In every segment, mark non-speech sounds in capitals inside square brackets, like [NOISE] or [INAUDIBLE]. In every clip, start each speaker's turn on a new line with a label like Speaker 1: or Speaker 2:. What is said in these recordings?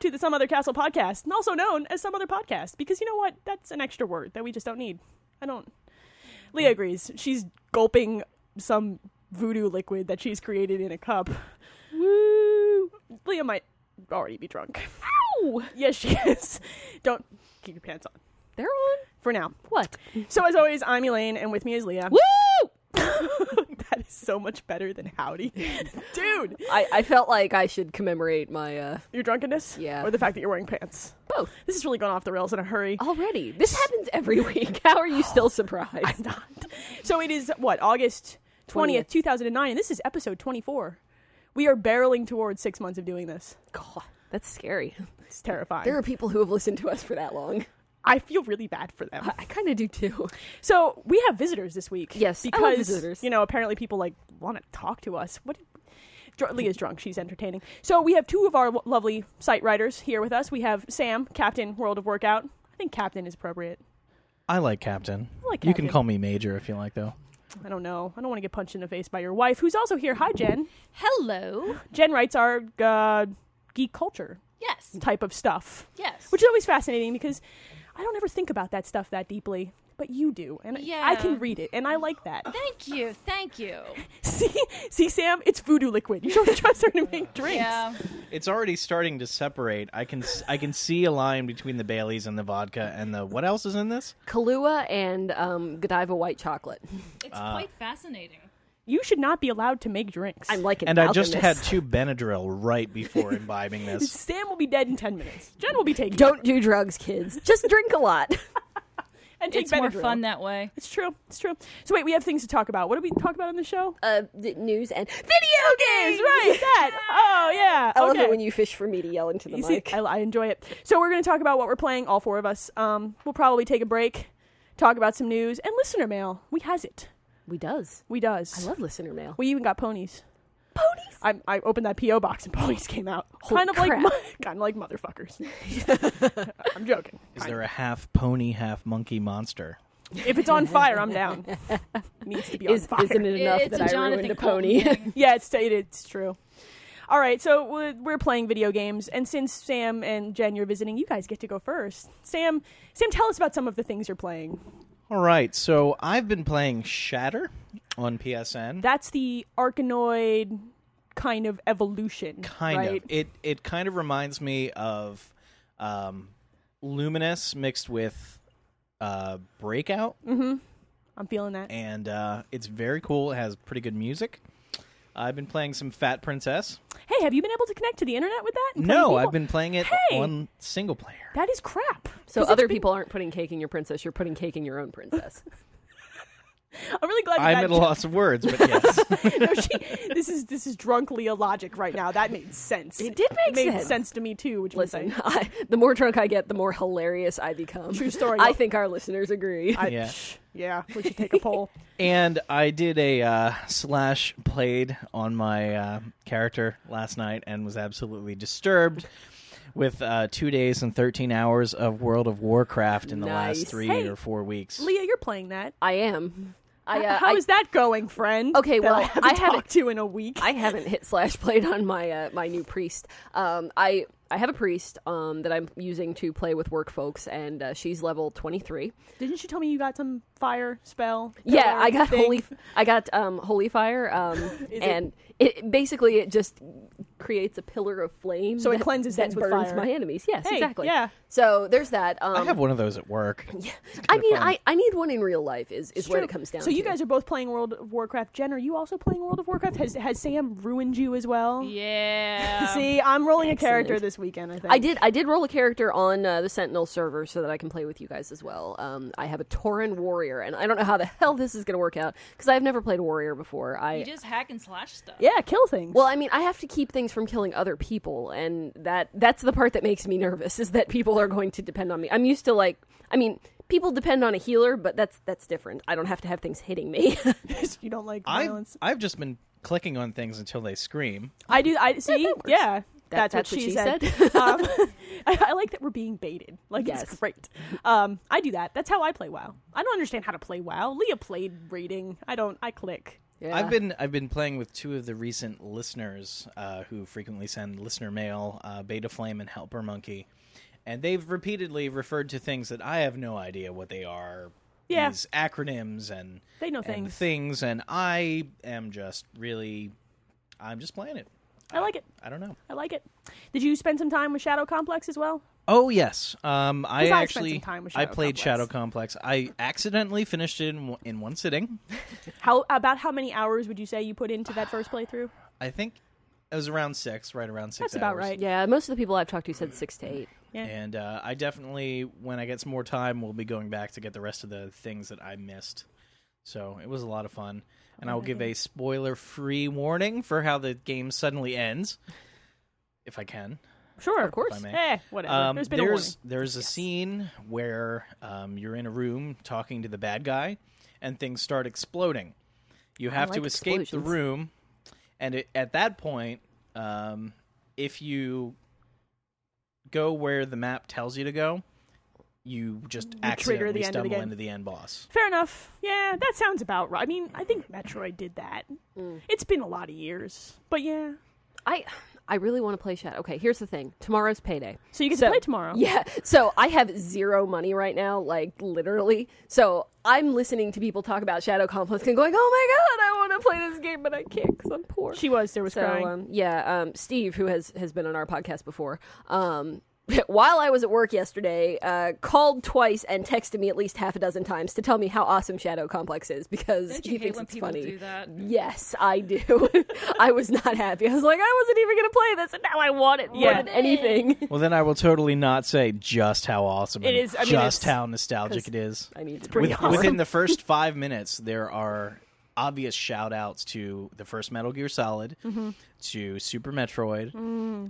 Speaker 1: to the Some Other Castle podcast, and also known as Some Other Podcast, because you know what? That's an extra word that we just don't need. I don't. Leah agrees. She's gulping some voodoo liquid that she's created in a cup. Woo! Leah might already be drunk.
Speaker 2: Ow!
Speaker 1: Yes, she is. Don't keep your pants on
Speaker 2: They're on.
Speaker 1: for now.
Speaker 2: What?
Speaker 1: So, as always, I'm Elaine, and with me is Leah.
Speaker 2: Woo!
Speaker 1: [LAUGHS] that is so much better than
Speaker 2: [LAUGHS]
Speaker 1: howdy. Dude,
Speaker 2: I, I felt like I should commemorate my uh
Speaker 1: your drunkenness?
Speaker 2: Yeah.
Speaker 1: Or the fact that you're wearing pants?
Speaker 2: both
Speaker 1: This has really gone off the rails in a hurry.
Speaker 2: already. This happens every [LAUGHS] week. How are you still
Speaker 1: I'm
Speaker 2: surprised?
Speaker 1: not. So it is what August twentieth, two thousand and nine, and this is episode twenty-four. We are barreling towards six months of doing this.
Speaker 2: God, that's scary.
Speaker 1: It's terrifying.
Speaker 2: There are people who have listened to us for that long.
Speaker 1: I feel really bad for them.
Speaker 2: I, I kind of do too.
Speaker 1: So we have visitors this week.
Speaker 2: Yes, I
Speaker 1: because
Speaker 2: love visitors.
Speaker 1: you know apparently people like want to talk to us. What? Dr- Leah's drunk. She's entertaining. So we have two of our lo- lovely site writers here with us. We have Sam, Captain World of Workout. I think Captain is appropriate.
Speaker 3: I like Captain.
Speaker 1: I like
Speaker 3: You can
Speaker 1: Captain.
Speaker 3: call me Major if you like, though.
Speaker 1: I don't know. I don't want to get punched in the face by your wife, who's also here. Hi, Jen.
Speaker 4: Hello.
Speaker 1: Jen writes our uh, geek culture
Speaker 4: Yes.
Speaker 1: type of stuff,
Speaker 4: Yes.
Speaker 1: which is always fascinating because I don't ever think about that stuff that deeply, but you do, and I- I
Speaker 4: Yeah.
Speaker 1: can read it, and I like that. [LAUGHS]
Speaker 4: thank you. Thank you.
Speaker 1: see, see, Sam, it's voodoo liquid. You don't trust her to
Speaker 2: [LAUGHS]
Speaker 1: make drinks.
Speaker 4: Yeah.
Speaker 3: It's already starting to separate. I can s- I can see a line between the Baileys and the vodka and the what else is in this?
Speaker 2: Kahlua and um, Godiva white chocolate.
Speaker 4: It's
Speaker 2: Ah.
Speaker 4: quite fascinating.
Speaker 1: You should not be allowed to make drinks.
Speaker 2: I'm like an
Speaker 3: And I just had
Speaker 2: alchemist.
Speaker 3: two Benadryl right
Speaker 1: [LAUGHS]
Speaker 3: before imbibing this.
Speaker 1: Sam will be dead in ten minutes. Jen will be taken.
Speaker 2: [LAUGHS] Don't do drugs, kids. Just drink a lot. [LAUGHS]
Speaker 1: and take
Speaker 4: It's more
Speaker 1: Benadryl.
Speaker 4: fun that way.
Speaker 1: It's true. It's true. So wait, we have things to talk about. What do we talk about on the show?
Speaker 2: Uh, th- news and video games.
Speaker 1: Is right that. Oh yeah.
Speaker 2: I love
Speaker 1: okay.
Speaker 2: it when you fish for me to yell into
Speaker 1: [LAUGHS]
Speaker 2: the
Speaker 1: You see,
Speaker 2: mic.
Speaker 1: I, I enjoy it. So we're going to talk about what we're playing, all four of us. Um, we'll probably take a break, talk about some news and listener mail. We has it.
Speaker 2: we does.
Speaker 1: We does.
Speaker 2: I love listener mail.
Speaker 1: we even got ponies. Ponies. I, I opened that PO box and [LAUGHS] ponies came out.
Speaker 2: Holy
Speaker 1: kind of like
Speaker 2: crap.
Speaker 1: mo- kind of like motherfuckers.
Speaker 2: [LAUGHS]
Speaker 1: I'm joking.
Speaker 3: Is there a half pony, half monkey monster?
Speaker 1: If it's on fire, I'm
Speaker 2: [LAUGHS]
Speaker 1: down. Needs to be on
Speaker 2: Is,
Speaker 1: fire.
Speaker 2: isn't it enough
Speaker 4: it's
Speaker 2: that
Speaker 4: a
Speaker 2: I
Speaker 4: Jonathan
Speaker 2: ruined a
Speaker 4: Colton
Speaker 2: pony? [LAUGHS]
Speaker 4: [LAUGHS] thing.
Speaker 1: yeah, it's it, it's true. All right, so we're- we're playing video games, and since Sam and Jen you're visiting, you guys get to go first. Sam, Sam, tell us about some of the things you're playing.
Speaker 3: All right, so I've been playing Shatter on PSN.
Speaker 1: that's the arcanoid kind of evolution
Speaker 3: kind
Speaker 1: right?
Speaker 3: of it it kind of reminds me of um luminous mixed with uh breakout
Speaker 1: i'm feeling that
Speaker 3: and uh it's very cool it has pretty good music i've been playing some fat princess
Speaker 1: hey have you been able to connect to the internet with that and play
Speaker 3: no
Speaker 1: with
Speaker 3: i've
Speaker 1: people?
Speaker 3: been playing it
Speaker 1: Hey!
Speaker 3: on single player
Speaker 1: that is crap
Speaker 2: So
Speaker 1: 'Cause
Speaker 2: other
Speaker 1: it's been-
Speaker 2: people aren't putting cake in your princess. You're putting cake in your own princess.
Speaker 1: [LAUGHS] i'm really glad
Speaker 3: i'm
Speaker 1: that
Speaker 3: at a loss of words but yes
Speaker 1: [LAUGHS] no, she, this is this is drunk leah logic right now that made sense
Speaker 2: It did make
Speaker 1: made sense.
Speaker 2: sense.
Speaker 1: to me too which means
Speaker 2: [LAUGHS] Listen,
Speaker 1: I-
Speaker 2: I, the more drunk I get, the more hilarious I become.
Speaker 1: True story.
Speaker 2: I think our listeners agree.
Speaker 1: I,
Speaker 3: Yeah.
Speaker 1: psh, yeah we should take a
Speaker 2: [LAUGHS]
Speaker 1: poll
Speaker 3: and i did a uh slash played on my uh character last night and was absolutely disturbed with uh, two days and 13 hours of World of Warcraft in the
Speaker 2: Nice.
Speaker 3: last three
Speaker 1: Hey,
Speaker 3: or four weeks.
Speaker 1: leah you're playing that
Speaker 2: [LAUGHS] I am. I,
Speaker 1: H-
Speaker 2: uh,
Speaker 1: how
Speaker 2: I,
Speaker 1: is that going friend
Speaker 2: Okay,
Speaker 1: that
Speaker 2: well,
Speaker 1: i haven't
Speaker 2: I haven't-
Speaker 1: talked to in a week
Speaker 2: I haven't hit slash played on my uh, my new priest. Um, I I have a priest um, that I'm using to play with work folks, and uh, she's level 23.
Speaker 1: didn't you tell me you got some fire spell
Speaker 2: Yeah,
Speaker 1: pillar
Speaker 2: I got
Speaker 1: thing?
Speaker 2: holy. I got um, holy fire,
Speaker 1: [LAUGHS]
Speaker 2: um,
Speaker 1: Is it-
Speaker 2: and it, basically it just creates a pillar of flame.
Speaker 1: So it
Speaker 2: that-
Speaker 1: cleanses
Speaker 2: that
Speaker 1: things with
Speaker 2: burns
Speaker 1: fire.
Speaker 2: my enemies. Yes,
Speaker 1: Hey,
Speaker 2: exactly.
Speaker 1: yeah.
Speaker 2: So there's that. Um,
Speaker 3: I have one of those at work.
Speaker 2: I
Speaker 3: kinda
Speaker 2: mean,
Speaker 3: fun.
Speaker 2: I, I need one in real life. Is is where
Speaker 1: True.
Speaker 2: it comes down.
Speaker 1: So you
Speaker 2: to.
Speaker 1: guys are both playing World of Warcraft. Jen, are you also playing World of Warcraft? Has has Sam ruined you as well?
Speaker 4: [LAUGHS] Yeah.
Speaker 1: See, I'm rolling a character
Speaker 2: Excellent.
Speaker 1: this weekend. I think
Speaker 2: I did. I did roll a character on uh, the Sentinel server so that I can play with you guys as well. Um, I have a Tauren warrior, and I don't know how the hell this is going to work out because I've never played a warrior before. I
Speaker 4: You just hack and slash stuff.
Speaker 1: Yeah, kill things.
Speaker 2: well, I mean, I have to keep things from killing other people, and that that's the part that makes me nervous is that people are going to depend on me. I'm used to like, I mean, people depend on a healer, but that's that's different. I don't have to have things hitting me. [LAUGHS]
Speaker 1: you don't like
Speaker 3: I've,
Speaker 1: violence.
Speaker 3: I've just been clicking on things until they scream.
Speaker 1: I do. I see. Yeah,
Speaker 2: works.
Speaker 1: that's,
Speaker 2: that's
Speaker 1: what
Speaker 2: what
Speaker 1: she,
Speaker 2: she
Speaker 1: said. [LAUGHS]
Speaker 2: said.
Speaker 1: um, I, I like that we're being baited. Like it's
Speaker 2: Yes.
Speaker 1: great. Um, I do that. That's how I play WoW. I don't understand how to play WoW. Leah played raiding. I don't. I click.
Speaker 2: Yeah.
Speaker 3: I've been I've been playing with two of the recent listeners uh, who frequently send listener mail, uh, Beta Flame and Helper Monkey, and they've repeatedly referred to things that I have no idea what they are.
Speaker 1: Yeah.
Speaker 3: These acronyms and
Speaker 1: They know
Speaker 3: and
Speaker 1: things.
Speaker 3: things, and I am just really, I'm just playing it.
Speaker 1: I like it.
Speaker 3: I don't know.
Speaker 1: I like it. Did you spend some time with Shadow Complex as well?
Speaker 3: Oh yes, um, I,
Speaker 1: I spent
Speaker 3: actually
Speaker 1: some time with
Speaker 3: I
Speaker 1: Shadow
Speaker 3: played
Speaker 1: Complex.
Speaker 3: Shadow Complex. I accidentally finished it in, one- in one sitting.
Speaker 1: How about how many hours would you say you put into that first playthrough?
Speaker 3: I think it was around six, right around six.
Speaker 1: That's about
Speaker 3: hours.
Speaker 1: right.
Speaker 2: yeah, most of the people I've talked to said six to eight.
Speaker 3: And uh, I definitely, when I get some more time, will be going back to get the rest of the things that I missed. So it was a lot of fun. And I will give a spoiler free warning for how the game suddenly ends, if I can.
Speaker 1: Sure,
Speaker 2: Of course.
Speaker 3: If I may.
Speaker 1: Eh, whatever.
Speaker 3: Um,
Speaker 1: there's been
Speaker 3: there's there's a scene where um, you're in a room talking to the bad guy, and things start exploding. You have to
Speaker 2: like
Speaker 3: escape the
Speaker 2: explosions.
Speaker 3: room, and it, at that point, um, if you go where the map tells you to go, you just
Speaker 1: trigger
Speaker 3: accidentally
Speaker 1: the end of the
Speaker 3: stumble
Speaker 1: game.
Speaker 3: into the end boss.
Speaker 1: a warning. Fair enough. Yeah, that sounds about right. I mean, I think Metroid did that. It's been a lot of years, but yeah.
Speaker 2: I I really want to play Shadow. Okay, here's the thing. Tomorrow's payday.
Speaker 1: So you get to play tomorrow.
Speaker 2: [LAUGHS] Yeah. So I have zero money right now, like literally. So I'm listening to people talk about Shadow Complex and going, "Oh my god, I want to play this game, but I can't because I'm poor."
Speaker 1: She was. There was
Speaker 2: so
Speaker 1: crying.
Speaker 2: um, yeah, um, Steve, who has has been on our podcast before, um, [LAUGHS] while I was at work yesterday, uh, called twice and texted me at least half a dozen times to tell me how awesome Shadow Complex is because
Speaker 4: Don't
Speaker 2: he
Speaker 4: you hate
Speaker 2: thinks
Speaker 4: when
Speaker 2: it's
Speaker 4: people
Speaker 2: funny.
Speaker 4: do that?
Speaker 2: Yes, I do. [LAUGHS] I was not happy. I was like, I wasn't even going to play this, and now I want it more
Speaker 1: Yeah.
Speaker 2: than
Speaker 4: [LAUGHS]
Speaker 2: anything.
Speaker 3: Well, then I will totally not say just how awesome
Speaker 1: It
Speaker 3: and
Speaker 1: is- I mean,
Speaker 3: just
Speaker 1: it's-
Speaker 3: how nostalgic it is.
Speaker 2: I mean, it's
Speaker 1: pretty
Speaker 2: pretty
Speaker 1: awesome.
Speaker 3: Within the first five minutes, there are obvious shout outs to the first Metal Gear Solid, to Super Metroid,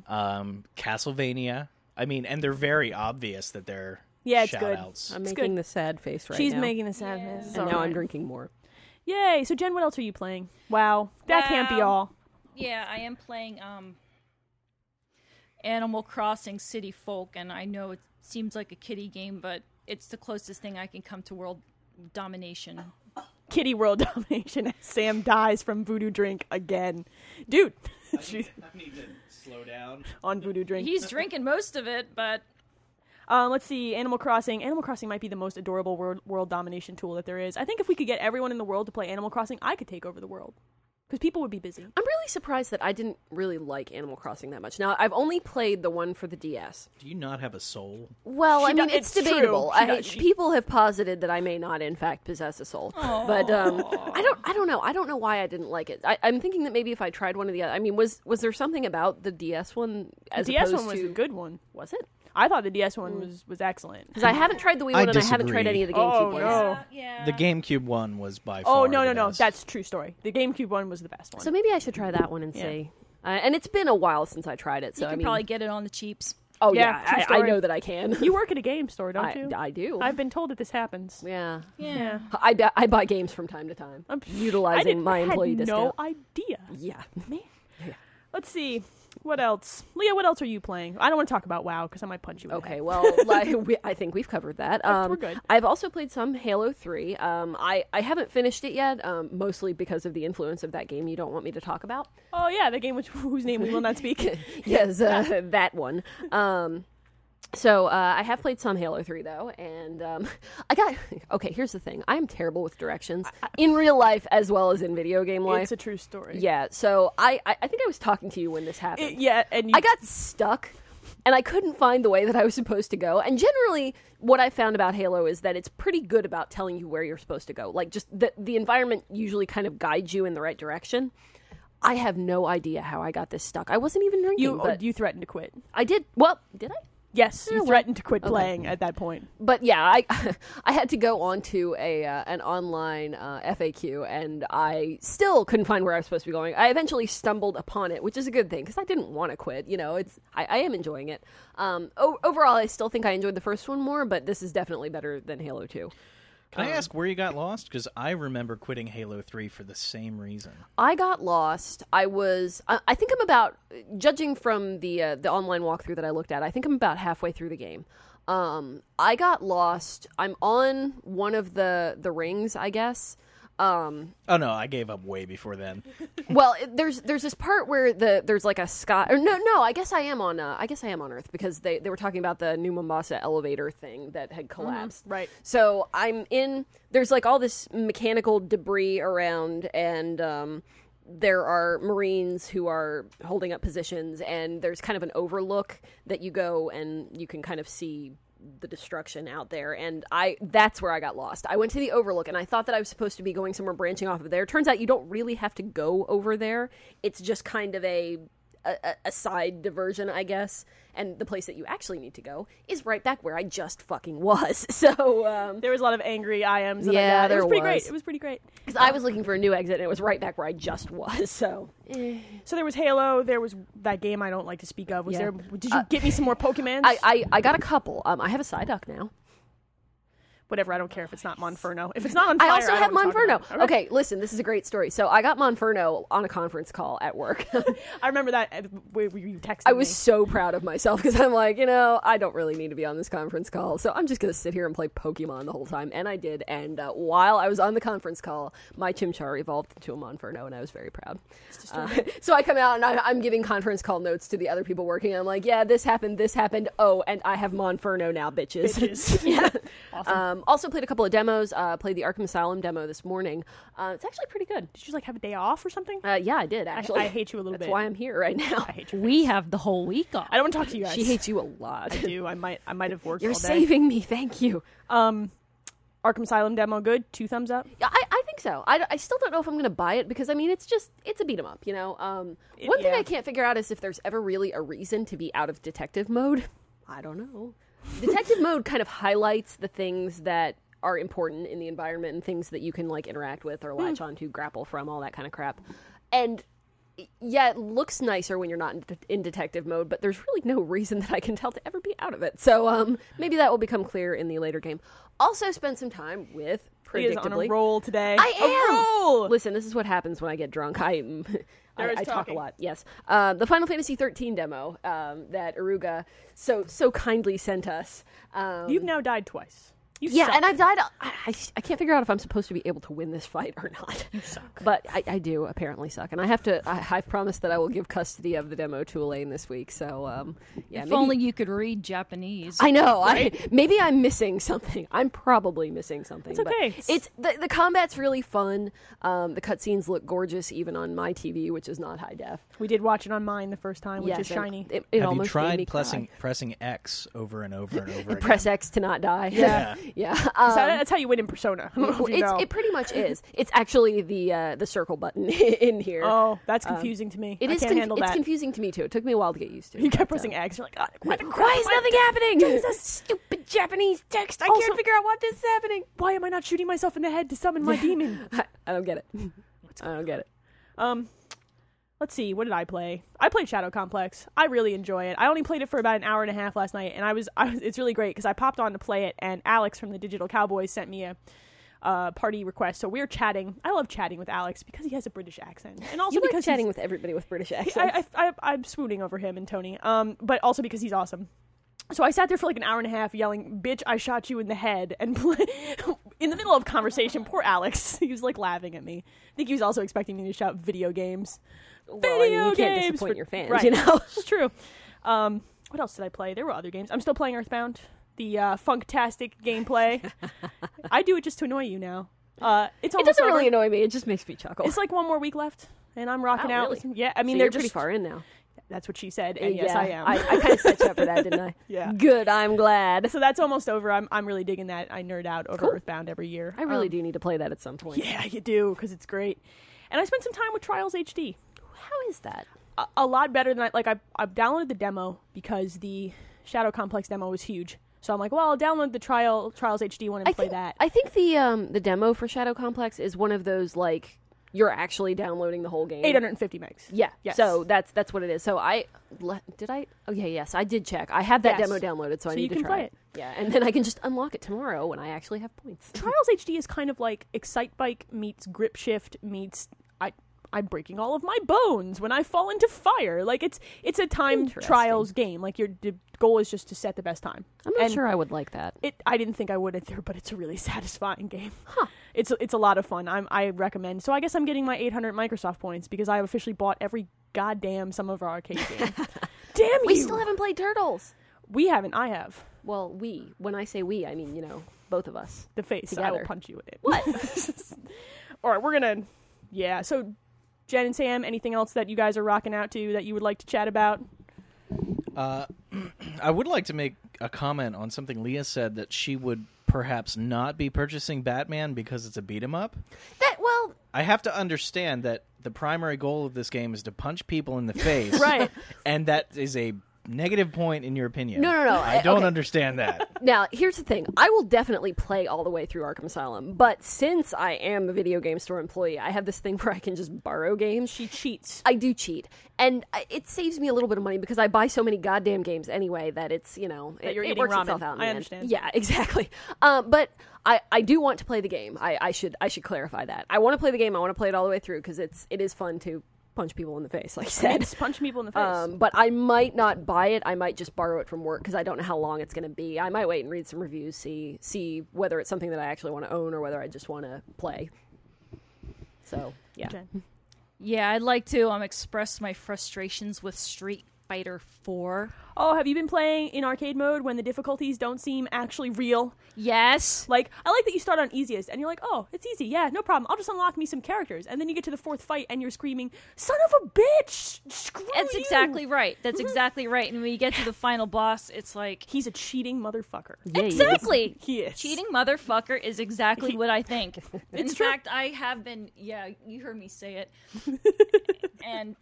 Speaker 3: um, Castlevania. I mean, and they're very obvious that they're
Speaker 1: Yeah, it's
Speaker 3: shout
Speaker 1: good.
Speaker 3: outs.
Speaker 2: I'm
Speaker 1: It's
Speaker 2: making
Speaker 1: good.
Speaker 2: the sad face right
Speaker 1: She's
Speaker 2: now.
Speaker 1: making a sadness. It's
Speaker 2: and
Speaker 1: all
Speaker 2: now I'm
Speaker 1: right.
Speaker 2: drinking more.
Speaker 1: Yay! So Jen, what else are you playing? Wow, that can't be
Speaker 4: Wow.
Speaker 1: all.
Speaker 4: Yeah, I am playing um Animal Crossing City Folk, and I know it seems like a kiddie game, but it's the closest thing I can come to world domination.
Speaker 1: Kitty world [LAUGHS] domination. As Sam dies from voodoo drink again, dude. [LAUGHS] She's
Speaker 3: need to slow down.
Speaker 1: on voodoo drink.
Speaker 4: He's drinking most of it, but
Speaker 1: Um, let's see. Animal Crossing. Animal Crossing might be the most adorable world, world domination tool that there is. I think if we could get everyone in the world to play Animal Crossing, I could take over the world because people would be busy.
Speaker 2: I'm really surprised that I didn't really like Animal Crossing that much. Now, I've only played the one for the DS.
Speaker 3: Do you not have a soul?
Speaker 2: Well, I
Speaker 1: do-
Speaker 2: mean, it's,
Speaker 1: it's true.
Speaker 2: debatable.
Speaker 1: She
Speaker 2: I,
Speaker 1: does- she-
Speaker 2: people have posited that I may not, in fact, possess a soul. But um, I don't. I don't know. I don't know why I didn't like it. I, I'm thinking that maybe if I tried one of the other. I mean, was was there something about the DS one as
Speaker 1: The DS one
Speaker 2: opposed
Speaker 1: was
Speaker 2: to Mm.
Speaker 1: a good one.
Speaker 2: was it?
Speaker 1: I thought the DS one was was excellent.
Speaker 2: Because I haven't tried the Wii
Speaker 3: I
Speaker 2: one and I haven't tried
Speaker 3: disagree.
Speaker 2: any of the GameCube
Speaker 1: Oh
Speaker 2: ones.
Speaker 1: no!
Speaker 4: Uh, yeah.
Speaker 3: The GameCube one was by
Speaker 1: Oh
Speaker 3: far.
Speaker 1: no no
Speaker 3: the
Speaker 1: no!
Speaker 3: best.
Speaker 1: That's true story. The GameCube one was the best one.
Speaker 2: So maybe I should try that one and
Speaker 1: Yeah.
Speaker 2: see. Uh, and it's been a while since I tried it, so
Speaker 4: you can
Speaker 2: I mean,
Speaker 4: probably get it on the cheaps.
Speaker 2: oh
Speaker 1: Yeah,
Speaker 2: yeah,
Speaker 1: true
Speaker 2: I, I
Speaker 1: story.
Speaker 2: know that I can.
Speaker 1: you work at a game store, don't
Speaker 2: [LAUGHS] I,
Speaker 1: you?
Speaker 2: I do.
Speaker 1: have been told that this happens.
Speaker 2: yeah,
Speaker 4: Yeah.
Speaker 2: I bu- I buy games from time to time.
Speaker 1: I'm- I
Speaker 2: [LAUGHS] utilizing
Speaker 1: didn't-
Speaker 2: my
Speaker 1: I had
Speaker 2: employee
Speaker 1: no
Speaker 2: discount.
Speaker 1: idea.
Speaker 2: Yeah,
Speaker 1: Man. Let's see. What else, Leah? What else are you playing? I don't want to talk about WoW because I might punch you. in the
Speaker 2: Okay,
Speaker 1: head.
Speaker 2: well, [LAUGHS] like, we, I think we've covered that. Um,
Speaker 1: we're good.
Speaker 2: I've also played some Halo Three. Um, I I haven't finished it yet, um, mostly because of the influence of that game. You don't want me to talk about. [LAUGHS]
Speaker 1: Oh yeah, the game which, [LAUGHS] whose name we will not speak.
Speaker 2: yes, uh, [LAUGHS] that one. Um, so uh, I have played some Halo Three though, and um, [LAUGHS] I got okay. Here's the thing: I am terrible with directions in real life as well as in video game life.
Speaker 1: It's a true story.
Speaker 2: yeah, so I, I I think I was talking to you when this happened.
Speaker 1: It- yeah, and you,
Speaker 2: I got stuck and I couldn't find the way that I was supposed to go. And generally, what I found about Halo is that it's pretty good about telling you where you're supposed to go. Like, just the, the environment usually kind of guides you in the right direction. I have no idea how I got this stuck. I wasn't even drinking.
Speaker 1: you oh,
Speaker 2: but
Speaker 1: you threatened to quit.
Speaker 2: I did. Well, did I?
Speaker 1: Yes, you
Speaker 2: well-
Speaker 1: threatened to quit playing at that point.
Speaker 2: But yeah, I [LAUGHS] I had to go onto a uh, an online uh, FAQ, and I still couldn't find where I was supposed to be going. I eventually stumbled upon it, which is a good thing because I didn't want to quit. You know, it's I, I am enjoying it. Um, o- overall, I still think I enjoyed the first one more, but this is definitely better than Halo Two.
Speaker 3: Can I ask where you got lost? Because I remember quitting Halo Three for the same reason.
Speaker 2: I got lost. I was. I, I think I'm about judging from the uh, the online walkthrough that I looked at. I think I'm about halfway through the game. Um, I got lost. I'm on one of the the rings, I guess. Um,
Speaker 3: Oh no, I gave up way before then.
Speaker 2: well, it- there's there's this part where the there's like a sky. Or no, no, I guess I am on. Uh, I guess I am on Earth because they they were talking about the new Mombasa elevator thing that had collapsed.
Speaker 1: Right.
Speaker 2: So I'm in. There's like all this mechanical debris around, and um, there are Marines who are holding up positions, and there's kind of an overlook that you go and you can kind of see the destruction out there and i that's where i got lost i went to the overlook and i thought that i was supposed to be going somewhere branching off of there turns out you don't really have to go over there it's just kind of a a, a- a side diversion, I guess. And the place that you actually need to go is right back where I just fucking was. [LAUGHS] So, um,
Speaker 1: There was a lot of angry IMs. And
Speaker 2: Yeah,
Speaker 1: yeah, that.
Speaker 2: there
Speaker 1: it was pretty
Speaker 2: was.
Speaker 1: great. It was pretty great.
Speaker 2: 'cause I was looking for a new exit and it was right back where I just was. [LAUGHS] So,
Speaker 1: So there was Halo. There was that game I don't like to speak of. Was
Speaker 2: Yeah. Uh,
Speaker 1: there? Did you get me some more Pokemans?
Speaker 2: [LAUGHS] I, I, I got a couple. Um, I have a Psyduck now.
Speaker 1: Whatever. I don't care if it's not Monferno. If it's not on fire,
Speaker 2: I also
Speaker 1: don't
Speaker 2: have
Speaker 1: wanna talk
Speaker 2: Monferno.
Speaker 1: about it.
Speaker 2: Okay. listen, this is a great story. So, I got Monferno on a conference call at work. [LAUGHS]
Speaker 1: I remember that uh, where where you texted.
Speaker 2: I was so proud of myself [LAUGHS] because I'm like, you know, I don't really need to be on this conference call. So, I'm just going to sit here and play Pokemon the whole time. And I did. And uh, while I was on the conference call, my Chimchar evolved into a Monferno, and I was very proud.
Speaker 1: me.
Speaker 2: Uh, [LAUGHS] so I come out and I, I'm giving conference call notes to the other people working. I'm like, yeah, this happened, this happened. Oh, and I have Monferno now, bitches.
Speaker 1: Bitches.
Speaker 2: [LAUGHS]
Speaker 1: [LAUGHS]
Speaker 2: yeah. Um, also played a couple of demos. Uh, played the Arkham Asylum demo this morning. Uh, it's actually pretty good.
Speaker 1: Did you like have a day off or something?
Speaker 2: Uh, yeah, I did actually.
Speaker 1: I hate you a little
Speaker 2: That's
Speaker 1: bit.
Speaker 2: why I'm here right now.
Speaker 1: I hate you.
Speaker 4: We have the whole week off.
Speaker 1: I don't want to talk to [LAUGHS] you guys.
Speaker 2: She hates you a lot.
Speaker 1: I do. I might. I might have worked.
Speaker 2: You're
Speaker 1: all day.
Speaker 2: saving me. Thank you.
Speaker 1: Um, Arkham Asylum demo good. Two thumbs up.
Speaker 2: Yeah, I, I think so. I, I still don't know if I'm going to buy it because I mean it's just it's a beat 'em up, you know. Um, one thing
Speaker 1: yeah.
Speaker 2: I can't figure out is if there's ever really a reason to be out of detective mode. [LAUGHS] I don't know. Detective mode kind of highlights the things that are important in the environment and things that you can like interact with or
Speaker 1: Hmm.
Speaker 2: latch onto, grapple from, all that kind of crap. And yeah, it looks nicer when you're not in, det- in detective mode, but there's really no reason [LAUGHS] that I can tell to ever be out of it. So um, maybe that will become clear in the later game. Also, spend some time with
Speaker 1: He is on a
Speaker 2: predictably.
Speaker 1: roll today.
Speaker 2: I
Speaker 1: A
Speaker 2: am.
Speaker 1: roll.
Speaker 2: Listen, this is what happens when I get drunk. I [LAUGHS] am. I,
Speaker 1: There is
Speaker 2: I talk a
Speaker 1: talking.
Speaker 2: lot. Yes, uh, the Final Fantasy XIII demo um, that Aruga so so kindly sent us. Um,
Speaker 1: You've now died twice. You
Speaker 2: yeah,
Speaker 1: suck.
Speaker 2: and I've died. I, I, I can't figure out if I'm supposed to be able to win this fight or not. You suck, [LAUGHS] but I, I do apparently suck, and I have to. I, I've promised that I will give custody of the demo to Elaine this week. So um, yeah,
Speaker 4: if
Speaker 2: maybe-
Speaker 4: only you could read Japanese.
Speaker 2: I know. I [LAUGHS] maybe I'm missing something. I'm probably missing something.
Speaker 1: It's okay.
Speaker 2: But it's the, the combat's really fun. Um, the cutscenes look gorgeous, even on my TV, which is not high def.
Speaker 1: we did watch it on mine the first time, which
Speaker 2: Yes,
Speaker 1: is
Speaker 2: and
Speaker 1: shiny.
Speaker 2: It, it
Speaker 3: Have you
Speaker 2: almost made me cry.
Speaker 3: tried pressing pressing X over and over and
Speaker 2: [LAUGHS]
Speaker 3: over?
Speaker 2: Press
Speaker 3: again?
Speaker 2: X to not die.
Speaker 3: Yeah.
Speaker 2: [LAUGHS] yeah.
Speaker 1: So
Speaker 2: Um,
Speaker 1: that's how you win in Persona. [LAUGHS] I don't know if you
Speaker 2: it's,
Speaker 1: know.
Speaker 2: it pretty much is. It's actually the uh, the circle button [LAUGHS] in here.
Speaker 1: oh, that's confusing to me.
Speaker 2: um, it
Speaker 1: I
Speaker 2: is
Speaker 1: can't
Speaker 2: conf-
Speaker 1: handle
Speaker 2: it's
Speaker 1: that.
Speaker 2: confusing to me too. It took me a while to get used
Speaker 1: [LAUGHS]
Speaker 2: to.
Speaker 1: you
Speaker 2: but, uh,
Speaker 1: kept pressing X. You're like, "Ah,
Speaker 2: [LAUGHS] Why
Speaker 1: why the crap?
Speaker 2: is nothing happening? Jesus, stupid Japanese text. I
Speaker 1: Also-
Speaker 2: can't figure out what this is happening.
Speaker 1: Why am I not shooting myself in the head to summon my
Speaker 2: [LAUGHS]
Speaker 1: demon?
Speaker 2: I, I don't get it. I don't get it.
Speaker 1: Um, let's see. What did I play? I played Shadow Complex. I really enjoy it. I only played it for about an hour and a half last night, and I was, I was it's really great because I popped on to play it, and Alex from the Digital Cowboys sent me a. Uh, party request. So we are chatting. I love chatting with Alex because he has a British accent, and also
Speaker 2: you
Speaker 1: because
Speaker 2: like
Speaker 1: he's-
Speaker 2: chatting with everybody with British accents.
Speaker 1: I, I, I, I'm swooning over him and Tony, um, but also because he's awesome. So I sat there for like an hour and a half yelling, "Bitch, I shot you in the head!" and [LAUGHS] play- in the middle of conversation, poor Alex, [LAUGHS] he was like laughing at me. I think he was also expecting me to shout video games.
Speaker 2: well, I mean, you can't
Speaker 1: games
Speaker 2: disappoint
Speaker 1: for-
Speaker 2: your fans,
Speaker 1: right. [LAUGHS]
Speaker 2: you know.
Speaker 1: It's true. Um, what else did I play? There were other games. I'm still playing Earthbound, the uh, funktastic
Speaker 2: [LAUGHS]
Speaker 1: gameplay. I do it just to annoy you now. Uh, it's
Speaker 2: It
Speaker 1: almost
Speaker 2: doesn't
Speaker 1: over.
Speaker 2: really annoy me. It just makes me chuckle.
Speaker 1: It's like one more week left, and I'm rocking
Speaker 2: Wow,
Speaker 1: out.
Speaker 2: really?
Speaker 1: Yeah, I mean
Speaker 2: so
Speaker 1: they're
Speaker 2: you're pretty
Speaker 1: just
Speaker 2: far in now.
Speaker 1: that's what she said, and yes,
Speaker 2: yeah,
Speaker 1: I am.
Speaker 2: I, kind of set you up for that, didn't I?
Speaker 1: [LAUGHS] Yeah.
Speaker 2: Good. I'm glad.
Speaker 1: so that's almost over. I'm I'm really digging that. I nerd out over
Speaker 2: Cool.
Speaker 1: Earthbound every year.
Speaker 2: I really
Speaker 1: Um,
Speaker 2: do need to play that at some point.
Speaker 1: Yeah, you do because it's great. And I spent some time with Trials HD.
Speaker 2: How is that?
Speaker 1: A, a lot better than I like. I I downloaded the demo because the Shadow Complex demo was huge. So I'm like, well, I'll download the Trial Trials HD one and
Speaker 2: I
Speaker 1: play
Speaker 2: think,
Speaker 1: that.
Speaker 2: I think the um the demo for Shadow Complex is one of those like you're actually downloading the whole game.
Speaker 1: 850 megs.
Speaker 2: Yeah.
Speaker 1: Yes.
Speaker 2: So that's that's what it is. So I le- did I. Oh yeah, yes, I did check. I have that
Speaker 1: Yes.
Speaker 2: demo downloaded, so, I
Speaker 1: So
Speaker 2: need
Speaker 1: you
Speaker 2: to
Speaker 1: can
Speaker 2: try
Speaker 1: play
Speaker 2: it. Yeah, and then I can just unlock it tomorrow when I actually have points.
Speaker 1: Trials HD is kind of like Excite Bike meets Grip Shift meets I I'm breaking all of my bones when I fall into fire. Like it's it's a time
Speaker 2: Interesting.
Speaker 1: trials game. Like your the goal is just to set the best time.
Speaker 2: I'm not
Speaker 1: And
Speaker 2: sure I would like that.
Speaker 1: It I didn't think I would either, but it's a really [LAUGHS] satisfying game. Huh. it's it's a lot of fun. I'm I recommend. So I guess I'm getting my 800 Microsoft points because I have officially bought every goddamn some of our arcade
Speaker 2: [LAUGHS]
Speaker 1: game. Damn you!
Speaker 2: We still haven't played Turtles.
Speaker 1: We haven't. I have
Speaker 2: Well, we. When I say we, I mean you know both of us.
Speaker 1: the face. I will
Speaker 2: Together.
Speaker 1: punch you in it.
Speaker 2: What?
Speaker 1: [LAUGHS] All right, we're gonna. Yeah. So, Jen and Sam, anything else that you guys are rocking out to that you would like to chat about?
Speaker 3: Uh, [CLEARS THROAT] I would like to make a comment on something Leah said that she would perhaps not be purchasing Batman because it's a beat 'em up.
Speaker 2: that well,
Speaker 3: I have to understand that the primary goal of this game is to punch people
Speaker 2: [LAUGHS]
Speaker 3: in the face,
Speaker 1: Right.
Speaker 3: And that is a negative point in your opinion.
Speaker 2: No, no, no.
Speaker 3: I
Speaker 2: I-
Speaker 3: don't
Speaker 2: okay.
Speaker 3: understand that.
Speaker 2: Now, here's the thing. I will definitely play all the way through Arkham Asylum, but since I am a video game store employee, I have this thing [LAUGHS] where I can just borrow games.
Speaker 1: She cheats.
Speaker 2: I do cheat, and I- it saves me a little bit of money because I buy so many goddamn games anyway that it's you know it,
Speaker 1: you're
Speaker 2: it
Speaker 1: eating
Speaker 2: works
Speaker 1: ramen.
Speaker 2: itself out. In
Speaker 1: I
Speaker 2: the
Speaker 1: understand.
Speaker 2: End. Yeah, [LAUGHS] exactly. Um, but I, I do want to play the game. I, I should I should clarify that. I want to play the game. I want to play it all the way through because it's it is fun to punch people in the face, like you said.
Speaker 1: It's punching people in the face.
Speaker 2: Um, but I might not buy it. I might just borrow it from work because I don't know how long it's going to be. I might wait and read some reviews, see see whether it's something that I actually want to own or whether I just want to play. So yeah,
Speaker 1: Jen.
Speaker 4: Yeah, I'd like to um express my frustrations with Street Fighter 4.
Speaker 1: Oh, have you been playing in arcade mode when the difficulties don't seem actually real?
Speaker 4: Yes.
Speaker 1: Like, I like that you start on easiest and you're like, oh, it's easy. Yeah, no problem. I'll just unlock me some characters. And then you get to the fourth fight and you're screaming, son of a bitch! Screw
Speaker 4: That's
Speaker 1: Oh, you!" Mm-hmm.
Speaker 4: exactly right. That's exactly right. And when you get to the final boss, it's like
Speaker 1: He's a cheating motherfucker.
Speaker 2: Yeah, he is.
Speaker 4: Exactly.
Speaker 1: He is.
Speaker 4: Cheating motherfucker is exactly what I think. In
Speaker 1: [LAUGHS] It's true.
Speaker 4: fact, I have been yeah, you heard me say
Speaker 1: [LAUGHS]
Speaker 4: it. and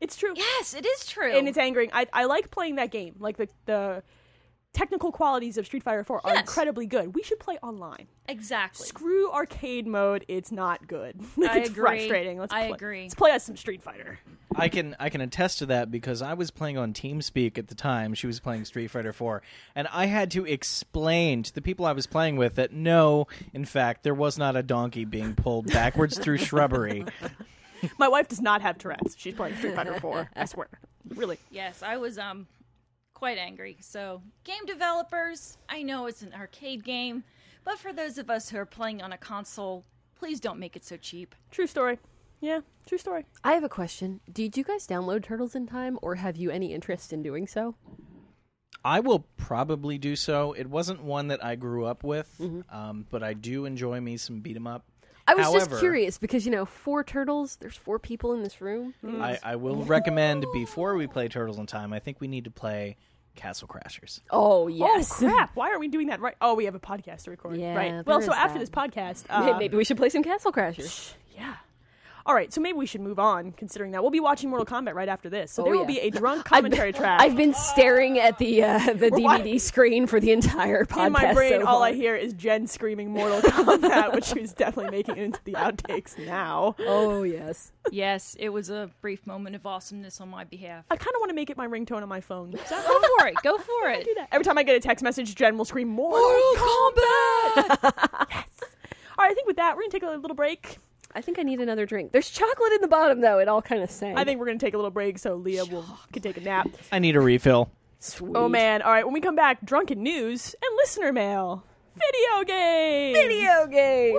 Speaker 1: It's true.
Speaker 4: yes, it is true.
Speaker 1: And it's angering. I, I like playing that game. Like, the, the technical qualities of Street Fighter 4 are
Speaker 4: Yes.
Speaker 1: incredibly good. We should play online.
Speaker 4: exactly.
Speaker 1: Screw arcade mode. It's not good. [LAUGHS]
Speaker 4: I
Speaker 1: it's
Speaker 4: agree.
Speaker 1: frustrating. Let's
Speaker 4: I
Speaker 1: play-
Speaker 4: agree.
Speaker 1: Let's play us some Street Fighter.
Speaker 3: I can I can attest to that because I was playing on TeamSpeak at the time. She was playing Street Fighter 4, and I had to explain to the people I was playing with that no, in fact, there was not a donkey being pulled backwards through shrubbery.
Speaker 1: My wife does not have Tourette's. She's playing Street Fighter
Speaker 2: [LAUGHS]
Speaker 1: 4. I swear. Really.
Speaker 4: Yes, I was um quite angry. So, game developers, I know it's an arcade game, but for those of us who are playing on a console, please don't make it so cheap.
Speaker 1: True story. Yeah, true story.
Speaker 2: I have a question. Did you guys download Turtles in time, or have you any interest in doing so?
Speaker 3: I will probably do so. It wasn't one that I grew up with,
Speaker 1: Mm-hmm.
Speaker 3: um, but I do enjoy me some beat 'em up.
Speaker 2: I was
Speaker 3: However,
Speaker 2: just curious because you know four turtles. There's four people in this room.
Speaker 1: Mm-hmm.
Speaker 3: I, I will recommend before we play Turtles in Time, I think we need to play Castle Crashers.
Speaker 2: Oh yes. [LAUGHS]
Speaker 1: Oh crap! Why are we doing that? Right? Oh, we have a podcast to record.
Speaker 2: Yeah,
Speaker 1: right. Well,
Speaker 2: there
Speaker 1: so
Speaker 2: is
Speaker 1: after
Speaker 2: that.
Speaker 1: this podcast, uh,
Speaker 2: [LAUGHS] Maybe we should play some Castle Crashers.
Speaker 1: yeah. All right, so maybe we should move on. Considering that we'll be watching Mortal Kombat right after this, so
Speaker 2: Oh,
Speaker 1: there will be
Speaker 2: yeah.
Speaker 1: a
Speaker 2: [LAUGHS]
Speaker 1: drunk
Speaker 2: I've-
Speaker 1: commentary track.
Speaker 2: I've been staring at
Speaker 1: [LAUGHS]
Speaker 2: the uh, the
Speaker 1: wa-
Speaker 2: DVD screen for the entire podcast.
Speaker 1: in my brain,
Speaker 2: so
Speaker 1: all
Speaker 2: far.
Speaker 1: I hear is Jen screaming "Mortal Kombat," which she's definitely making into the outtakes now.
Speaker 2: Oh yes.
Speaker 4: yes, it was a brief moment of awesomeness on my behalf.
Speaker 1: I kind of want to make it my ringtone on my phone. Is that-
Speaker 4: Go for it. Go for it.
Speaker 1: do that. Every time I get a text message, Jen will scream "Mortal Kombat!" yes. All right, I think with that, we're gonna take a little break.
Speaker 2: I think I need another drink. There's chocolate in the bottom, though. It all kind of sank.
Speaker 1: I think we're going to take a little break so Leah will can take a nap.
Speaker 3: I need a refill.
Speaker 2: Sweet.
Speaker 1: Oh man! All right, when we come back, drunken news and listener mail, video game,
Speaker 2: Video game.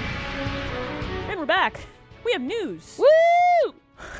Speaker 1: and we're back. We have news.
Speaker 2: Woo!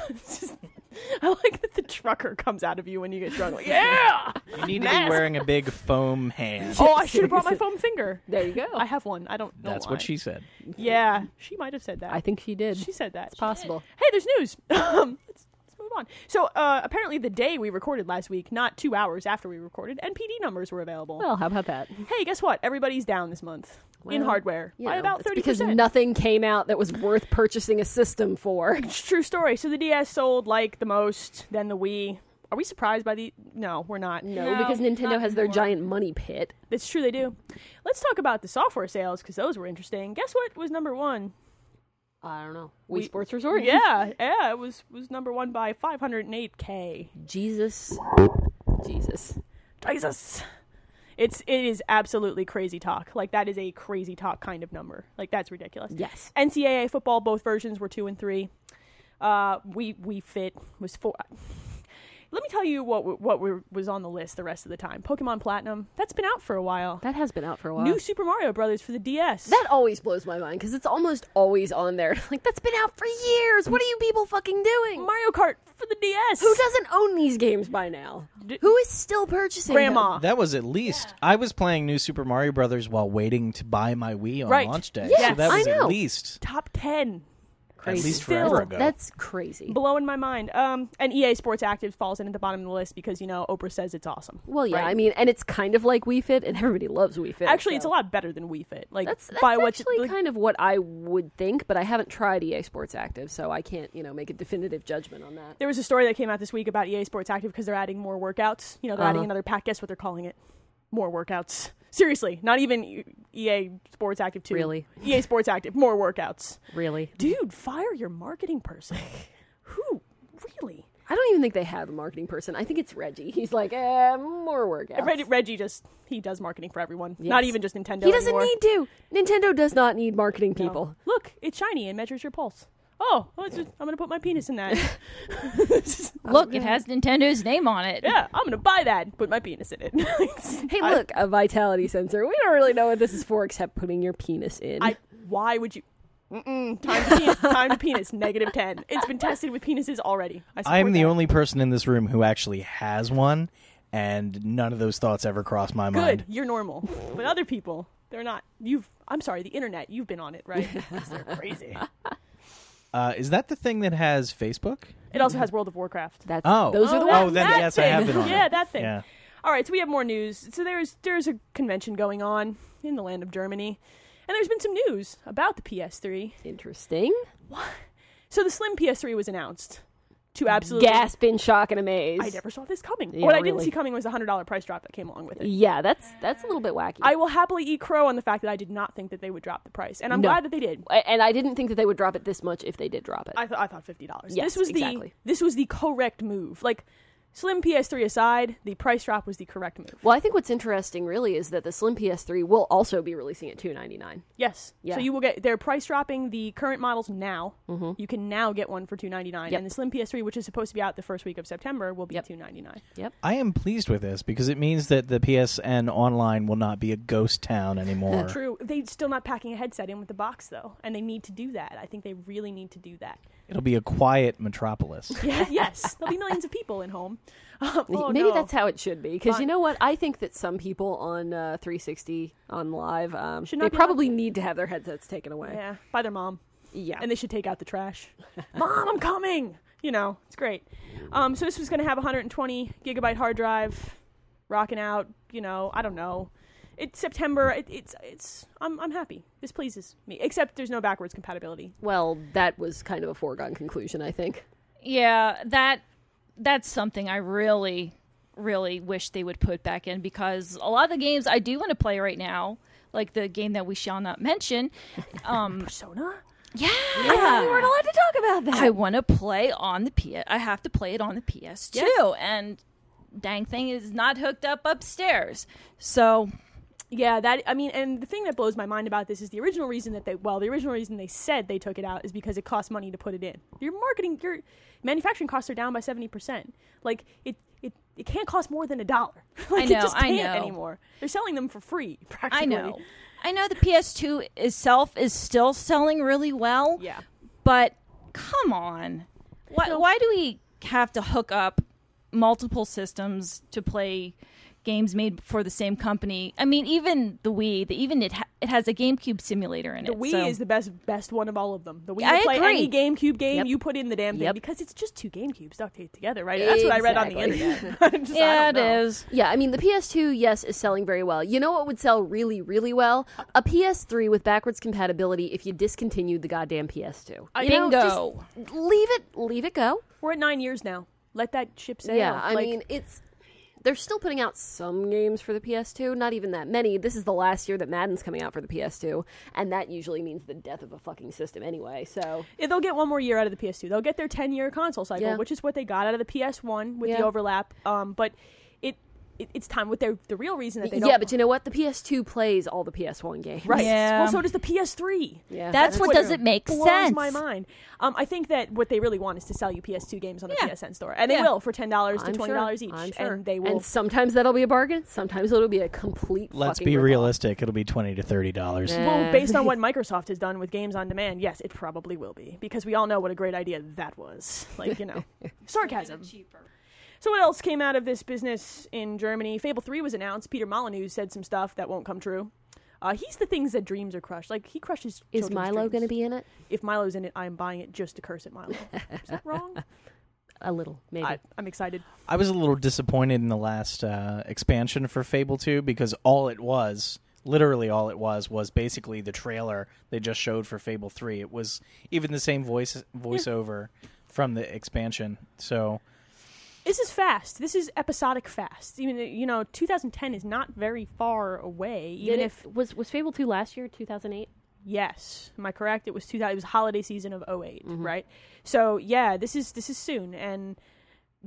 Speaker 1: It's just- [LAUGHS] I like that the trucker comes out of you when you get
Speaker 2: [LAUGHS]
Speaker 1: drunk. Like, yeah.
Speaker 3: You need to be wearing a big foam hand.
Speaker 1: Oh, I should have brought my foam finger.
Speaker 2: There you go.
Speaker 1: I have one. I don't. know
Speaker 3: That's what
Speaker 1: why.
Speaker 3: she said.
Speaker 1: Yeah, she might have said that.
Speaker 2: I think she did.
Speaker 1: she said that.
Speaker 2: Possible.
Speaker 1: Hey, there's news. [LAUGHS] Um, let's, let's move on. So uh, apparently, the day we recorded last week, not two hours after we recorded, NPD numbers were available.
Speaker 2: Well, how about that?
Speaker 1: hey, guess what? Everybody's down this month in
Speaker 2: Well,
Speaker 1: hardware
Speaker 2: You
Speaker 1: by
Speaker 2: know,
Speaker 1: about
Speaker 2: it's
Speaker 1: thirty
Speaker 2: because
Speaker 1: percent.
Speaker 2: nothing came out that was worth purchasing a system for.
Speaker 1: True story. So the DS sold like the most, then the Wii. Are we surprised by the? No, we're not.
Speaker 2: No,
Speaker 4: No,
Speaker 2: because Nintendo
Speaker 4: not
Speaker 2: has their
Speaker 4: anymore.
Speaker 2: giant money pit.
Speaker 1: It's true they do. Let's talk about the software sales because those were interesting. Guess what was number one?
Speaker 2: I don't know. Wii
Speaker 1: We-
Speaker 2: Sports Resort.
Speaker 1: yeah, yeah, it was was number one by 508k.
Speaker 2: Jesus. Jesus.
Speaker 1: Jesus. It's it is absolutely crazy talk. Like that is a crazy talk kind of number. Like that's ridiculous.
Speaker 2: Yes.
Speaker 1: NCAA football, both versions were two and three. Uh, we we fit was four. Let me tell you what w- what were- was on the list the rest of the time. Pokemon Platinum that's been out for a while.
Speaker 2: That has been out for a while.
Speaker 1: New Super Mario Brothers for the DS.
Speaker 2: that always blows my mind because it's almost always on there. [LAUGHS] Like that's been out for years. What are you people fucking doing?
Speaker 1: Mario Kart for the DS.
Speaker 2: Who doesn't own these games by now?
Speaker 1: D-
Speaker 2: Who is still purchasing them?
Speaker 1: Grandma.
Speaker 3: That was at least I was playing New Super Mario Brothers while waiting to buy my Wii on
Speaker 1: Right.
Speaker 3: launch day.
Speaker 2: Yes,
Speaker 3: so that
Speaker 2: I
Speaker 3: was
Speaker 2: know.
Speaker 3: at least
Speaker 1: Top ten.
Speaker 3: at least
Speaker 1: Still,
Speaker 3: forever ago.
Speaker 2: That's crazy.
Speaker 1: Blowing my mind. Um, and EA Sports Active falls in at the bottom of the list because you know Oprah says it's awesome.
Speaker 2: Well, yeah, I mean, and it's kind of like Wii Fit, and everybody loves Wii Fit.
Speaker 1: Actually,
Speaker 2: so.
Speaker 1: it's a lot better than Wii Fit. Like
Speaker 2: That's, that's
Speaker 1: by what you-
Speaker 2: actually
Speaker 1: like,
Speaker 2: kind of what I would think, but I haven't tried EA Sports Active, so I can't, you know, make a definitive judgment on that.
Speaker 1: there was a story that came out this week about EA Sports Active because they're adding more workouts. You know, they're adding
Speaker 2: Uh-huh.
Speaker 1: another pack. Guess what they're calling it? More workouts. Seriously, not even EA Sports Active two.
Speaker 2: Really?
Speaker 1: EA Sports Active, more workouts.
Speaker 2: Really?
Speaker 1: Dude, fire your marketing
Speaker 2: [LAUGHS]
Speaker 1: person. Who? Really?
Speaker 2: I don't even think they have a marketing person. I think it's Reggie. He's like, eh, more workouts.
Speaker 1: Reg- Reggie just he does marketing for everyone.
Speaker 2: Yes.
Speaker 1: Not even just Nintendo.
Speaker 2: he doesn't
Speaker 1: anymore.
Speaker 2: need to. Nintendo does not need marketing
Speaker 1: No.
Speaker 2: people.
Speaker 1: Look, it's shiny and measures your pulse. Oh, well, it's just, I'm gonna put my penis in that.
Speaker 2: [LAUGHS]
Speaker 4: Look, it has Nintendo's name on it.
Speaker 1: yeah, I'm gonna buy that. and Put my penis in it. [LAUGHS]
Speaker 2: Hey,
Speaker 1: I-
Speaker 2: look, a vitality sensor. We don't really know what this is for except putting your penis in.
Speaker 3: [LAUGHS]
Speaker 1: I why would you? Mm-mm, time to penis. time to penis. Negative ten. It's been tested with penises already. I support
Speaker 3: I'm the
Speaker 1: that.
Speaker 3: only person in this room who actually has one, and none of those thoughts ever crossed my
Speaker 1: good.
Speaker 3: mind.
Speaker 1: You're normal, but other people they're not. You've I'm sorry, the internet. You've been on it,
Speaker 3: [LAUGHS]
Speaker 1: right? 'Cause they're crazy.
Speaker 3: Uh, is that the thing that has Facebook?
Speaker 1: It also has World of Warcraft.
Speaker 2: That's,
Speaker 3: Oh.
Speaker 2: Those are the
Speaker 1: that-
Speaker 2: ones.
Speaker 3: Oh, then
Speaker 1: that
Speaker 3: yes, I have
Speaker 1: thing.
Speaker 3: been on it.
Speaker 1: Yeah, that thing.
Speaker 3: Yeah.
Speaker 1: All right, so we have more news. So there's there's a convention going on in the land of Germany, and there's been some news about the PS3.
Speaker 2: Interesting.
Speaker 1: So the slim PS3 was announced to absolutely
Speaker 2: Gasp in shock and amaze.
Speaker 1: I never saw this coming.
Speaker 2: Yeah,
Speaker 1: what I didn't
Speaker 2: really.
Speaker 1: see coming was the hundred dollar price drop that came along with it.
Speaker 2: Yeah, that's that's a little bit wacky.
Speaker 1: I will happily eat crow on the fact that I did not think that they would drop the price, and I'm
Speaker 2: No.
Speaker 1: glad that they did.
Speaker 2: I- and I didn't think that they would drop it this much if they did drop it.
Speaker 1: I, th- I thought fifty dollars.
Speaker 2: Yes,
Speaker 1: this was
Speaker 2: exactly.
Speaker 1: the this was the correct move. Like slim PS3 aside, the price drop was the correct move.
Speaker 2: well, I think what's interesting really is that the Slim PS3 will also be releasing at two ninety nine.
Speaker 1: Yes.
Speaker 2: Yeah. Mm-hmm.
Speaker 1: So you will get they're price dropping the current models now. You can now get one for two ninety nine,
Speaker 2: Yep.
Speaker 1: and the slim PS3, which is supposed to be out the first week of September, will be
Speaker 2: Yep.
Speaker 1: two ninety nine.
Speaker 3: I am pleased with this because it means that the PSN online will not be a ghost
Speaker 2: [LAUGHS]
Speaker 3: town anymore.
Speaker 1: True. They're still not packing a headset in with the box though, and they need to do that. I think they really need to do that.
Speaker 3: It'll be a quiet
Speaker 2: [LAUGHS]
Speaker 3: metropolis.
Speaker 1: Yeah, yes, there'll be millions of people in home. [LAUGHS] Oh,
Speaker 2: Maybe
Speaker 1: no.
Speaker 2: that's how it should be. Because you
Speaker 1: Fine.
Speaker 2: know what? I think that some people on uh, three sixty on live um,
Speaker 1: Should
Speaker 2: they
Speaker 1: not be
Speaker 2: probably need to have their headsets taken away.
Speaker 1: yeah by their mom.
Speaker 2: Yeah.
Speaker 1: and they should take out the
Speaker 2: [LAUGHS]
Speaker 1: trash. Mom, I'm coming. You know, it's great. Um, so this was going to have 120 gigabyte hard drive, rocking out. You know, I don't know. It's September. It, it's it's. I'm I'm happy. This pleases me. Except there's no backwards compatibility.
Speaker 2: well, that was kind of a foregone conclusion, I think.
Speaker 4: Yeah, that that's something I really really wish they would put back in because a lot of the games I do want to play right now, like the game that we shall not mention, um
Speaker 1: Persona.
Speaker 4: yeah,
Speaker 2: We weren't allowed to talk about that.
Speaker 4: I want to play on the PS. I have to play it on the PS2, and dang thing is not hooked up upstairs. So
Speaker 1: Yeah, that I mean, and the thing that blows my mind about this is the original reason that they well, the original reason they said they took it out is because it costs money to put it in. Your marketing, your manufacturing costs are down by seventy percent. Like it, it, it can't cost more than a dollar. [LAUGHS] like
Speaker 4: know,
Speaker 1: it just
Speaker 4: I
Speaker 1: can't
Speaker 4: know.
Speaker 1: anymore. They're selling them for free. [LAUGHS] Practically.
Speaker 4: I know, I know the PS2 itself is still selling really well.
Speaker 1: Yeah,
Speaker 4: but come on why,
Speaker 1: No.
Speaker 4: why do we have to hook up multiple systems to play games made for the same company i mean even the wii the, even it, ha- it has a gamecube simulator in
Speaker 1: the
Speaker 4: it
Speaker 1: Wii
Speaker 4: so-
Speaker 1: is the best best one of all of them. The Wii
Speaker 4: I
Speaker 1: you play any
Speaker 4: agree.
Speaker 1: GameCube game,
Speaker 2: Yep.
Speaker 1: you put in the damn thing
Speaker 2: Yep.
Speaker 1: because it's just two GameCubes duct taped together, right? That's what I read on the
Speaker 2: Exactly.
Speaker 1: internet. [LAUGHS] I'm just- I
Speaker 4: yeah
Speaker 1: don't
Speaker 4: it
Speaker 1: know.
Speaker 4: is
Speaker 2: Yeah, I mean the PS2, yes, is selling very well. You know what would sell really, really well? A PS3 with backwards compatibility if you discontinued the goddamn PS2.
Speaker 1: I-
Speaker 2: You know,
Speaker 4: bingo
Speaker 2: just leave it, leave it go.
Speaker 1: We're at nine years now. Let that ship sail.
Speaker 2: Yeah, I
Speaker 1: Like,
Speaker 2: mean it's They're still putting out some games for the PS2, not even that many. This is the last year that Madden's coming out for the PS2, and that usually means the death of a fucking system anyway. So
Speaker 1: Yeah, they'll get one more year out of the PS2. They'll get their 10 year console cycle,
Speaker 2: Yeah.
Speaker 1: which is what they got out of the PS1 with the
Speaker 2: Yeah.
Speaker 1: overlap. Um, but it, it it's time with their the real reason that they don't.
Speaker 2: yeah, but you know what? The PS2 plays all the PS1
Speaker 1: [LAUGHS]
Speaker 2: games.
Speaker 1: right.
Speaker 4: Yeah.
Speaker 1: Well, so does the PS3.
Speaker 2: Yeah.
Speaker 4: That's what doesn't make
Speaker 1: blows
Speaker 4: sense.
Speaker 1: my mind. Um, I think that what they really want is to sell you PS2 games on the
Speaker 4: Yeah.
Speaker 1: PSN store, and they
Speaker 4: Yeah.
Speaker 1: will for ten dollars to
Speaker 2: I'm
Speaker 1: twenty dollars
Speaker 2: sure.
Speaker 1: each,
Speaker 2: I'm sure.
Speaker 1: and they will.
Speaker 2: And sometimes that'll be a bargain. Sometimes it'll be a complete.
Speaker 3: Let's
Speaker 2: fucking
Speaker 3: be
Speaker 2: ripoff.
Speaker 3: realistic. It'll be twenty to thirty dollars.
Speaker 2: Yeah.
Speaker 1: well, based
Speaker 2: [LAUGHS]
Speaker 1: on what Microsoft has done with games on demand, yes, it probably will be because we all know what a great idea that was. Like you
Speaker 2: [LAUGHS]
Speaker 1: know, sarcasm.
Speaker 4: cheaper.
Speaker 1: So what else came out of this business in Germany? Fable Three was announced. Peter Molyneux said some stuff that won't come true. Uh, he's the things that dreams are crushed. Like he crushes.
Speaker 2: Is Milo going
Speaker 1: to
Speaker 2: to be in it?
Speaker 1: If Milo's in it, I am buying it just to curse at
Speaker 2: [LAUGHS]
Speaker 1: Milo. is that wrong?
Speaker 2: A little, maybe.
Speaker 1: I, I'm excited.
Speaker 3: I was a little disappointed in the last uh, expansion for Fable 2 because all it was, literally all it was, was basically the trailer they just showed for Fable 3. It was even the same voice voiceover from the expansion. So
Speaker 1: This is fast. This is episodic fast. Even you know, 2010 is not very far away. Even
Speaker 2: Did it-
Speaker 1: if
Speaker 2: was was Fable two last year, two thousand eight.
Speaker 1: yes, am I correct? It was 2000. It was holiday season of 8
Speaker 2: Mm-hmm.
Speaker 1: right? So yeah, this is this is soon, and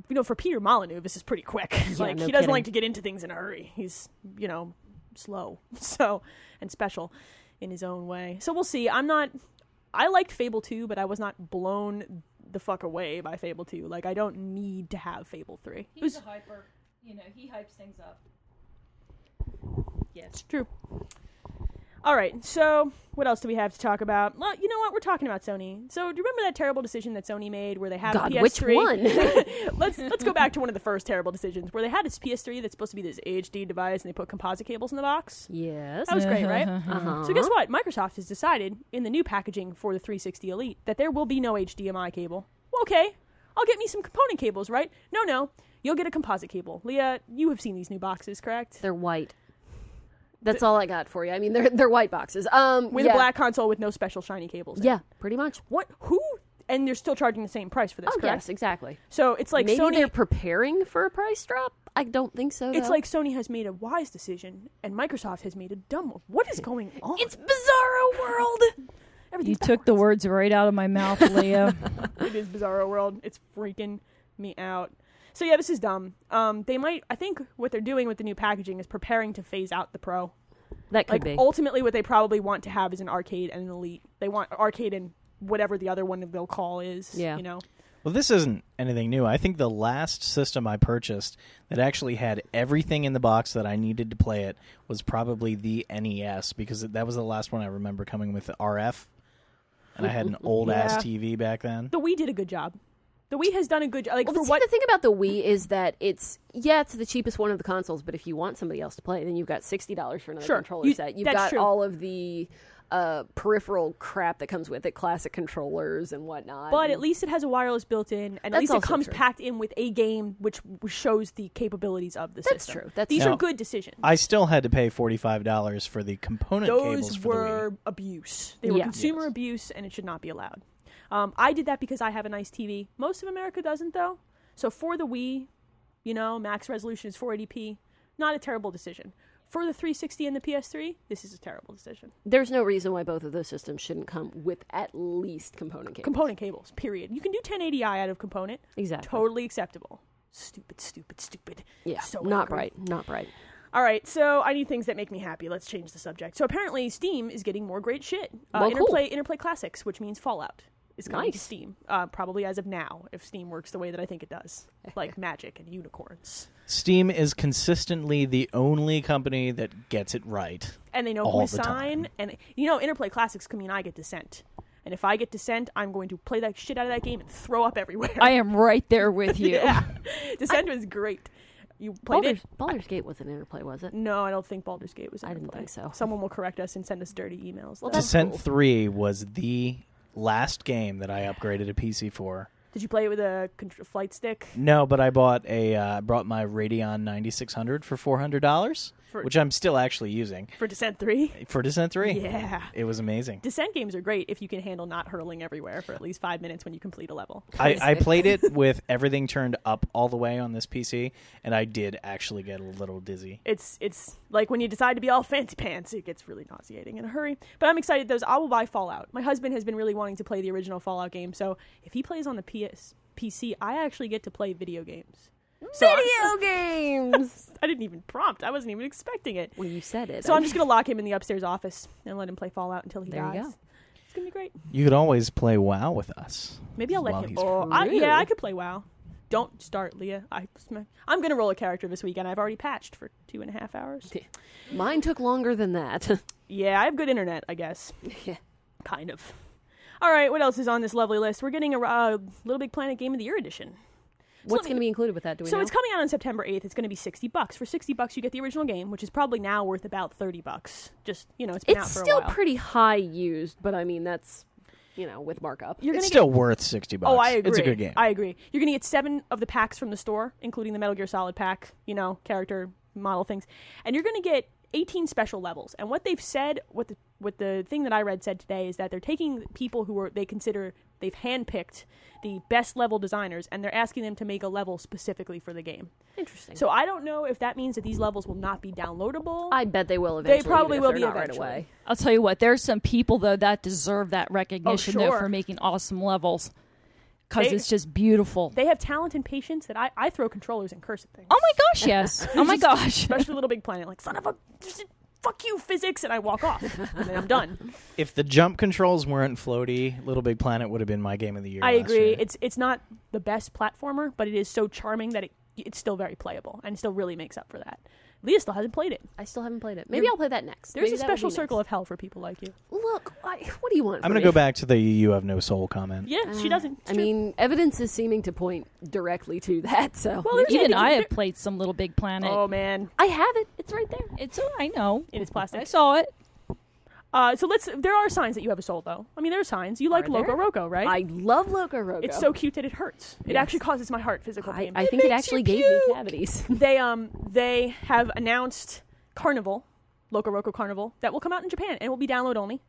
Speaker 1: you know, for Peter Molyneux, this is pretty quick. [LAUGHS] like
Speaker 2: no
Speaker 1: he doesn't
Speaker 2: kidding.
Speaker 1: like to get into things in a hurry. He's you know slow, [LAUGHS] so and special in his own way. So we'll see. I'm not. I liked Fable 2, but I was not blown the fuck away by Fable 2. Like I don't need to have Fable 3. It was-
Speaker 4: He's a hyper. You know, he hypes things up. Yes.
Speaker 1: It's true. All right, so what else do we have to talk about? Well, you know what? We're talking about Sony. So, do you remember that terrible decision that Sony made where they had
Speaker 2: God,
Speaker 1: a PS3?
Speaker 2: which
Speaker 1: [LAUGHS]
Speaker 2: one? [LAUGHS]
Speaker 1: let's let's go back to one of the first terrible decisions where they had this PS3 that's supposed to be this HD device and they put composite cables in the box.
Speaker 2: yes.
Speaker 1: That was great,
Speaker 2: [LAUGHS]
Speaker 1: right?
Speaker 2: Uh-huh.
Speaker 1: So guess what? Microsoft has decided in the new packaging for the 360 Elite that there will be no HDMI cable. Well, okay, I'll get me some component cables, right? No, no, you'll get a composite cable. Leah, you have seen these new boxes, correct?
Speaker 2: They're white. That's all I got for you. I mean, they're they're white boxes. Um,
Speaker 1: With
Speaker 2: yeah.
Speaker 1: a black console with no special shiny cables. in it.
Speaker 2: Yeah, pretty much.
Speaker 1: What? Who? And they're still charging the same price for this,
Speaker 2: oh
Speaker 1: correct?
Speaker 2: yes, exactly.
Speaker 1: So it's like
Speaker 2: maybe
Speaker 1: Sony.
Speaker 2: they're preparing for a price drop. I don't think so.
Speaker 1: It's
Speaker 2: though.
Speaker 1: like Sony has made a wise decision, and Microsoft has made a dumb one. What is going on?
Speaker 2: it's bizarro world.
Speaker 1: everything.
Speaker 4: You took the words right out of
Speaker 1: [LAUGHS]
Speaker 4: my mouth, Leah.
Speaker 1: it is bizarro world. It's freaking me out. So yeah, this is dumb. Um, they might. I think what they're doing with the new packaging is preparing to phase out the Pro.
Speaker 2: That could
Speaker 1: Like
Speaker 2: be.
Speaker 1: ultimately, what they probably want to have is an arcade and an Elite. They want arcade and whatever the other one they'll call is.
Speaker 2: Yeah.
Speaker 1: You know.
Speaker 3: Well, this isn't anything new. I think the last system I purchased that actually had everything in the box that I needed to play it was probably the NES because that was the last one I remember coming with the RF. And I had an old
Speaker 1: Yeah.
Speaker 3: ass TV back then.
Speaker 1: The Wii did a good job. The Wii has done a good job. Like
Speaker 2: Well,
Speaker 1: for
Speaker 2: but see,
Speaker 1: what
Speaker 2: the thing about the Wii is that it's yeah, it's the cheapest one of the consoles. But if you want somebody else to play, then you've got sixty dollars for another
Speaker 1: Sure.
Speaker 2: controller
Speaker 1: You-
Speaker 2: set. You've
Speaker 1: that's
Speaker 2: got
Speaker 1: true.
Speaker 2: all of the uh, peripheral crap that comes with it, classic controllers and whatnot.
Speaker 1: But at
Speaker 2: and-
Speaker 1: least it has a wireless built in, and at
Speaker 2: That's
Speaker 1: least it
Speaker 2: also
Speaker 1: comes
Speaker 2: true.
Speaker 1: packed in with a game, which w- shows the capabilities of the
Speaker 2: That's
Speaker 1: system.
Speaker 2: true. That's
Speaker 1: These
Speaker 3: true.
Speaker 1: are good decisions.
Speaker 3: I still had to pay $45 for the component cables
Speaker 1: Those
Speaker 3: for
Speaker 1: were abuse. They were
Speaker 2: Yeah.
Speaker 1: consumer
Speaker 3: Yes.
Speaker 1: abuse, and it should not be allowed. Um, I did that because I have a nice TV. Most of America doesn't, though. So for the Wii, you know, max resolution is 480p. Not a terrible decision. For the 360 and the PS3, this is a terrible decision.
Speaker 2: there's no reason why both of those systems shouldn't come with at least component cables.
Speaker 1: Component cables, period. You can do 1080i out of component.
Speaker 2: Exactly.
Speaker 1: Totally acceptable. Stupid, stupid, stupid.
Speaker 2: yeah,
Speaker 1: So
Speaker 2: not
Speaker 1: angry.
Speaker 2: bright, not bright.
Speaker 1: All right, so I need things that make me happy. Let's change the subject. So apparently, Steam is getting more great shit. Uh,
Speaker 2: Well, cool.
Speaker 1: Interplay, Interplay Classics, which means Fallout, is coming to
Speaker 2: Nice.
Speaker 1: Steam uh, probably as of now, if Steam works the way that I think it does, like magic and unicorns,
Speaker 3: Wii. Steam is consistently the only company that gets it right.
Speaker 1: and they know
Speaker 3: All
Speaker 1: who we
Speaker 3: the
Speaker 1: sign.
Speaker 3: time.
Speaker 1: And you know, Interplay Classics can mean I get dissent, and if I get dissent, I'm going to play that shit out of that game and throw up everywhere. [LAUGHS]
Speaker 4: I am right there with you.
Speaker 1: yeah, dissent was great. You played
Speaker 2: Baldur's,
Speaker 1: it.
Speaker 2: Baldur's Gate was an interplay, was it?
Speaker 1: No, I don't think Baldur's Gate was.
Speaker 2: I didn't
Speaker 1: Interplay.
Speaker 2: think so.
Speaker 1: Someone will correct us and send us dirty emails. though.
Speaker 2: that's
Speaker 3: Descent
Speaker 2: cool.
Speaker 3: 3 was the last game that I upgraded a PC for.
Speaker 1: Did you play it with a contr- flight stick?
Speaker 3: No, but I bought a uh, I brought my Radeon 9600 for four hundred dollars.
Speaker 1: For-
Speaker 3: which I'm still actually using
Speaker 1: for Descent
Speaker 2: [LAUGHS]
Speaker 1: 3.
Speaker 3: for Descent 3.
Speaker 1: Yeah.
Speaker 3: It
Speaker 1: [LAUGHS]
Speaker 3: was amazing.
Speaker 1: Descent games are great if you can handle not hurling everywhere for at least five minutes when you complete a level.
Speaker 3: I, I
Speaker 1: [LAUGHS]
Speaker 3: played it with everything turned up all the way on this PC, and I did actually get a little dizzy.
Speaker 1: It's it's like when you decide to be all fancy pants, it gets really nauseating in a hurry. But I'm excited. Those I will buy Fallout. My husband has been really wanting to play the original Fallout game, so if he plays on the PS PC, I actually get to play video games. So I-
Speaker 2: [LAUGHS] Video games.
Speaker 1: I didn't even prompt. I wasn't even expecting it.
Speaker 2: Well, you said it.
Speaker 1: So I'm just gonna lock him in the upstairs office and let him play Fallout until he
Speaker 2: There
Speaker 1: dies.
Speaker 2: you go.
Speaker 1: It's gonna be great.
Speaker 3: You could always play WoW with us.
Speaker 1: Maybe I'll let
Speaker 3: While
Speaker 1: him.
Speaker 3: he's-
Speaker 1: Oh, I,
Speaker 2: Really?
Speaker 1: yeah, I could play WoW. Don't start, Leah. I, I'm going to roll a character this weekend. I've already patched for two and a half hours.
Speaker 2: Mine took longer than that. [LAUGHS]
Speaker 1: Yeah, I have good internet, I guess.
Speaker 2: Yeah.
Speaker 1: Kind of. All right, what else is on this lovely list? We're getting a uh, Little Big Planet Game of the Year edition.
Speaker 2: What's
Speaker 1: let me-
Speaker 2: going to be included with that? Do we
Speaker 1: So
Speaker 2: know?
Speaker 1: it's coming out on September 8th. It's going to be 60 bucks. For 60 bucks, you get the original game, which is probably now worth about 30 bucks. Just, you know, it's been
Speaker 2: it's
Speaker 1: out for
Speaker 2: still
Speaker 1: a while.
Speaker 2: pretty high used, but I mean that's you know with markup.
Speaker 1: You're
Speaker 3: It's
Speaker 1: gonna
Speaker 3: still worth 60 bucks.
Speaker 1: Oh, I agree.
Speaker 3: It's a good game.
Speaker 1: I agree. You're going to get seven of the packs from the store, including the Metal Gear Solid pack, you know, character model things, and you're going to get 18 special levels. And what they've said, what the what the thing that I read said today is that they're taking people who are they consider they've handpicked the best level designers, and they're asking them to make a level specifically for the game.
Speaker 2: Interesting.
Speaker 1: So I don't know if that means that these levels will not be downloadable.
Speaker 2: I bet they will eventually.
Speaker 1: probably
Speaker 2: even if
Speaker 1: will
Speaker 2: they're
Speaker 1: be
Speaker 2: not
Speaker 1: eventually.
Speaker 2: right away.
Speaker 4: I'll tell you what, there's some people though that deserve that recognition though
Speaker 1: sure.
Speaker 4: for making awesome levels because
Speaker 1: They-
Speaker 4: it's just beautiful.
Speaker 1: they have talent and patience that I, I throw controllers and curse at things.
Speaker 4: oh my
Speaker 1: [LAUGHS]
Speaker 4: gosh, yes. oh my gosh.
Speaker 1: especially Little Big Planet. Like, son of a, fuck you, physics, and I walk off, and then I'm done.
Speaker 3: If the jump controls weren't floaty, Little Big Planet would have been my game of the year.
Speaker 1: I
Speaker 3: last
Speaker 1: agree.
Speaker 3: year.
Speaker 1: It's it's not the best platformer, but it is so charming that it it's still very playable and still really makes up for that. Leah still hasn't played it.
Speaker 2: I still haven't played it. Maybe I'll play that next.
Speaker 1: There's
Speaker 2: Maybe
Speaker 1: a
Speaker 2: that will
Speaker 1: special
Speaker 2: be
Speaker 1: circle of hell for people like you.
Speaker 2: next. Look, I, what do you want?
Speaker 3: I'm
Speaker 2: going
Speaker 3: going to go back to the you have no soul comment.
Speaker 1: Yeah, she doesn't. It's
Speaker 2: Uh, I
Speaker 1: true.
Speaker 2: mean, evidence is seeming to point directly to that. So
Speaker 1: [LAUGHS] Well, there's-
Speaker 4: Even
Speaker 1: Yeah, did
Speaker 4: I
Speaker 1: you-
Speaker 4: have played some Little Big Planet.
Speaker 1: oh man,
Speaker 2: I have it. It's right there.
Speaker 4: It's all I know.
Speaker 1: it is
Speaker 4: I
Speaker 1: plastic.
Speaker 4: saw it.
Speaker 1: Uh, so let's. There are signs that you have a soul, though. I mean, there are signs. You like
Speaker 2: Are there?
Speaker 1: Loco Roco, right?
Speaker 2: I love Loco Roco.
Speaker 1: it's so cute that it hurts. It actually causes my heart physical
Speaker 2: I,
Speaker 1: pain.
Speaker 2: I think it actually gave me cavities. [LAUGHS]
Speaker 1: they um they have announced Carnival, Loco Roco Carnival, that will come out in Japan and it will be download only.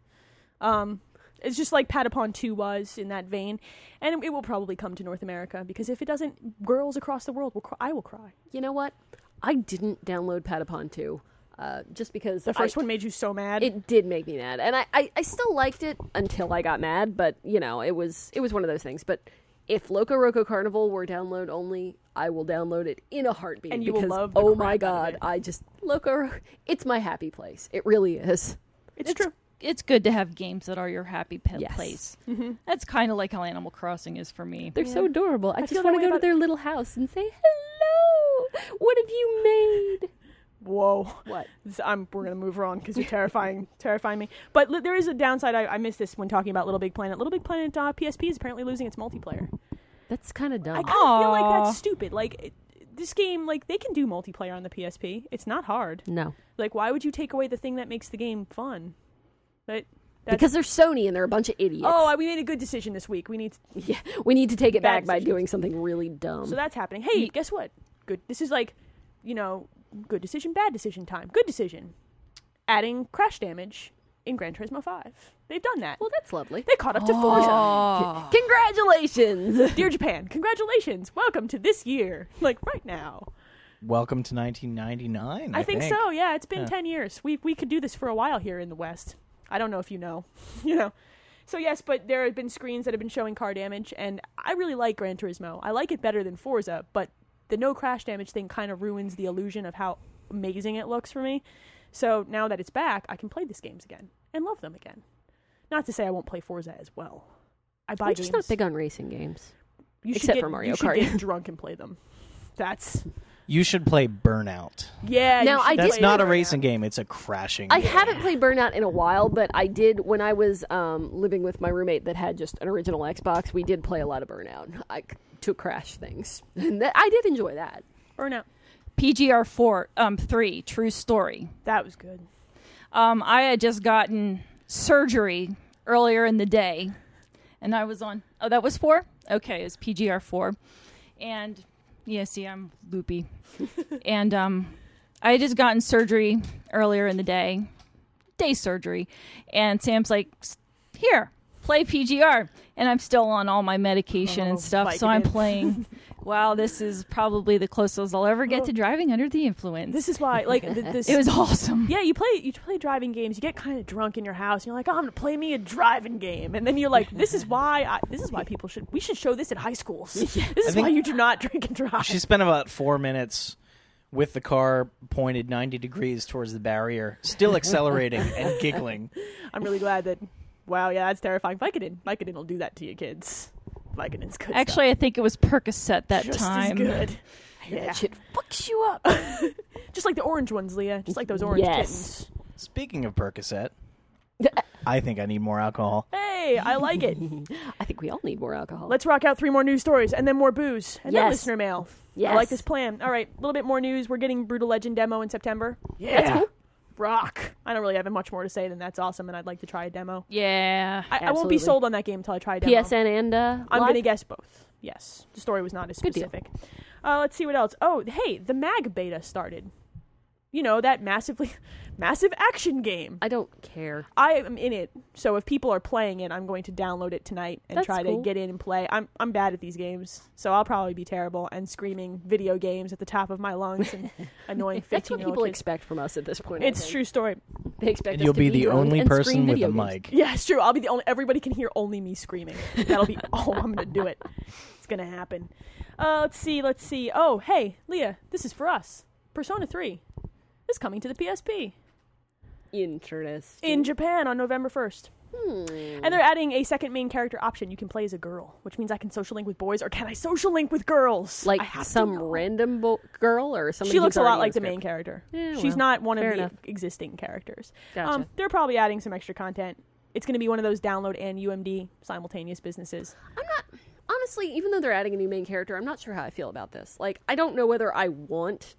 Speaker 1: Um, it's just like Patapon Two was in that vein, and it will probably come to North America because if it doesn't, girls across the world will cry. I will cry.
Speaker 2: you know what? I didn't download Patapon 2 uh, just because
Speaker 1: The first
Speaker 2: I,
Speaker 1: one made you so mad.
Speaker 2: It did make me mad, and I, I, I still liked it until I got mad. But you know, it was it was one of those things. But if Loco Roco Carnival were download only, I will download it in a heartbeat.
Speaker 1: And you will
Speaker 2: because,
Speaker 1: love the crap
Speaker 2: oh
Speaker 1: out
Speaker 2: my
Speaker 1: of
Speaker 2: god,
Speaker 1: it.
Speaker 2: I just Loco. Ro- It's my happy place. It really is.
Speaker 1: it's, true.
Speaker 4: It's good to have games that are your happy pe-
Speaker 2: Yes.
Speaker 4: place. That's kind of like how Animal Crossing is for me.
Speaker 2: They're so adorable. I,
Speaker 1: feel
Speaker 2: just
Speaker 1: that
Speaker 2: want
Speaker 1: way
Speaker 2: to go to
Speaker 1: about-
Speaker 2: their little house and say hello. What have you made?
Speaker 1: Whoa.
Speaker 2: What?
Speaker 1: This- I'm, we're gonna move on [LAUGHS] because you're terrifying, terrifying me. But li- there is a downside. I, I missed this when talking about Little Big Planet. Little Big Planet uh, PSP is apparently losing its multiplayer.
Speaker 2: That's kind of dumb.
Speaker 1: I kind of feel like
Speaker 4: Aw.
Speaker 1: that's stupid. Like it, this game, like they can do multiplayer on the PSP. It's not hard.
Speaker 2: no,
Speaker 1: Like, why would you take away the thing that makes the game fun? But that's,
Speaker 2: because they're Sony and they're a bunch of idiots.
Speaker 1: oh, I- we made a good decision this week. We need to,
Speaker 2: [LAUGHS] Yeah, we need to take it
Speaker 1: Bad
Speaker 2: back by
Speaker 1: decisions.
Speaker 2: doing something really dumb.
Speaker 1: so that's happening. Hey, guess what? Good. This is like, you know, good decision, bad decision time. Good decision, adding crash damage in Gran Turismo Five. They've done that.
Speaker 2: well, that's lovely.
Speaker 1: they caught up to Forza.
Speaker 2: [SIGHS] Congratulations!
Speaker 1: Dear Japan, congratulations! Welcome to this year. Like right now,
Speaker 3: Welcome to 1999. I,
Speaker 1: I think, so. Yeah, it's been
Speaker 3: Yeah.
Speaker 1: ten years. We we could do this for a while here in the West. I don't know if you know, [LAUGHS] you know. So yes, but there have been screens that have been showing car damage, and I really like Gran Turismo. I like it better than Forza, but the no crash damage thing kind of ruins the illusion of how amazing it looks for me. So now that it's back, I can play these games again and love them again. Not to say I won't play Forza as well. I buy
Speaker 2: I'm just not
Speaker 1: games.
Speaker 2: big on racing games.
Speaker 1: you should
Speaker 2: except
Speaker 1: get-
Speaker 2: for Mario
Speaker 1: you should
Speaker 2: Kart.
Speaker 1: get [LAUGHS] drunk and play them. That's
Speaker 3: You should play Burnout.
Speaker 1: yeah.
Speaker 2: Now,
Speaker 1: you should
Speaker 2: I did-
Speaker 1: play
Speaker 3: That's not a
Speaker 1: Burnout.
Speaker 3: racing game, it's a crashing
Speaker 2: I
Speaker 3: game.
Speaker 2: haven't played Burnout in a while, but I did when I was um, living with my roommate that had just an original Xbox. We did play a lot of Burnout I, to crash things, and that, I did enjoy that.
Speaker 1: Burnout.
Speaker 4: PGR four um three true story.
Speaker 1: That was good.
Speaker 4: Um, I had just gotten surgery earlier in the day, and I was on. Oh, that was four. Okay, it was
Speaker 1: [LAUGHS]
Speaker 4: PGR four, and yeah, see, I'm loopy, and um, I had just gotten surgery earlier in the day, day surgery, and Sam's like, "S- "Here, play PGR," and I'm still on all my medication
Speaker 1: Oh,
Speaker 4: and stuff, so I'm
Speaker 1: Vicodin. [LAUGHS]
Speaker 4: playing. wow, this is probably the closest I'll ever get to driving under the influence.
Speaker 1: Oh. This is why, like, th- this.
Speaker 4: it was awesome.
Speaker 1: yeah, you play you play driving games. You get kind of drunk in your house, and you're like, "Oh, I'm gonna play me a driving game," and then you're like, "This is why I, this is why people should we should show this at high schools. This is why
Speaker 3: think-
Speaker 1: you do not drink and drive."
Speaker 3: She spent about four minutes with the car pointed 90 degrees towards the barrier, still accelerating
Speaker 1: [LAUGHS]
Speaker 3: and giggling.
Speaker 1: I'm really glad that. Wow, yeah, that's terrifying. Vicodin, Vicodin will do that to you, kids. Vicodin's good.
Speaker 4: Actually, I think it was Percocet that
Speaker 1: stuff. just
Speaker 4: time.
Speaker 1: as good. Yeah.
Speaker 2: That shit fucks you
Speaker 1: [LAUGHS]
Speaker 2: up. [LAUGHS]
Speaker 1: Just like the orange ones, Leah. Just like those orange kittens.
Speaker 2: yes.
Speaker 3: Speaking of Percocet, I think I need more alcohol.
Speaker 1: Hey, I like it.
Speaker 2: I think we all need more alcohol.
Speaker 1: Let's rock out three more news stories and then more booze and then
Speaker 2: Yes.
Speaker 1: listener mail.
Speaker 2: Yes.
Speaker 1: I like this plan. All right, a little bit more news. We're getting Brutal Legend demo in September.
Speaker 3: Yeah.
Speaker 1: Rock. I don't really have much more to say than that's awesome, and I'd like to try a demo.
Speaker 4: Yeah.
Speaker 1: I, I won't be
Speaker 2: Absolutely.
Speaker 1: sold on that game until I try a demo.
Speaker 2: PSN and uh,
Speaker 1: I'm
Speaker 2: live?
Speaker 1: going to guess both. Yes. The story was not as
Speaker 2: Good deal.
Speaker 1: specific. Uh, let's see what else. Oh, hey, the Mag beta started. You know, that massively [LAUGHS] massive action game.
Speaker 2: I don't care.
Speaker 1: I am in it. So if people are playing it, I'm going to download it tonight and
Speaker 2: That's
Speaker 1: try
Speaker 2: cool.
Speaker 1: to get in and play. I'm I'm bad at these games, so I'll probably be terrible and screaming video games at the top of my lungs
Speaker 2: [LAUGHS]
Speaker 1: and annoying
Speaker 2: That's
Speaker 1: fifteen
Speaker 2: what
Speaker 1: year old
Speaker 2: people
Speaker 1: kids.
Speaker 2: expect from us at this point. I
Speaker 1: It's
Speaker 2: think.
Speaker 1: true story.
Speaker 2: They expect
Speaker 3: And
Speaker 2: us
Speaker 3: you'll
Speaker 2: to
Speaker 3: be the
Speaker 2: drunk
Speaker 3: only
Speaker 2: and scream
Speaker 3: person with
Speaker 2: video
Speaker 3: a
Speaker 2: games.
Speaker 3: mic.
Speaker 1: Yeah, it's true. I'll be the only. Everybody can hear only me screaming. That'll
Speaker 2: [LAUGHS]
Speaker 1: be. oh, I'm gonna do it. It's gonna happen. Uh, let's see. Let's see. Oh, hey, Leah, this is for us. Persona Three is coming to the PSP
Speaker 2: Interesting.
Speaker 1: in Japan on November first.
Speaker 2: Hmm.
Speaker 1: And they're adding a second main character option. You can play as a girl, which means I can social link with boys, or can I social link with girls? I
Speaker 2: like
Speaker 1: have to
Speaker 2: some
Speaker 1: know.
Speaker 2: random bo- girl or somebody.
Speaker 1: She looks
Speaker 2: who's
Speaker 1: a lot
Speaker 2: already
Speaker 1: like the
Speaker 2: in
Speaker 1: main
Speaker 2: script.
Speaker 1: character.
Speaker 2: Yeah,
Speaker 1: She's
Speaker 2: well,
Speaker 1: not one of
Speaker 2: fair
Speaker 1: the
Speaker 2: enough.
Speaker 1: existing characters. Um,
Speaker 2: Gotcha.
Speaker 1: they're probably adding some extra content. It's going to be one of those download and UMD simultaneous businesses.
Speaker 2: I'm not honestly, even though they're adding a new main character, I'm not sure how I feel about this. Like, I don't know whether I want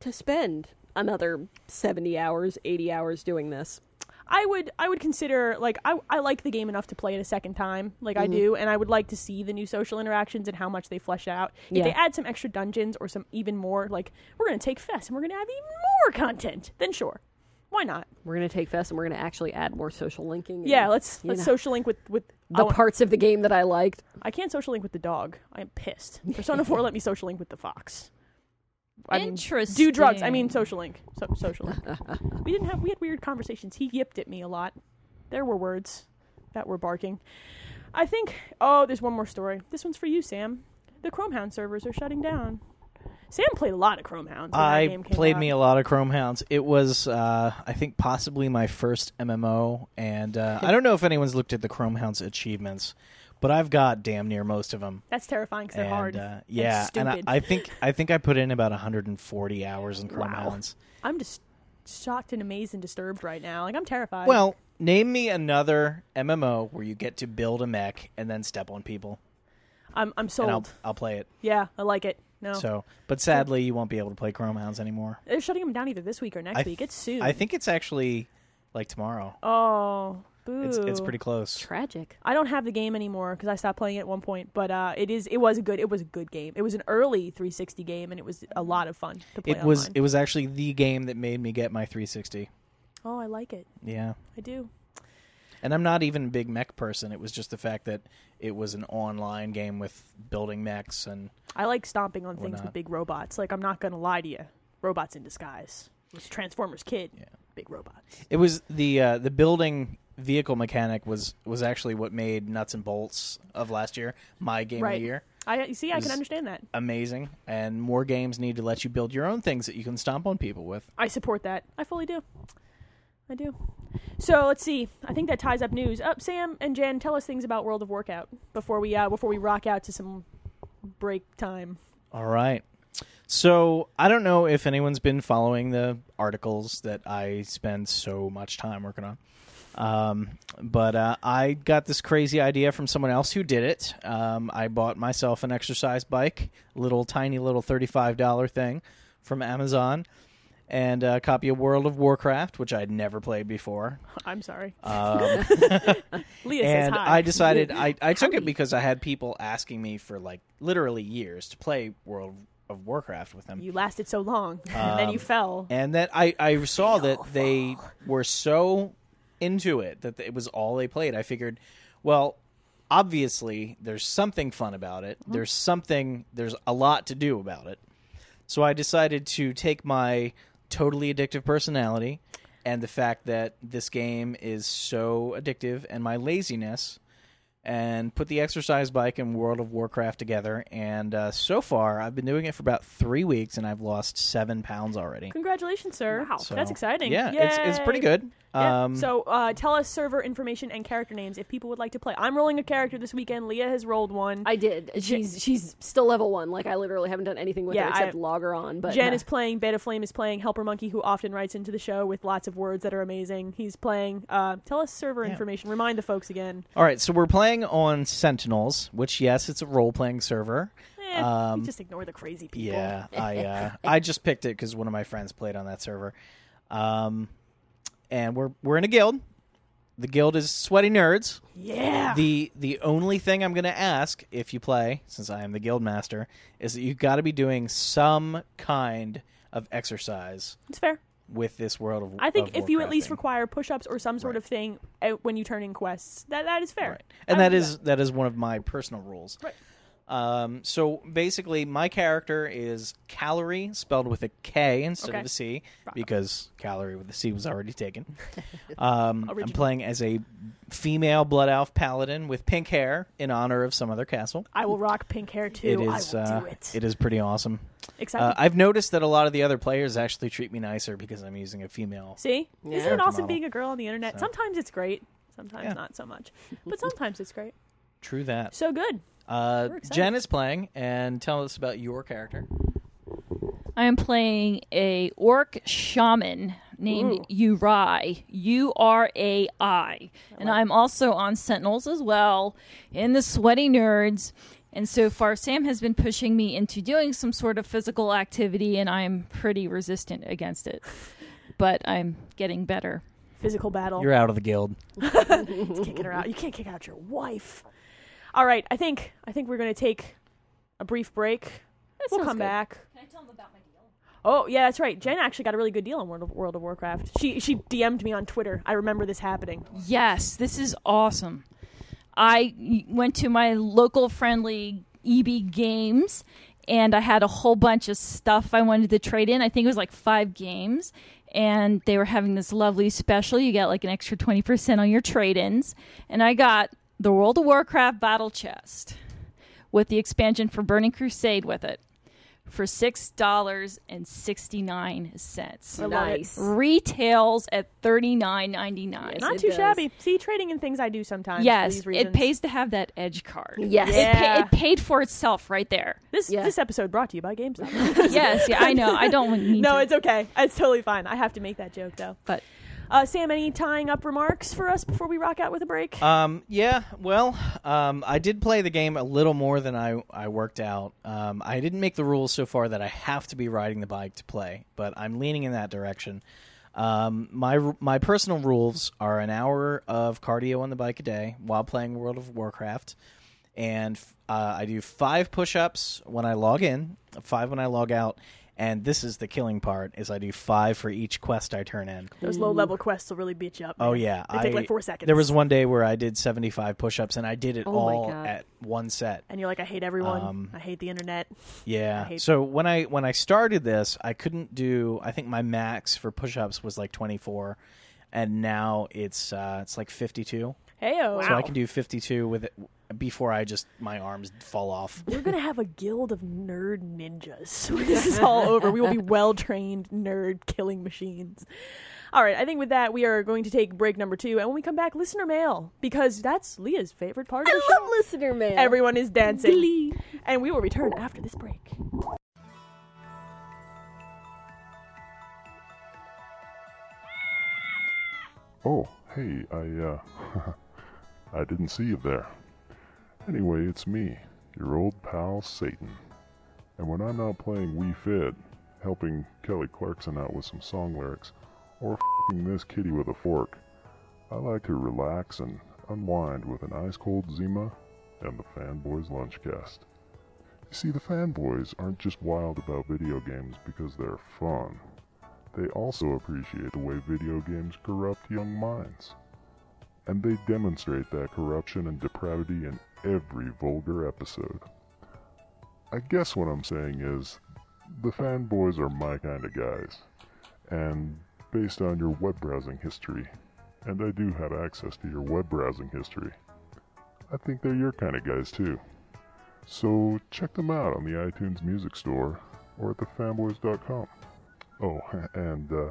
Speaker 2: to spend another 70 hours, 80 hours doing this.
Speaker 1: I would I would consider like I I like the game enough to play it a second time, like
Speaker 2: Mm-hmm.
Speaker 1: I do, and I would like to see the new social interactions and how much they flesh out. If they
Speaker 2: Yeah.
Speaker 1: add some extra dungeons or some even more, like we're gonna take Fest and we're gonna have even more content, then sure. Why not?
Speaker 2: We're gonna take Fest and we're gonna actually add more social linking. and,
Speaker 1: Yeah, let's
Speaker 2: you
Speaker 1: let's
Speaker 2: know,
Speaker 1: social link with with I,
Speaker 2: the
Speaker 1: want-
Speaker 2: parts of the game that I liked.
Speaker 1: I can't social link with the dog. I'm
Speaker 2: [LAUGHS]
Speaker 1: pissed. Persona Four let me social link with the fox. mean,
Speaker 4: Interesting.
Speaker 1: do drugs. I mean social link. So, social link. we didn't have we had weird conversations. He yipped at me a lot. There were words that were barking. I think oh, there's one more story. This one's for you, Sam. The Chromehound servers are shutting down. Sam played a lot of Chromehounds. When that
Speaker 3: I
Speaker 1: game came
Speaker 3: played
Speaker 1: out.
Speaker 3: me a lot of Chrome Hounds. It was, uh, I think, possibly my first MMO, and uh, I don't know if anyone's looked at the Chrome Hounds achievements, but I've got damn near most of them.
Speaker 1: That's terrifying because they're
Speaker 3: and
Speaker 1: hard.
Speaker 3: Uh,
Speaker 1: and
Speaker 3: yeah, and I,
Speaker 1: stupid.
Speaker 3: I think I think I put in about 140 hours in Chrome
Speaker 1: Wow.
Speaker 3: Hounds.
Speaker 1: I'm just shocked and amazed and disturbed right now. Like I'm terrified.
Speaker 3: Well, name me another MMO where you get to build a mech and then step on people,
Speaker 1: I'm I'm sold.
Speaker 3: and I'll I'll play it.
Speaker 1: Yeah, I like it. No,
Speaker 3: So, but sadly, you won't be able to play Chrome Hounds anymore.
Speaker 1: they're shutting them down either this week or next
Speaker 3: I
Speaker 1: week.
Speaker 3: th-
Speaker 1: It's soon.
Speaker 3: I think it's actually like tomorrow.
Speaker 1: Oh, boo!
Speaker 3: It's it's pretty close.
Speaker 2: Tragic.
Speaker 1: I don't have the game anymore because I stopped playing it at one point. But uh, it is it was a good it was a good game. It was an early 360 game and it was a lot of fun to play.
Speaker 3: It was
Speaker 1: online.
Speaker 3: it was actually the game that made me get my 360.
Speaker 1: oh, I like it.
Speaker 3: Yeah,
Speaker 1: I do.
Speaker 3: and I'm not even a big mech person. It was just the fact that it was an online game with building mechs and
Speaker 1: I like stomping on
Speaker 3: Or
Speaker 1: things with
Speaker 3: not.
Speaker 1: big robots. Like I'm not gonna lie to you, robots in disguise. It's Transformers Kid.
Speaker 3: Yeah.
Speaker 1: Big robots.
Speaker 3: It was the uh, the building vehicle mechanic was was actually what made Nuts and Bolts of last year my game
Speaker 1: Right.
Speaker 3: of the year.
Speaker 1: I you see, I can
Speaker 3: Was-
Speaker 1: understand that.
Speaker 3: Amazing, and more games need to let you build your own things that you can stomp on people with.
Speaker 1: I support that. I fully do. I do. So let's see. I think that ties up news. Up, Sam and Jan, tell us things about World of Workout before we uh, before we rock out to some break time.
Speaker 3: All right. So I don't know if anyone's been following the articles that I spend so much time working on. Um, but uh, I got this crazy idea from someone else who did it. Um, I bought myself an exercise bike, little tiny little thirty-five dollar thing from Amazon, and a copy of World of Warcraft, which I'd never played before.
Speaker 1: I'm sorry.
Speaker 3: Um,
Speaker 1: [LAUGHS] Leah says
Speaker 3: and
Speaker 1: hi.
Speaker 3: I decided I, I took it because I had people asking me for like literally years to play World of Warcraft with them.
Speaker 1: You lasted so long, [LAUGHS] and then you fell.
Speaker 3: Um, and that I, I saw that they were so into it that it was all they played. I figured, well, obviously there's something fun about it. There's something there's a lot to do about it. So I decided to take my totally addictive personality and the fact that this game is so addictive and my laziness and put the exercise bike and World of Warcraft together. And uh, so far, I've been doing it for about three weeks and I've lost seven pounds already.
Speaker 1: Congratulations, sir!
Speaker 2: Wow.
Speaker 3: So,
Speaker 1: that's exciting.
Speaker 3: Yeah, it's it's pretty
Speaker 1: Yay.
Speaker 3: good.
Speaker 1: Yeah.
Speaker 3: Um,
Speaker 1: so uh, tell us server information and character names if people would like to play. I'm rolling a character this weekend. Leah has rolled one.
Speaker 2: I did. She's she's still level one. Like I literally haven't done anything with
Speaker 1: Yeah,
Speaker 2: her
Speaker 1: I-
Speaker 2: except log her on. But
Speaker 1: Jen
Speaker 2: yeah.
Speaker 1: is playing. Beta Flame is playing. Helper Monkey, who often writes into the show with lots of words that are amazing. He's playing. Uh, tell us server information. Remind the folks again.
Speaker 3: all right, so we're playing on Sentinels, which yes, it's a role playing server.
Speaker 1: Eh,
Speaker 3: Um,
Speaker 1: you just ignore the crazy people.
Speaker 3: Yeah, I uh, I just picked it because one of my friends played on that server, um, and we're we're in a guild. The guild is sweaty nerds.
Speaker 1: Yeah.
Speaker 3: The the only thing I'm going to ask if you play, since I am the guild master, is that you've got to be doing some kind of exercise
Speaker 1: it's fair.
Speaker 3: with this world of.
Speaker 1: I think
Speaker 3: of
Speaker 1: if you at
Speaker 3: Warcraft
Speaker 1: least
Speaker 3: thing.
Speaker 1: require push-ups or some sort
Speaker 3: Right.
Speaker 1: of thing uh, when you turn in quests, that that is fair.
Speaker 3: Right. And
Speaker 1: I
Speaker 3: that
Speaker 1: would do
Speaker 3: is that is one of my personal rules.
Speaker 1: Right.
Speaker 3: Um, so basically, my character is calorie spelled with a K instead
Speaker 1: Okay.
Speaker 3: of a C because calorie with a C was
Speaker 1: [LAUGHS]
Speaker 3: already taken. Um, I'm
Speaker 1: Original.
Speaker 3: playing as a female blood elf paladin with pink hair in honor of some other castle.
Speaker 1: I will rock pink hair too.
Speaker 3: It is
Speaker 1: I will
Speaker 3: uh,
Speaker 1: do it.
Speaker 3: it is pretty awesome.
Speaker 1: Excited.
Speaker 3: Uh, I've noticed that a lot of the other players actually treat me nicer because I'm using a female.
Speaker 1: See, isn't it
Speaker 3: Character
Speaker 1: awesome
Speaker 3: model.
Speaker 1: being a girl on the internet?
Speaker 3: So.
Speaker 1: Sometimes it's great, sometimes
Speaker 3: Yeah.
Speaker 1: not so
Speaker 3: [LAUGHS]
Speaker 1: much, but sometimes it's great.
Speaker 3: True that.
Speaker 1: So good.
Speaker 3: Uh,
Speaker 1: We're excited.
Speaker 3: Jen is playing, and tell us about your character.
Speaker 4: I am playing a orc shaman named Urai, U R A I, and I'm also on Sentinels as well in the Sweaty Nerds. And so far, Sam has been pushing me into doing some sort of physical activity, and I'm pretty resistant against it. But I'm getting better.
Speaker 1: Physical battle.
Speaker 3: You're out of the guild.
Speaker 1: It's kicking her out. You can't kick out your
Speaker 3: [LAUGHS]
Speaker 1: wife. All right, I think I think we're gonna take a brief break. we'll
Speaker 2: sounds
Speaker 1: come
Speaker 2: good.
Speaker 1: back.
Speaker 4: Can I tell them about my deal?
Speaker 1: Oh yeah, that's right. Jen actually got a really good deal on World of, World of Warcraft. She she DM'd me on Twitter. I remember this happening.
Speaker 4: Yes, this is awesome. I y- went to my local friendly EB Games and I had a whole bunch of stuff I wanted to trade in. I think it was like five games. And they were having this lovely special. You got like an extra 20% on your trade ins. And I got the World of Warcraft Battle Chest with the expansion for Burning Crusade with it for $6.69.
Speaker 1: I love it.
Speaker 2: [LAUGHS] [LAUGHS] nice.
Speaker 4: Retails at thirty nine ninety nine.
Speaker 2: Yes,
Speaker 1: Not
Speaker 2: it
Speaker 1: too
Speaker 2: does.
Speaker 1: shabby. See, trading in things I do sometimes. for
Speaker 4: Yes,
Speaker 1: these
Speaker 4: it
Speaker 1: reasons.
Speaker 4: pays to have that edge card.
Speaker 2: Yes.
Speaker 4: It, pa-
Speaker 1: Yeah.
Speaker 4: it paid for itself right
Speaker 2: [LAUGHS]
Speaker 4: there.
Speaker 1: This
Speaker 2: Yeah.
Speaker 1: this episode brought to you by GameStop.
Speaker 4: yes, yeah, I know.
Speaker 1: [LAUGHS]
Speaker 4: I don't need
Speaker 1: no,
Speaker 4: to,
Speaker 1: it's okay. It's totally fine. I have to make that joke though.
Speaker 4: but
Speaker 1: Uh, Sam, any tying up remarks for us before we rock out with a break?
Speaker 3: Um, yeah, well, um, I did play the game a little more than I, I worked out. Um, I didn't make the rules so far that I have to be riding the bike to play, but I'm leaning in that direction. Um, my my personal rules are an hour of cardio on the bike a day while playing World of Warcraft, and uh, I do five push-ups when I log in, five when I log out, and this is the killing part: is I do five for each quest I turn in.
Speaker 1: Those low level quests will really beat you up.
Speaker 3: Oh
Speaker 1: man.
Speaker 3: yeah,
Speaker 1: they take
Speaker 3: I-
Speaker 1: like four seconds. Oh
Speaker 3: There was one day where I did seventy-five push-ups, and I did it
Speaker 2: my
Speaker 3: all
Speaker 2: God.
Speaker 3: at one set.
Speaker 1: and you're like, I hate everyone.
Speaker 3: Um,
Speaker 1: I hate the internet.
Speaker 3: Yeah.
Speaker 1: hate-
Speaker 3: So when I when I started this, I couldn't do. I think my max for push-ups was like twenty-four, and now it's uh, it's like fifty-two.
Speaker 1: Hey, oh,
Speaker 3: So I can do fifty-two with it before I just my arms fall off.
Speaker 1: We're gonna have a guild of nerd ninjas. [LAUGHS] When this is all over, we will
Speaker 2: [LAUGHS]
Speaker 1: be well trained nerd killing machines. All right, I think with that we are going to take break number two, and when we come back, listener mail because that's Leah's favorite part of the show.
Speaker 2: Love listener mail.
Speaker 1: Everyone is dancing, and we will return after this break.
Speaker 5: Oh, hey, I, uh, [LAUGHS] I didn't see you there. Anyway, it's me, your old pal Satan. And when I'm out playing We Fit, helping Kelly Clarkson out with some song lyrics, or fing this kitty with a fork, I like to relax and unwind with an ice cold Zima and the Fanboys Lunchcast. You see, the fanboys aren't just wild about video games because they're fun. They also appreciate the way video games corrupt young minds. And they demonstrate that corruption and depravity in every vulgar episode. I guess what I'm saying is, the fanboys are my kind of guys. And based on your web browsing history, and I do have access to your web browsing history, I think they're your kind of guys too. So check them out on the iTunes Music Store or at thefanboys.com. Oh, and uh,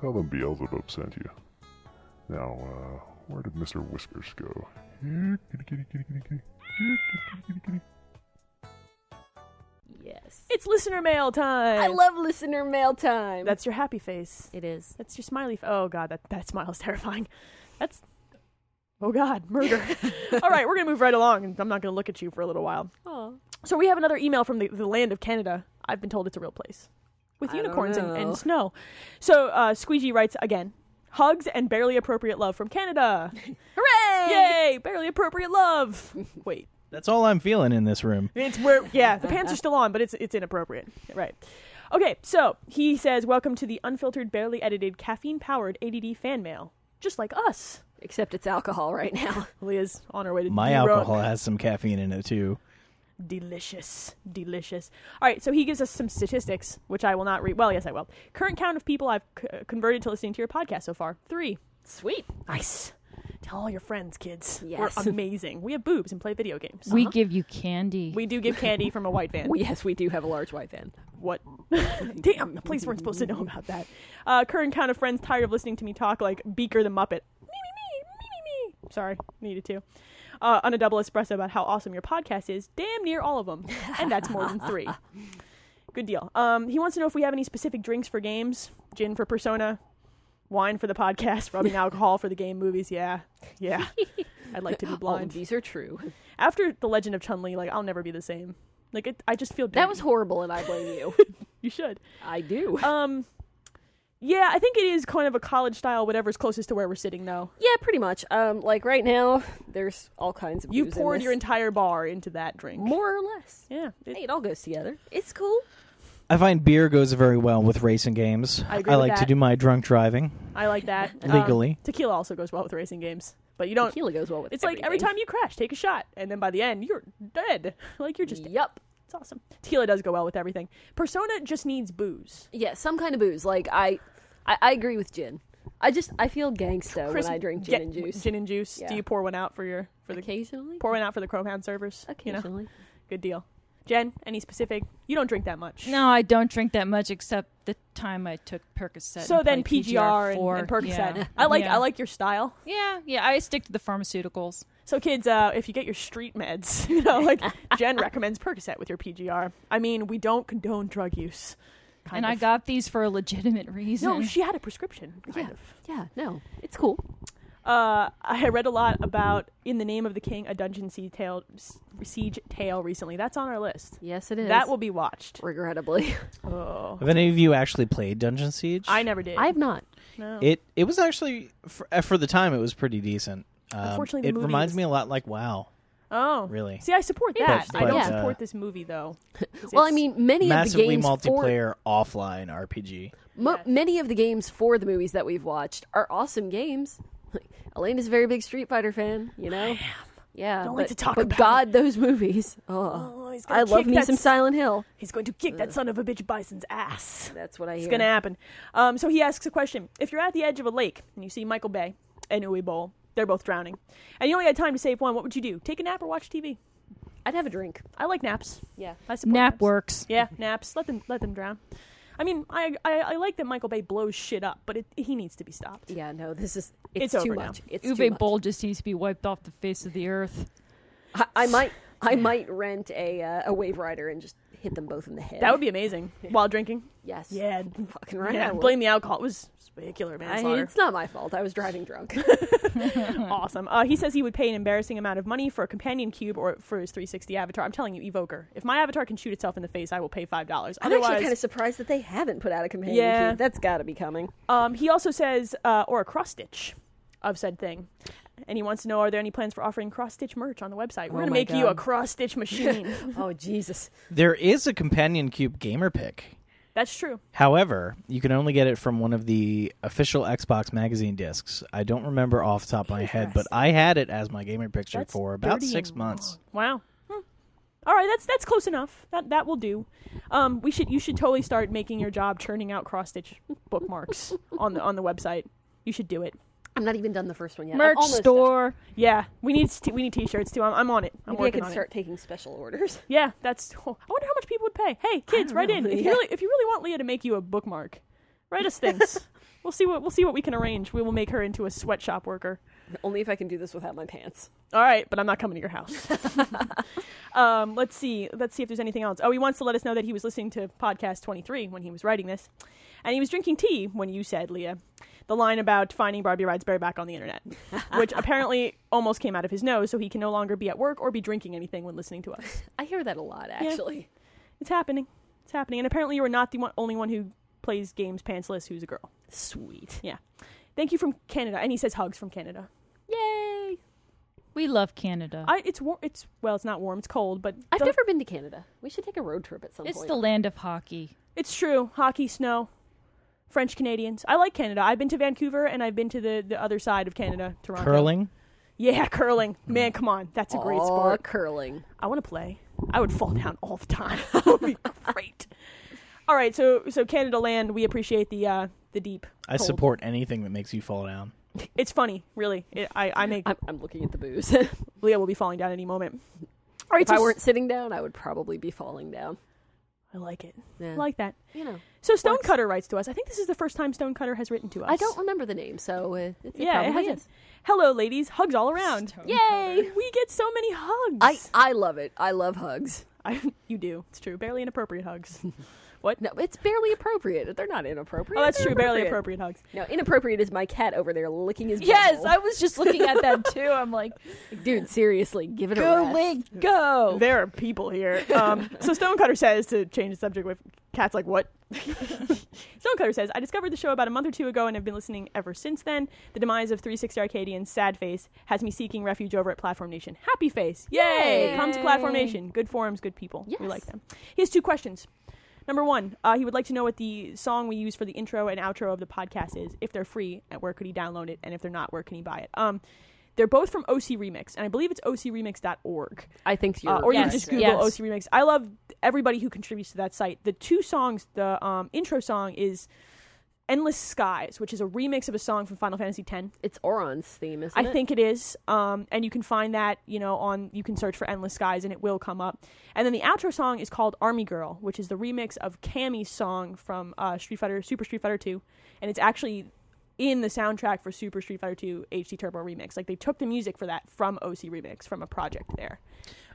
Speaker 5: tell them Beelzebub sent you. Now, uh, where did Mr. Whiskers go? Here, kitty, kitty, kitty, kitty, kitty. Here, kitty, kitty, kitty, kitty.
Speaker 2: Yes.
Speaker 1: It's listener mail time.
Speaker 2: I love listener mail time.
Speaker 1: That's your happy face.
Speaker 2: it is.
Speaker 1: That's your smiley. F- oh god, that that smile's terrifying. That's oh god,
Speaker 2: [LAUGHS]
Speaker 1: murder. All right, we're gonna move right along, and I'm not gonna look at you for a little while.
Speaker 2: Oh.
Speaker 1: So we have another email from the, the land of Canada. I've been told it's a real place with
Speaker 2: I don't
Speaker 1: unicorns and,
Speaker 2: know.
Speaker 1: and snow. So uh, Squeegee writes again. Hugs and barely appropriate love from Canada.
Speaker 2: Hooray!
Speaker 1: Yay! Barely appropriate love. Wait,
Speaker 3: That's all I'm feeling in this room.
Speaker 1: it's where yeah, the pants are still on, but it's it's inappropriate. Right. Okay, so he says, "Welcome to the unfiltered, barely edited, caffeine-powered ADD fan mail, just like us."
Speaker 2: Except it's alcohol right now.
Speaker 1: Leah's on her way to
Speaker 3: My
Speaker 1: D-Rock.
Speaker 3: alcohol has some caffeine in it too.
Speaker 1: Delicious, delicious. All right, so he gives us some statistics, which I will not read. Well, yes, I will. Current count of people I've c- uh, converted to listening to your podcast so far: three.
Speaker 2: Sweet.
Speaker 1: Nice. Tell all your friends, kids.
Speaker 2: Yes.
Speaker 1: We're amazing. We have boobs and play video games. Uh-huh.
Speaker 4: We
Speaker 2: Uh-huh.
Speaker 4: give you candy.
Speaker 1: We do give candy from a white van.
Speaker 2: Well, yes, we do have a large white van. [LAUGHS]
Speaker 1: What? [LAUGHS] Damn, the police weren't supposed to know about that. Uh, current count of friends tired of listening to me talk like Beaker the Muppet. Me, me, me, me, me, me. Sorry, needed to. Uh, on a double espresso about how awesome your podcast is. Damn near all of them. And that's more than
Speaker 2: [LAUGHS]
Speaker 1: three. Good deal. Um, he wants to know if we have any specific drinks for games gin for Persona, wine for the
Speaker 2: [LAUGHS]
Speaker 1: podcast, rubbing alcohol for the game movies. Yeah. Yeah. I'd like to be
Speaker 2: All of
Speaker 1: blind.
Speaker 2: Oh, these
Speaker 1: [LAUGHS]
Speaker 2: are true.
Speaker 1: After The Legend of Chun Li, like, I'll never be the same. Like, it, I just feel
Speaker 2: That was
Speaker 1: dirty.
Speaker 2: horrible, and I
Speaker 1: [LAUGHS]
Speaker 2: blame you.
Speaker 1: You should.
Speaker 2: I do.
Speaker 1: Um, yeah, I think it is kind of a college style, whatever's closest to where we're sitting, though.
Speaker 2: yeah, pretty much. Um, like right now, there's all kinds of
Speaker 1: You
Speaker 2: booze in
Speaker 1: poured
Speaker 2: this.
Speaker 1: your entire bar into that drink.
Speaker 2: more or less.
Speaker 1: Yeah, it-
Speaker 2: Hey, it all goes together. It's cool.
Speaker 3: I find beer goes very well with racing games.
Speaker 1: I agree with
Speaker 3: like
Speaker 1: that.
Speaker 3: to do my drunk driving.
Speaker 1: I like
Speaker 2: [LAUGHS]
Speaker 1: that. Um,
Speaker 3: Legally.
Speaker 1: tequila also goes well with racing games, but you don't.
Speaker 2: Tequila goes well with.
Speaker 1: It's like every time you crash, take a shot, and then by the end, you're dead. [LAUGHS] like you're just. dead.
Speaker 2: Yup.
Speaker 1: It's awesome. Tequila does go well with everything. Persona just needs booze.
Speaker 2: Yeah, some kind of booze. Like I, I, I agree with gin. I just I feel gangsta when I drink gin
Speaker 1: get-
Speaker 2: and juice.
Speaker 1: Gin and juice.
Speaker 2: Yeah.
Speaker 1: Do you pour one out for your for the
Speaker 2: occasionally.
Speaker 1: pour one out for the Chrome Hound servers? You know,
Speaker 2: occasionally.
Speaker 1: good deal. Jen, any specific? You don't drink that much.
Speaker 4: no, I don't drink that much except the time I took Percocet.
Speaker 1: So
Speaker 4: and
Speaker 1: then
Speaker 4: played
Speaker 1: PGR and,
Speaker 4: PGR4.
Speaker 1: and Percocet.
Speaker 4: Yeah.
Speaker 1: I like
Speaker 4: Yeah.
Speaker 1: I like your style.
Speaker 4: Yeah, yeah. I stick to the pharmaceuticals.
Speaker 1: So kids, uh, if you get your street meds, [LAUGHS] you know,
Speaker 2: [LAUGHS]
Speaker 1: like Jen recommends Percocet with your PGR. I mean, we don't condone drug use. Kind
Speaker 4: and
Speaker 1: of.
Speaker 4: I got these for a legitimate reason.
Speaker 1: no. She had a prescription. Kind
Speaker 2: Yeah.
Speaker 1: of.
Speaker 2: Yeah, no, it's cool.
Speaker 1: Uh, I read a lot about "In the Name of the King: A Dungeon Siege Tale, S- Siege Tale" recently. That's on our list.
Speaker 2: Yes, it is.
Speaker 1: That will be watched.
Speaker 2: regrettably.
Speaker 1: Oh,
Speaker 3: Have any of you actually played Dungeon Siege?
Speaker 1: I never did.
Speaker 2: I've not.
Speaker 1: no.
Speaker 3: It it was actually for, uh, for the time it was pretty decent. Um,
Speaker 1: Unfortunately, the
Speaker 3: it
Speaker 1: movie
Speaker 3: reminds
Speaker 1: was-
Speaker 3: me a lot like WoW.
Speaker 1: oh,
Speaker 3: really.
Speaker 1: See, I support that.
Speaker 3: But-
Speaker 1: I don't
Speaker 3: but, uh,
Speaker 1: support this movie
Speaker 2: [LAUGHS]
Speaker 1: though. 'Cause
Speaker 2: Well, I
Speaker 1: it's-
Speaker 2: mean, many
Speaker 3: Massively
Speaker 2: of the games for
Speaker 3: multiplayer offline RPG.
Speaker 2: mo-
Speaker 1: Yes.
Speaker 2: many of the games for the movies that we've watched are awesome games. [LAUGHS] Elaine is a very big Street Fighter fan. You know. Yeah,
Speaker 1: Don't
Speaker 2: but,
Speaker 1: like to talk
Speaker 2: but
Speaker 1: about
Speaker 2: God, those movies. [LAUGHS] Oh,
Speaker 1: Oh, he's gonna
Speaker 2: I love
Speaker 1: kick
Speaker 2: me
Speaker 1: that
Speaker 2: some
Speaker 1: s-
Speaker 2: Silent Hill.
Speaker 1: He's going to kick that son of a bitch Bison's ass.
Speaker 2: That's what I hear.
Speaker 1: It's gonna happen. Um, so he asks a question: If you're at the edge of a lake and you see Michael Bay and Uwe Boll, they're both drowning, and you only had time to save one, what would you do? Take a nap or watch TV?
Speaker 2: I'd have a drink.
Speaker 1: I like naps.
Speaker 2: Yeah.
Speaker 1: I support
Speaker 4: nap
Speaker 1: naps.
Speaker 4: works.
Speaker 1: Yeah, naps. Let them let them drown. I mean, I, I I like that Michael Bay blows shit up, but it, he needs to be stopped.
Speaker 2: Yeah, no, this is
Speaker 1: It's
Speaker 2: it's, too
Speaker 1: over now.
Speaker 2: much. It's too
Speaker 4: Uwe
Speaker 2: much.
Speaker 4: Boll just needs to be wiped off the face of the earth.
Speaker 2: I, I might I might rent a uh, a wave rider and just hit them both in the head.
Speaker 1: That would be amazing while drinking.
Speaker 2: yes.
Speaker 1: Yeah,
Speaker 2: fucking right.
Speaker 1: yeah.
Speaker 2: I would.
Speaker 1: Blame the alcohol. It was vehicular
Speaker 2: I,
Speaker 1: manslaughter.
Speaker 2: it's not my fault. I was driving drunk.
Speaker 1: awesome. Uh, he says he would pay an embarrassing amount of money for a companion cube or for his 360 avatar. I'm telling you, Evoker. If my avatar can shoot itself in the face, I will pay five dollars.
Speaker 2: I'm
Speaker 1: Otherwise,
Speaker 2: actually kind of surprised that they haven't put out a companion.
Speaker 1: Yeah.
Speaker 2: cube. that's got to be coming.
Speaker 1: um, he also says uh, or a cross stitch of said thing. and he wants to know are there any plans for offering cross stitch merch on the website? We're
Speaker 2: Oh
Speaker 1: gonna
Speaker 2: my
Speaker 1: make you
Speaker 2: God.
Speaker 1: a cross stitch
Speaker 2: [LAUGHS]
Speaker 1: machine.
Speaker 2: [LAUGHS] Oh Jesus!
Speaker 3: There is a companion cube gamer pick.
Speaker 1: That's true.
Speaker 3: However, you can only get it from one of the official Xbox magazine discs. I don't remember off the top of my head, but I had it as my gamer picture
Speaker 1: That's
Speaker 3: for about
Speaker 1: dirty
Speaker 3: six
Speaker 1: and
Speaker 3: months.
Speaker 1: Wow. Hmm. All right, that's that's close enough. That that will do. Um, we should you should totally start making your job churning out cross stitch bookmarks on the on the website. You should do it.
Speaker 2: I'm not even done the first one yet. I'm
Speaker 4: Merch
Speaker 2: almost
Speaker 4: store.
Speaker 1: Yeah, we need st- we need t-shirts too. I'm, I'm on it. I'm
Speaker 2: Done. Maybe I
Speaker 1: working
Speaker 2: can
Speaker 1: on
Speaker 2: start
Speaker 1: it.
Speaker 2: taking special orders. [LAUGHS]
Speaker 1: Yeah, that's. [LAUGHS] oh, I wonder how much people would pay. Hey, kids,
Speaker 2: don't
Speaker 1: write
Speaker 2: know.
Speaker 1: in if you
Speaker 2: Yeah.
Speaker 1: really if you really want Leah to make you a bookmark. Write us things. we'll see what we'll see what we can arrange. We will make her into a sweatshop worker.
Speaker 2: Only if I can do this without my pants.
Speaker 1: All right, but I'm not coming to your house. um, let's see. Let's see if there's anything else. Oh, he wants to let us know that he was listening to podcast 23 when he was writing this, and he was drinking tea when you said, Leah, the line about finding Barbie Ridesberry back on the internet, which apparently almost came out of his nose, so he can no longer be at work or be drinking anything when listening to us.
Speaker 2: I hear that a lot, actually.
Speaker 1: It's happening. It's happening. And apparently, you are not the one, only one who plays games pantsless who's a girl.
Speaker 2: Sweet.
Speaker 1: Yeah. Thank you from Canada, and he says hugs from Canada.
Speaker 2: Yay!
Speaker 4: We love Canada.
Speaker 1: I it's war- it's well, it's not warm. It's cold, but
Speaker 2: I've
Speaker 1: the-
Speaker 2: never been to Canada. We should take a road trip at some
Speaker 4: it's
Speaker 2: point.
Speaker 4: the land of hockey.
Speaker 1: It's true. Hockey, snow, French Canadians. I like Canada. I've been to Vancouver and I've been to the, the other side of Canada, Toronto.
Speaker 3: Curling?
Speaker 1: Yeah, curling. Man, come on. That's a great
Speaker 2: Aw,
Speaker 1: sport.
Speaker 2: Curling.
Speaker 1: I want to play. I would fall down all the time. [LAUGHS] it would be great. All right, so so Canada land, we appreciate the uh the deep.
Speaker 3: I
Speaker 1: cold.
Speaker 3: support anything that makes you fall down.
Speaker 1: It's funny, really. It, I I make
Speaker 2: I'm, I'm looking at the [LAUGHS] booze.
Speaker 1: Leah will be falling down any moment. All right,
Speaker 2: if
Speaker 1: so
Speaker 2: I
Speaker 1: s-
Speaker 2: weren't sitting down, I would probably be falling down.
Speaker 1: I like it.
Speaker 2: Yeah.
Speaker 1: I like that.
Speaker 2: you know,
Speaker 1: So Stonecutter writes to us. I think this is the first time Stonecutter has written to us.
Speaker 2: I don't remember the name, so uh, it, it
Speaker 1: Yeah, it
Speaker 2: probably
Speaker 1: hasn't.
Speaker 2: is.
Speaker 1: Hello, ladies. Hugs all around.
Speaker 4: Stone
Speaker 1: Yay! We get so many hugs.
Speaker 2: I I love it. I love hugs.
Speaker 1: [LAUGHS] I- you do. It's true. Barely inappropriate hugs. Oh, what?
Speaker 2: No, it's barely appropriate. They're not inappropriate.
Speaker 1: Oh, that's
Speaker 2: They're
Speaker 1: true. Barely appropriate hugs.
Speaker 2: No, inappropriate is my cat over there licking his.
Speaker 4: [LAUGHS] Yes,
Speaker 2: butthole.
Speaker 4: I was just looking at that too. I'm like,
Speaker 2: dude, seriously, give it a
Speaker 4: go
Speaker 2: rest.
Speaker 4: Link, go.
Speaker 1: There are people here. [LAUGHS] Um, so Stonecutter says to change the subject with cats like what? [LAUGHS] Stonecutter says, I discovered the show about a month or two ago and have been listening ever since then. The demise of 360 Arcadian's sad face has me seeking refuge over at Platform Nation. Happy face. Yay!
Speaker 2: Yay.
Speaker 1: Comes Platform Nation. Good forums, good people. We
Speaker 2: Yes.
Speaker 1: like them. He has two questions. Number one, uh, he would like to know what the song we use for the intro and outro of the podcast is. If they're free, and where could he download it? And if they're not, where can he buy it? Um, they're both from OC Remix, and I believe it's ocremix.org.
Speaker 2: I think you're.
Speaker 1: Uh, or you can
Speaker 4: Yes,
Speaker 1: just Google
Speaker 4: yes.
Speaker 1: OC Remix. I love everybody who contributes to that site. The two songs, the um, intro song is "Endless Skies," which is a remix of a song from Final Fantasy X.
Speaker 2: It's Oron's theme, isn't
Speaker 1: I
Speaker 2: it?
Speaker 1: think it is, um, and you can find that you know on you can search for "Endless Skies" and it will come up. And then the outro song is called "Army Girl," which is the remix of Cammy's song from uh, Street Fighter Super Street Fighter Two, and it's actually in the soundtrack for Super Street Fighter Two HD Turbo Remix. Like they took the music for that from OC Remix from a project there.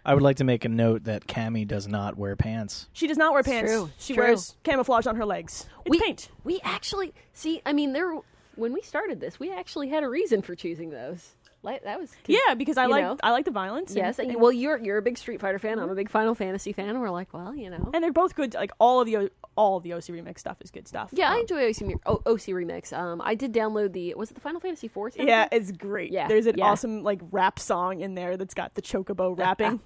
Speaker 3: I would like to make a note that Cammy does not wear pants.
Speaker 1: She does not wear pants.
Speaker 2: true.
Speaker 1: She
Speaker 2: True.
Speaker 1: wears camouflage on her legs. It's
Speaker 2: we
Speaker 1: paint.
Speaker 2: we actually see. I mean, there when we started this, we actually had a reason for choosing those. Like that was
Speaker 1: Yeah, because I
Speaker 2: you
Speaker 1: like
Speaker 2: know?
Speaker 1: I like the violence. and-
Speaker 2: Yes, and, well, you're you're a big Street Fighter fan. I'm a big Final Fantasy fan. And we're like, well, you know,
Speaker 1: and they're both good. Like all of the O- all of the OC remix stuff is good stuff.
Speaker 2: yeah, I
Speaker 1: Um,
Speaker 2: enjoy OC, Mir- oh, OC remix. Um, I did download the was it the Final Fantasy IV? soundtrack?
Speaker 1: [LAUGHS] Yeah, it's great.
Speaker 2: Yeah,
Speaker 1: There's an
Speaker 2: yeah.
Speaker 1: awesome like rap song in there that's got the chocobo
Speaker 2: [LAUGHS]
Speaker 1: rapping.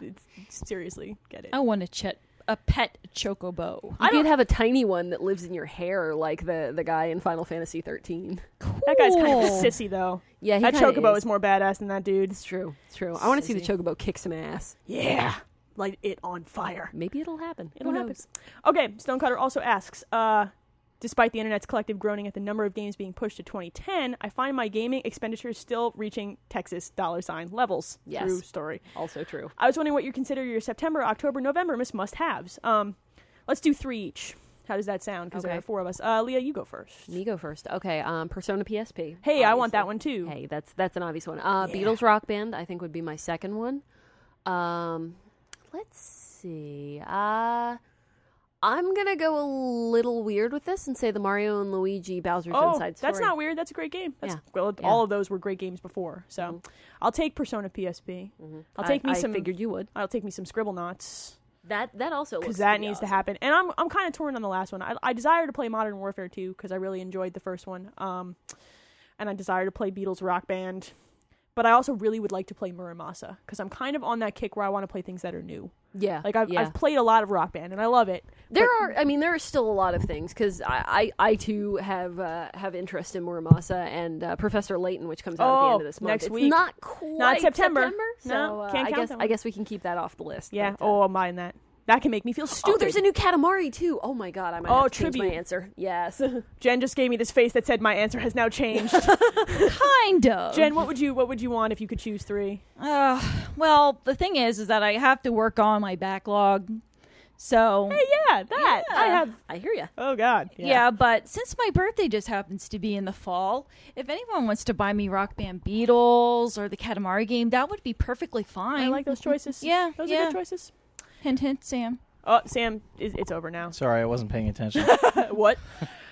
Speaker 1: it's, seriously, get it.
Speaker 4: I want a, ch- a pet chocobo. [LAUGHS]
Speaker 2: You could have a tiny one that lives in your hair, like the the guy in Final Fantasy 13.
Speaker 1: That guy's kind of a
Speaker 4: Cool.
Speaker 1: sissy though.
Speaker 2: Yeah, he
Speaker 1: that
Speaker 2: kinda
Speaker 1: chocobo
Speaker 2: is.
Speaker 1: is. more badass than that dude.
Speaker 2: It's true. It's true. I want to see the chocobo kick some ass.
Speaker 1: Yeah, light it on fire.
Speaker 2: Maybe it'll happen.
Speaker 1: It'll
Speaker 2: Who
Speaker 1: happen.
Speaker 2: knows?
Speaker 1: Okay, Stonecutter also asks, uh, despite the internet's collective groaning at the number of games being pushed to 2010, I find my gaming expenditures still reaching Texas dollar sign levels.
Speaker 2: Yes.
Speaker 1: True story.
Speaker 2: Also true.
Speaker 1: I was wondering what you consider your September, October, November miss must haves. Um, let's do three each. How does that sound? Because there
Speaker 2: Okay.
Speaker 1: are four of us. Uh, Leah, you go first.
Speaker 2: Me go first. Okay. Um, Persona PSP.
Speaker 1: Hey, I want
Speaker 2: obviously.
Speaker 1: that one too.
Speaker 2: Hey, that's that's an obvious one. Uh, Beatles Rock Band, I think, would be my second one. Um, let's see. Uh, I'm gonna go a little weird with this and say the Mario and Luigi Bowser's
Speaker 1: oh,
Speaker 2: Inside
Speaker 1: that's
Speaker 2: Story.
Speaker 1: not weird. That's a great game. That's,
Speaker 2: Yeah.
Speaker 1: Well,
Speaker 2: Yeah. Mm-hmm.
Speaker 1: all of those were great games before. So, I'll take Persona PSP. I'll take
Speaker 2: I,
Speaker 1: me
Speaker 2: I
Speaker 1: some.
Speaker 2: Figured you would.
Speaker 1: I'll take me some Scribble Knots.
Speaker 2: That that also
Speaker 1: because that needs to happen. And I'm I'm kind of torn on the last one. I, I desire to play Modern Warfare 2 because I really enjoyed the first one. Um, and I desire to play Beatles Rock Band. But I also really would like to play Muramasa because I'm kind of on that kick where I want to play things that are new.
Speaker 2: Yeah,
Speaker 1: Like I've,
Speaker 2: yeah.
Speaker 1: I've played a lot of Rock Band and I love it.
Speaker 2: There are, I mean, there are still a lot of things because I, I, I too have uh, have interest in Muramasa and uh, Professor Layton, which comes out at the
Speaker 1: Oh,
Speaker 2: end of this month.
Speaker 1: next
Speaker 2: it's
Speaker 1: week.
Speaker 2: not quite
Speaker 1: September.
Speaker 2: so
Speaker 1: No,
Speaker 2: uh,
Speaker 1: can't
Speaker 2: I
Speaker 1: count
Speaker 2: guess
Speaker 1: that
Speaker 2: I
Speaker 1: one.
Speaker 2: guess we can keep that off the list.
Speaker 1: Yeah.
Speaker 2: but, uh,
Speaker 1: Oh, I'm buying that. That can make me feel stupid.
Speaker 2: oh, there's a new Katamari too. Oh my god, I might
Speaker 1: Oh,
Speaker 2: have to change my
Speaker 1: tribute.
Speaker 2: answer.
Speaker 1: [LAUGHS]
Speaker 2: Yes, [LAUGHS]
Speaker 1: Jen just gave me this face that said my answer has now changed.
Speaker 4: Kind of.
Speaker 1: Jen, what would you what would you want if you could choose three?
Speaker 4: Uh, well, the thing is, is that I have to work on my backlog. So
Speaker 1: Yeah, that I have.
Speaker 2: I hear you.
Speaker 1: Oh God.
Speaker 4: yeah. but since my birthday just happens to be in the fall, if anyone wants to buy me Rock Band Beatles or the Katamari game, that would be perfectly fine.
Speaker 1: I like those choices.
Speaker 4: Yeah,
Speaker 1: those are
Speaker 4: yeah.
Speaker 1: good choices.
Speaker 4: hint, hint, Sam.
Speaker 1: Oh, Sam, it- it's over now.
Speaker 3: Sorry, I wasn't paying attention.
Speaker 1: what?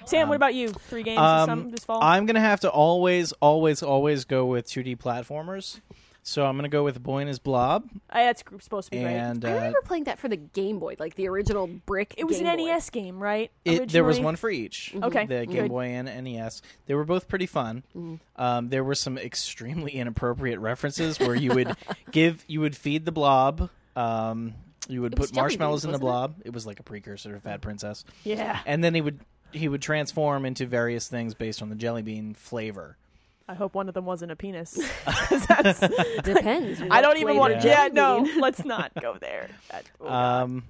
Speaker 1: Sam, what about you? Three games
Speaker 3: Um,
Speaker 1: this, sum, this fall.
Speaker 3: I'm gonna have to always, always, always go with 2D platformers. So I'm gonna go with Boy and His Blob,
Speaker 1: Uh, that's gr- supposed to be right.
Speaker 3: and
Speaker 2: I
Speaker 3: uh,
Speaker 2: remember playing that for the Game Boy, like the original brick.
Speaker 1: It was
Speaker 2: Game
Speaker 1: an E
Speaker 2: Boy.
Speaker 1: NES game, right?
Speaker 3: it, there was
Speaker 1: Originally?
Speaker 3: one for each.
Speaker 1: Okay,
Speaker 3: the Game
Speaker 1: good.
Speaker 3: Boy and NES. They were both pretty fun.
Speaker 2: Mm.
Speaker 3: Um, there were some extremely inappropriate references where you would [LAUGHS] give, you would feed the blob. Um, you would
Speaker 2: It was
Speaker 3: put
Speaker 2: Jelly
Speaker 3: marshmallows
Speaker 2: Beans,
Speaker 3: in the
Speaker 2: wasn't it?
Speaker 3: blob. It? was like a precursor to Fat Princess, [LAUGHS]
Speaker 1: Yeah.
Speaker 3: and then he would he would transform into various things based on the jelly bean flavor.
Speaker 1: I hope one of them wasn't a
Speaker 3: [LAUGHS]
Speaker 1: penis. [LAUGHS] 'Cause that's-
Speaker 2: [LAUGHS] Depends.
Speaker 1: [LAUGHS] I don't even want
Speaker 3: Yeah.
Speaker 1: to. Yeah, no. Let's not go there. That- oh, God.
Speaker 3: Um,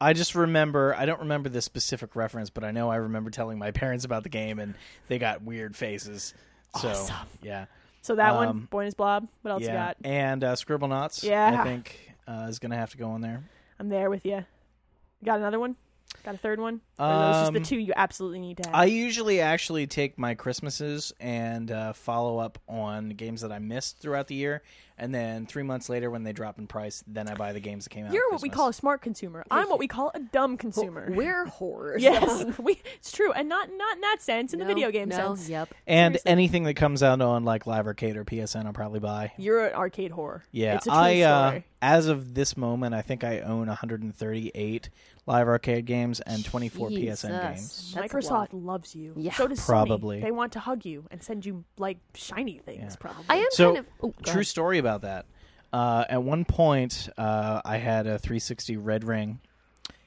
Speaker 3: I just remember. I don't remember the specific reference, but I know I remember telling my [LAUGHS] parents about the game, and they got weird faces. So yeah,
Speaker 1: so that
Speaker 3: um,
Speaker 1: one, Boy and His Blob. What else you
Speaker 3: yeah,
Speaker 1: got?
Speaker 3: and uh, Scribble Knots. I
Speaker 1: Yeah.
Speaker 3: think uh, is gonna have to go on there.
Speaker 1: I'm there with you. Got another one? Got a third one? Or are those just the
Speaker 3: Um,
Speaker 1: two you absolutely need to have?
Speaker 3: I usually actually take my Christmases and uh, follow up on games that I missed throughout the year, and then three months later when they drop in price, then I buy the games that came out.
Speaker 1: You're
Speaker 3: at
Speaker 1: what we
Speaker 3: Christmas.
Speaker 1: call a smart consumer. I'm what we call a dumb [LAUGHS] consumer.
Speaker 2: We're horrors. [LAUGHS]
Speaker 1: yes, [LAUGHS] we, it's true, and not not in that sense, in
Speaker 2: No,
Speaker 1: the video game
Speaker 2: no,
Speaker 1: sense.
Speaker 2: Yep.
Speaker 3: and anything that comes out on like Live Arcade or PSN, I'll probably buy.
Speaker 1: You're an arcade whore.
Speaker 3: Yeah,
Speaker 1: it's a true
Speaker 3: I uh,
Speaker 1: story.
Speaker 3: as of this moment, I think I own 138 live arcade games and 24 PSN
Speaker 2: Jesus.
Speaker 3: games.
Speaker 2: That's a lot.
Speaker 1: Microsoft loves you.
Speaker 2: Yeah.
Speaker 1: so does Sony.
Speaker 3: Probably.
Speaker 1: They want to hug you and send you like shiny things. Probably.
Speaker 2: I am
Speaker 3: So,
Speaker 2: kind of oh, go
Speaker 3: true
Speaker 2: ahead.
Speaker 3: story about that. Uh, at one point, uh, I had a 360 Red Ring,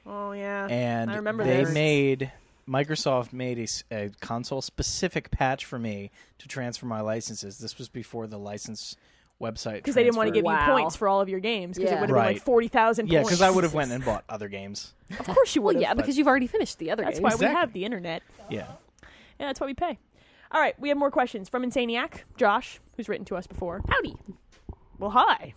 Speaker 1: oh yeah.
Speaker 3: and
Speaker 1: I remember
Speaker 3: they
Speaker 1: this.
Speaker 3: made Microsoft made a s- a, console specific patch for me to transfer my licenses. This was before the license website
Speaker 1: because they didn't want to
Speaker 3: transfer-
Speaker 1: give
Speaker 2: Wow.
Speaker 1: you points for all of your games because
Speaker 2: Yeah.
Speaker 1: it would have been
Speaker 3: Right.
Speaker 1: like forty thousand.
Speaker 3: yeah, because I would have went and bought other games.
Speaker 1: Of course you
Speaker 2: Well,
Speaker 1: would.
Speaker 2: yeah,
Speaker 1: But
Speaker 2: because you've already finished the other
Speaker 1: that's
Speaker 2: games.
Speaker 1: why we
Speaker 3: Exactly.
Speaker 1: have the internet.
Speaker 3: Yeah.
Speaker 1: Yeah, that's why we pay. All right, we have more questions from Insaniac Josh, who's written to us before.
Speaker 2: Howdy.
Speaker 1: Well,
Speaker 2: [LAUGHS]
Speaker 1: hi.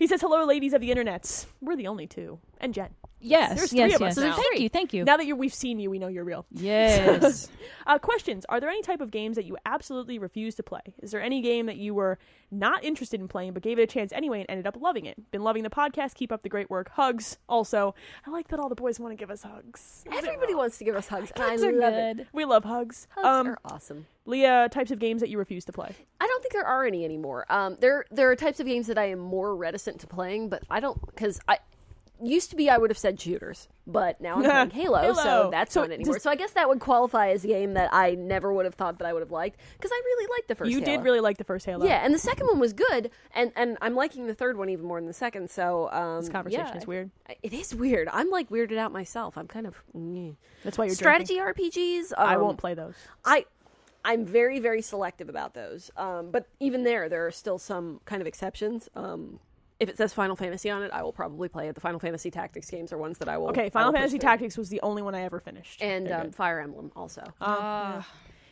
Speaker 1: he says, "Hello, ladies of the internets. We're the only two, and Jen.
Speaker 4: Yes,
Speaker 1: There's three
Speaker 4: yes,
Speaker 1: of us
Speaker 4: yes.
Speaker 1: now.
Speaker 4: Thank you, thank you.
Speaker 1: Now that you're, we've seen you, we know you're real.
Speaker 4: [LAUGHS] yes.
Speaker 1: Uh, questions: Are there any type of games that you absolutely refuse to play? Is there any game that you were not interested in playing but gave it a chance anyway and ended up loving it? Been loving the podcast. Keep up the great work. Hugs. Also, I like that all the boys want to give us
Speaker 2: [LAUGHS]
Speaker 1: hugs.
Speaker 2: Everybody wants to give us hugs, and I
Speaker 4: Those are
Speaker 2: love it.
Speaker 4: good.
Speaker 1: We love hugs.
Speaker 2: Hugs
Speaker 1: um,
Speaker 2: are awesome.
Speaker 1: Leah, types of games that you refuse to play.
Speaker 2: I don't think there are any anymore. Um, there there are types of games that I am more reticent to playing, but I don't because I used to be I would have said shooters,
Speaker 1: [LAUGHS]
Speaker 2: but now I'm playing Halo, so
Speaker 1: Halo.
Speaker 2: that's
Speaker 1: So
Speaker 2: not anymore.
Speaker 1: does-
Speaker 2: so I guess that would qualify as a game that I never would have thought that I would have liked because I really liked the first.
Speaker 1: you
Speaker 2: Halo.
Speaker 1: did really like the first Halo.
Speaker 2: Yeah, and the second one was good, and, and I'm liking the third one even more than the second. So um,
Speaker 1: This conversation
Speaker 2: yeah,
Speaker 1: is weird.
Speaker 2: I- It is weird. I'm like weirded out myself. I'm kind of mm.
Speaker 1: That's why you're
Speaker 2: strategy
Speaker 1: Drinking.
Speaker 2: RPGs.
Speaker 1: I
Speaker 2: um,
Speaker 1: won't play those.
Speaker 2: I I'm very very selective about those. Um, but even there, there are still some kind of exceptions. Um, if it says Final Fantasy on it, I will probably play it. The Final Fantasy Tactics games are ones that I will. I
Speaker 1: Okay,
Speaker 2: will
Speaker 1: Final
Speaker 2: push
Speaker 1: Fantasy
Speaker 2: through.
Speaker 1: Tactics was the only one I ever finished.
Speaker 2: and uh,
Speaker 1: They're
Speaker 2: um,
Speaker 1: good. Um,
Speaker 2: Fire Emblem also.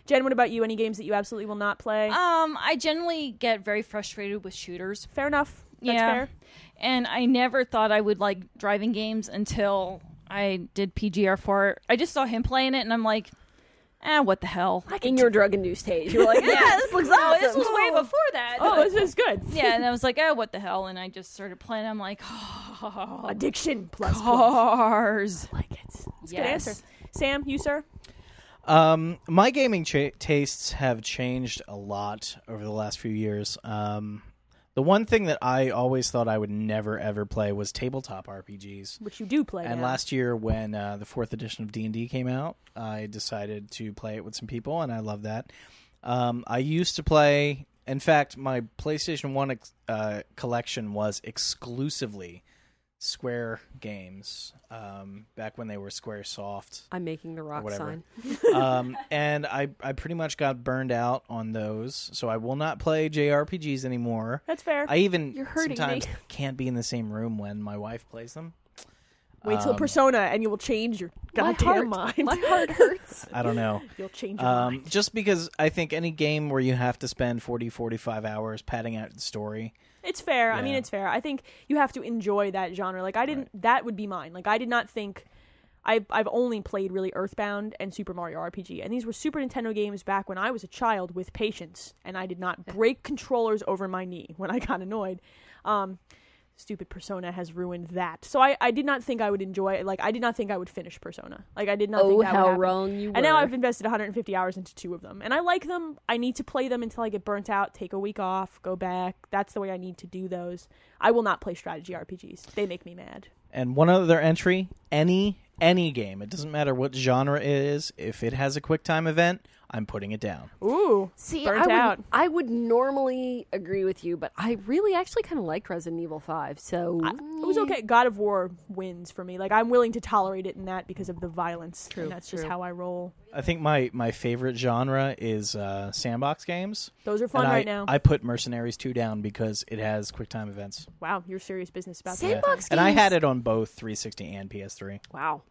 Speaker 1: Jen, what about you? Any games that you absolutely will not play?
Speaker 2: Uh,
Speaker 4: um, I generally get very frustrated with shooters.
Speaker 1: fair enough. That's
Speaker 4: yeah.
Speaker 1: fair.
Speaker 4: And I never thought I would like driving games until I did PGR4. I just saw him playing it and I'm like, eh, what the hell?
Speaker 2: In your drug induced
Speaker 1: [LAUGHS]
Speaker 2: stage, you were like, "Yeah, this looks
Speaker 4: No,
Speaker 2: awesome."
Speaker 4: this was
Speaker 2: [LAUGHS]
Speaker 4: way before that.
Speaker 1: Oh, this is good.
Speaker 4: [LAUGHS] yeah, and I was like, oh, what the hell? And I just started playing. I'm like,
Speaker 1: [LAUGHS]
Speaker 4: oh, [LAUGHS]
Speaker 1: Addiction
Speaker 2: [LAUGHS]
Speaker 1: plus plus.
Speaker 4: cars.
Speaker 1: Like it. That's a Good
Speaker 4: Yes.
Speaker 1: answer. Sam, you sir?
Speaker 3: Um, my gaming cha- tastes have changed a lot over the last few years. Um, the one thing that I always thought I would never ever play was tabletop RPGs.
Speaker 1: Which you do play.
Speaker 3: And
Speaker 1: now.
Speaker 3: last year, when uh, the fourth edition of D and D came out, I decided to play it with some people, and I love that. Um, I used to play In fact, my PlayStation One ex- uh, collection was exclusively Square games. Um, back when they were Square Soft,
Speaker 2: I'm making the rock
Speaker 3: whatever.
Speaker 2: sign.
Speaker 3: um, and I I pretty much got burned out on those, so I will not play JRPGs anymore.
Speaker 1: That's fair.
Speaker 3: I even
Speaker 2: You're hurting me.
Speaker 3: sometimes can't be in the same room when my wife plays them.
Speaker 1: Wait till
Speaker 3: um,
Speaker 1: Persona, and you will change your
Speaker 2: My
Speaker 1: goddamn
Speaker 2: heart-
Speaker 1: mind.
Speaker 2: [LAUGHS] My heart hurts.
Speaker 3: I don't
Speaker 2: [LAUGHS]
Speaker 3: know.
Speaker 1: [LAUGHS] You'll change your
Speaker 3: Um,
Speaker 1: mind.
Speaker 3: just because I think any game where you have to spend 40, 45 hours padding out the story,
Speaker 1: It's fair. I mean,
Speaker 3: Yeah.
Speaker 1: it's fair. I think you have to enjoy that genre. Like I didn't. That would be mine. Like I did not think. I, I've only played really Earthbound and Super Mario RPG, and these were Super Nintendo games back when I was a child with patience, and I did not break controllers over my knee when I got annoyed. Um, stupid Persona has ruined that. So I, I did not think I would enjoy. Like I did not think I would finish Persona. Like I did not.
Speaker 2: Oh,
Speaker 1: think that would
Speaker 2: how
Speaker 1: happen.
Speaker 2: wrong you were.
Speaker 1: And now I've invested 150 hours into two of them. And I like them. I need to play them until I get burnt out, take a week off, go back. That's the way I need to do those. I will not play strategy RPGs. They make me mad.
Speaker 3: and one other entry, any any game, it doesn't matter what genre it is, if it has a quick time event, I'm putting it down.
Speaker 1: Ooh.
Speaker 2: See,
Speaker 1: burnt
Speaker 2: I would,
Speaker 1: out.
Speaker 2: I would normally agree with you, but I really actually kind of liked Resident Evil 5, so.
Speaker 1: It was okay. God of War wins for me. Like I'm willing to tolerate it in that because of the violence. True. And that's just
Speaker 2: true.
Speaker 1: how I roll.
Speaker 3: I think my my favorite genre is uh, sandbox games.
Speaker 1: Those are fun
Speaker 3: and I,
Speaker 1: right now.
Speaker 3: I put Mercenaries 2 down because it has quick time events.
Speaker 1: wow, you're serious business about that.
Speaker 2: Sandbox
Speaker 3: And I
Speaker 2: games-
Speaker 3: had it on both 360 and PS3.
Speaker 2: Wow.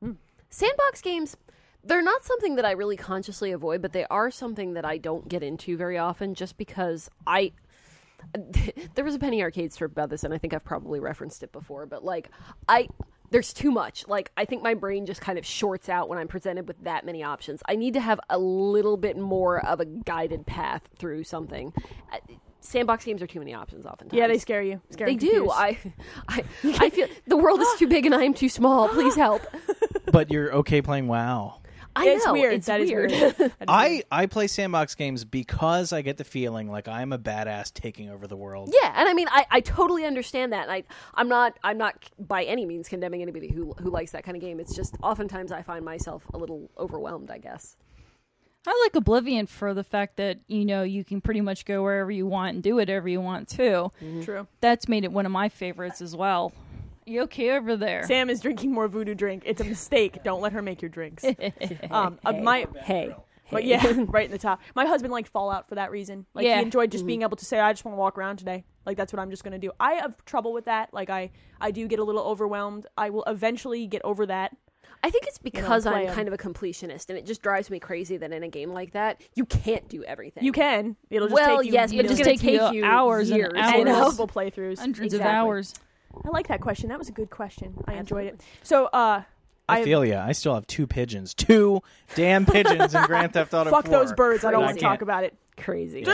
Speaker 1: Hmm.
Speaker 2: Sandbox games, they're not something that I really consciously avoid, but they are something that I don't get into very often just because I. [LAUGHS] There was a penny arcade strip about this, and I think I've probably referenced it before, but like, I. There's too much. Like, I think my brain just kind of shorts out when I'm presented with that many options. I need to have a little bit more of a guided path through something. Uh, Sandbox games are too many options oftentimes.
Speaker 1: Yeah, they scare you. Scare
Speaker 2: They
Speaker 1: and
Speaker 2: do.
Speaker 1: confuse.
Speaker 2: I, [LAUGHS] I, I feel the world is too big and I am too small. Please [GASPS] help.
Speaker 3: But you're okay playing WoW.
Speaker 2: I
Speaker 1: It's
Speaker 2: know
Speaker 1: weird.
Speaker 2: It's
Speaker 1: That is
Speaker 2: weird.
Speaker 1: weird. [LAUGHS] That is
Speaker 3: I, I play sandbox games because I get the feeling like I'm a badass taking over the world.
Speaker 2: [LAUGHS] yeah, and I mean, I, I totally understand that. And I I'm not I'm not by any means condemning anybody who who likes that kind of game. It's just oftentimes I find myself a little overwhelmed. I guess.
Speaker 4: I like Oblivion for the fact that you know you can pretty much go wherever you want and do whatever you want too.
Speaker 1: true.
Speaker 4: That's made it one of my favorites as well. You okay over there?
Speaker 1: Sam is drinking more voodoo drink. It's a mistake. Don't let her make your drinks. Um, uh, my hey. But yeah, right in the top. My husband liked Fallout for that reason. Like
Speaker 4: Yeah.
Speaker 1: he enjoyed just being able to say, "I just want to walk around today." Like that's what I'm just going to do. I have trouble with that. Like I, I do get a little overwhelmed. I will eventually get over that.
Speaker 2: I think it's because
Speaker 1: play
Speaker 2: I'm
Speaker 1: 'em.
Speaker 2: kind of a completionist, and it just drives me crazy that in a game like that you can't do everything.
Speaker 1: You can. It'll just
Speaker 2: Well,
Speaker 1: take you.
Speaker 2: yes, but
Speaker 1: you
Speaker 4: It'll
Speaker 2: it's
Speaker 4: just
Speaker 1: know,
Speaker 2: gonna
Speaker 4: take you hours and
Speaker 2: years.
Speaker 4: hours.
Speaker 1: and
Speaker 2: I know. [LAUGHS]
Speaker 1: multiple playthroughs.
Speaker 4: Hundreds
Speaker 2: Exactly.
Speaker 4: of hours.
Speaker 1: I like that question. That was a good question. I enjoyed it. So, uh,
Speaker 3: I feel ya. I still have two pigeons. Two damn pigeons in Grand Theft Auto
Speaker 1: fuck
Speaker 3: 4.
Speaker 1: those birds. I don't
Speaker 2: Crazy.
Speaker 1: want to talk about it.
Speaker 2: Crazy.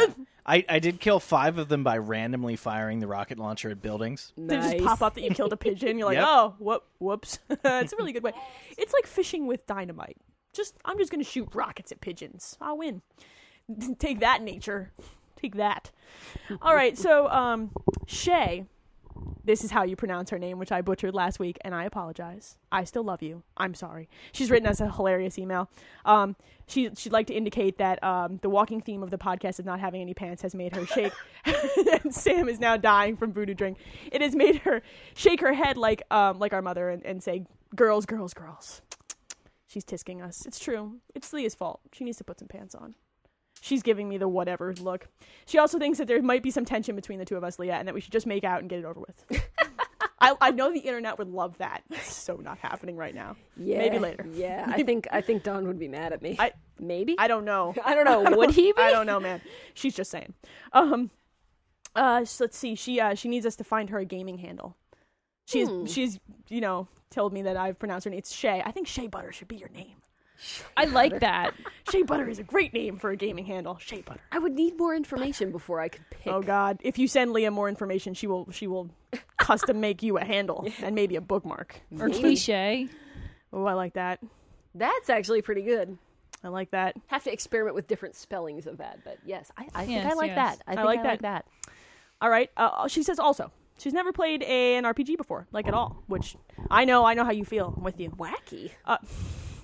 Speaker 3: I, I did kill five of them by randomly firing the rocket launcher at buildings.
Speaker 1: They just pop up that you killed a pigeon. You're like,
Speaker 3: Yep.
Speaker 1: oh, whoop, whoops. [LAUGHS] it's a really good way. It's like fishing with dynamite. Just, I'm just gonna shoot rockets at pigeons. I'll win. [LAUGHS] Take that, nature. Take that. All right, so um, Shay, this is how you pronounce her name, which I butchered last week, and I apologize. I still love you. I'm sorry. She's written us a hilarious email. Um, she she'd like to indicate that um, the walking theme of the podcast of not having any pants has made her shake. [LAUGHS] and Sam is now dying from voodoo drink. It has made her shake her head like um, like our mother and, and say, "Girls, girls, girls." She's tisking us. It's true. It's Leah's fault. She needs to put some pants on. She's giving me the whatever look. She also thinks that there might be some tension between the two of us, Leah, and that we should just make out and get it over with. [LAUGHS] I, I know the internet would love that. It's so not happening right now.
Speaker 2: Yeah.
Speaker 1: Maybe later.
Speaker 2: Yeah, [LAUGHS] I think I think Don would be mad at me.
Speaker 1: I-
Speaker 2: Maybe.
Speaker 1: I don't know.
Speaker 2: [LAUGHS] I don't know. Would he be?
Speaker 1: I don't know, man. She's just saying. Um, uh, so let's see. She uh, she needs us to find her a gaming handle. She's
Speaker 2: Hmm.
Speaker 1: she's you know told me that I've pronounced her name. It's Shay. I think Shay Butter should be your name.
Speaker 4: I
Speaker 1: [LAUGHS]
Speaker 4: like that.
Speaker 1: Shea Butter is a great name for a gaming handle. Shea Butter.
Speaker 2: I would need more information before I could pick.
Speaker 1: Oh God! If you send Leah more information, she will she will custom make you a
Speaker 2: [LAUGHS]
Speaker 1: handle and maybe a bookmark.
Speaker 4: Or
Speaker 2: Maybe.
Speaker 4: cliche.
Speaker 1: Oh, I like that.
Speaker 2: That's actually pretty good.
Speaker 1: I like that.
Speaker 2: Have to experiment with different spellings of that, but yes, I, I think
Speaker 4: Yes,
Speaker 2: I like
Speaker 4: yes.
Speaker 2: that. I think I like, that.
Speaker 1: All right. Uh, she says also she's never played a, an RPG before, like at all. Which I know. I know how you feel. I'm with you.
Speaker 2: Wacky.
Speaker 1: Uh,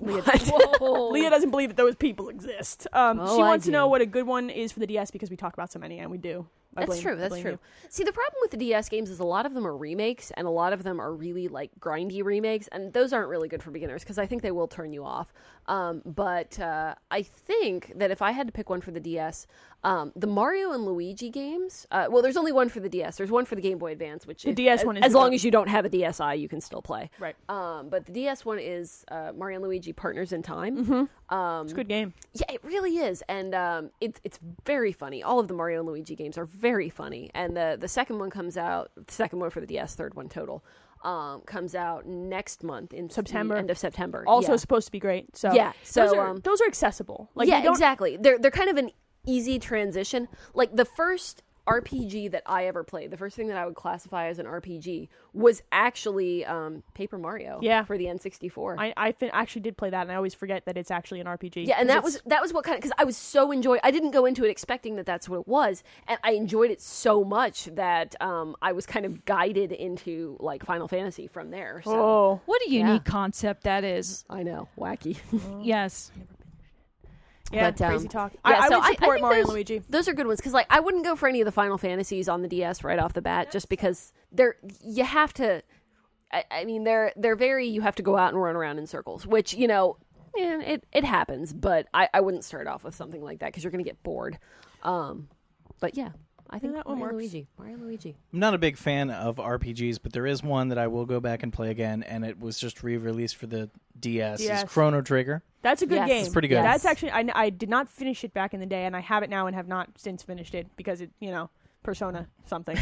Speaker 1: Leah,
Speaker 2: [LAUGHS]
Speaker 4: Whoa.
Speaker 1: Leah doesn't believe that those people exist. Um,
Speaker 2: Oh,
Speaker 1: she
Speaker 2: I
Speaker 1: wants to
Speaker 2: do.
Speaker 1: know what a good one is for the DS because we talk about so many, and we do. I
Speaker 2: That's
Speaker 1: blame- I
Speaker 2: true. That's
Speaker 1: blame
Speaker 2: true.
Speaker 1: you.
Speaker 2: See, the problem with the DS games is a lot of them are remakes, and a lot of them are really like grindy remakes, and those aren't really good for beginners because I think they will turn you off. Um, but uh, I think that if I had to pick one for the DS, um, the Mario and Luigi games. Uh, well, there's only one for the DS. There's one for the Game Boy Advance, which
Speaker 1: The
Speaker 2: if-
Speaker 1: DS
Speaker 2: as-
Speaker 1: one is
Speaker 2: as
Speaker 1: the
Speaker 2: long
Speaker 1: one-
Speaker 2: as you don't have a DSi, you can still play.
Speaker 1: Right.
Speaker 2: Um, but the DS one is uh, Mario and Luigi Partners in Time. Mm-hmm. Um,
Speaker 1: It's a good game.
Speaker 2: yeah, it really is, and um, it's it's very funny. All of the Mario and Luigi games are very funny, and the the second one comes out. The second one for the DS, third one total, um, comes out next month in
Speaker 1: September.
Speaker 2: the end of September.
Speaker 1: Also
Speaker 2: yeah,
Speaker 1: supposed to be great. So
Speaker 2: Yeah,
Speaker 1: those
Speaker 2: so,
Speaker 1: are,
Speaker 2: um,
Speaker 1: those are accessible. Like
Speaker 2: yeah
Speaker 1: they don't,
Speaker 2: exactly. They're they're kind of an easy transition. Like the first RPG that I ever played, the first thing that I would classify as an RPG was actually um, Paper Mario.
Speaker 1: Yeah.
Speaker 2: for the N sixty four.
Speaker 1: I I fin- actually did play that, and I always forget that it's actually an RPG.
Speaker 2: Yeah,
Speaker 1: 'cause
Speaker 2: and that
Speaker 1: it's-
Speaker 2: was that was what kind of because I was so enjoy. I didn't go into it expecting that that's what it was, and I enjoyed it so much that um, I was kind of guided into like Final Fantasy from there. So.
Speaker 1: oh
Speaker 4: What a unique concept that is.
Speaker 2: I know, wacky.
Speaker 1: Mm-hmm.
Speaker 4: Yes.
Speaker 1: yeah,
Speaker 2: But, um,
Speaker 1: crazy talk.
Speaker 2: yeah,
Speaker 1: I, I
Speaker 2: so
Speaker 1: would support
Speaker 2: think
Speaker 1: Mario and
Speaker 2: those-
Speaker 1: Luigi.
Speaker 2: Those are good ones because like I wouldn't go for any of the Final Fantasies on the DS right off the bat, just because they're you have to. I, I mean, they're they're very you have to go out and run around in circles, which you know, eh, it it happens. But I, I wouldn't start off with something like that because you're going to get bored. Um, but yeah, I think
Speaker 1: that one
Speaker 2: Mario
Speaker 1: works.
Speaker 2: Luigi, Mario Luigi.
Speaker 3: I'm not a big fan of RPGs, but there is one that I will go back and play again, and it was just re-released for the DS. Is
Speaker 1: Yes.
Speaker 3: Chrono Trigger?
Speaker 1: That's a good
Speaker 2: Yes.
Speaker 1: game.
Speaker 2: It's
Speaker 3: pretty good.
Speaker 1: That's
Speaker 2: Yes.
Speaker 1: actually I, I did not finish it back in the day, and I have it now, and have not since finished it because it you know Persona something.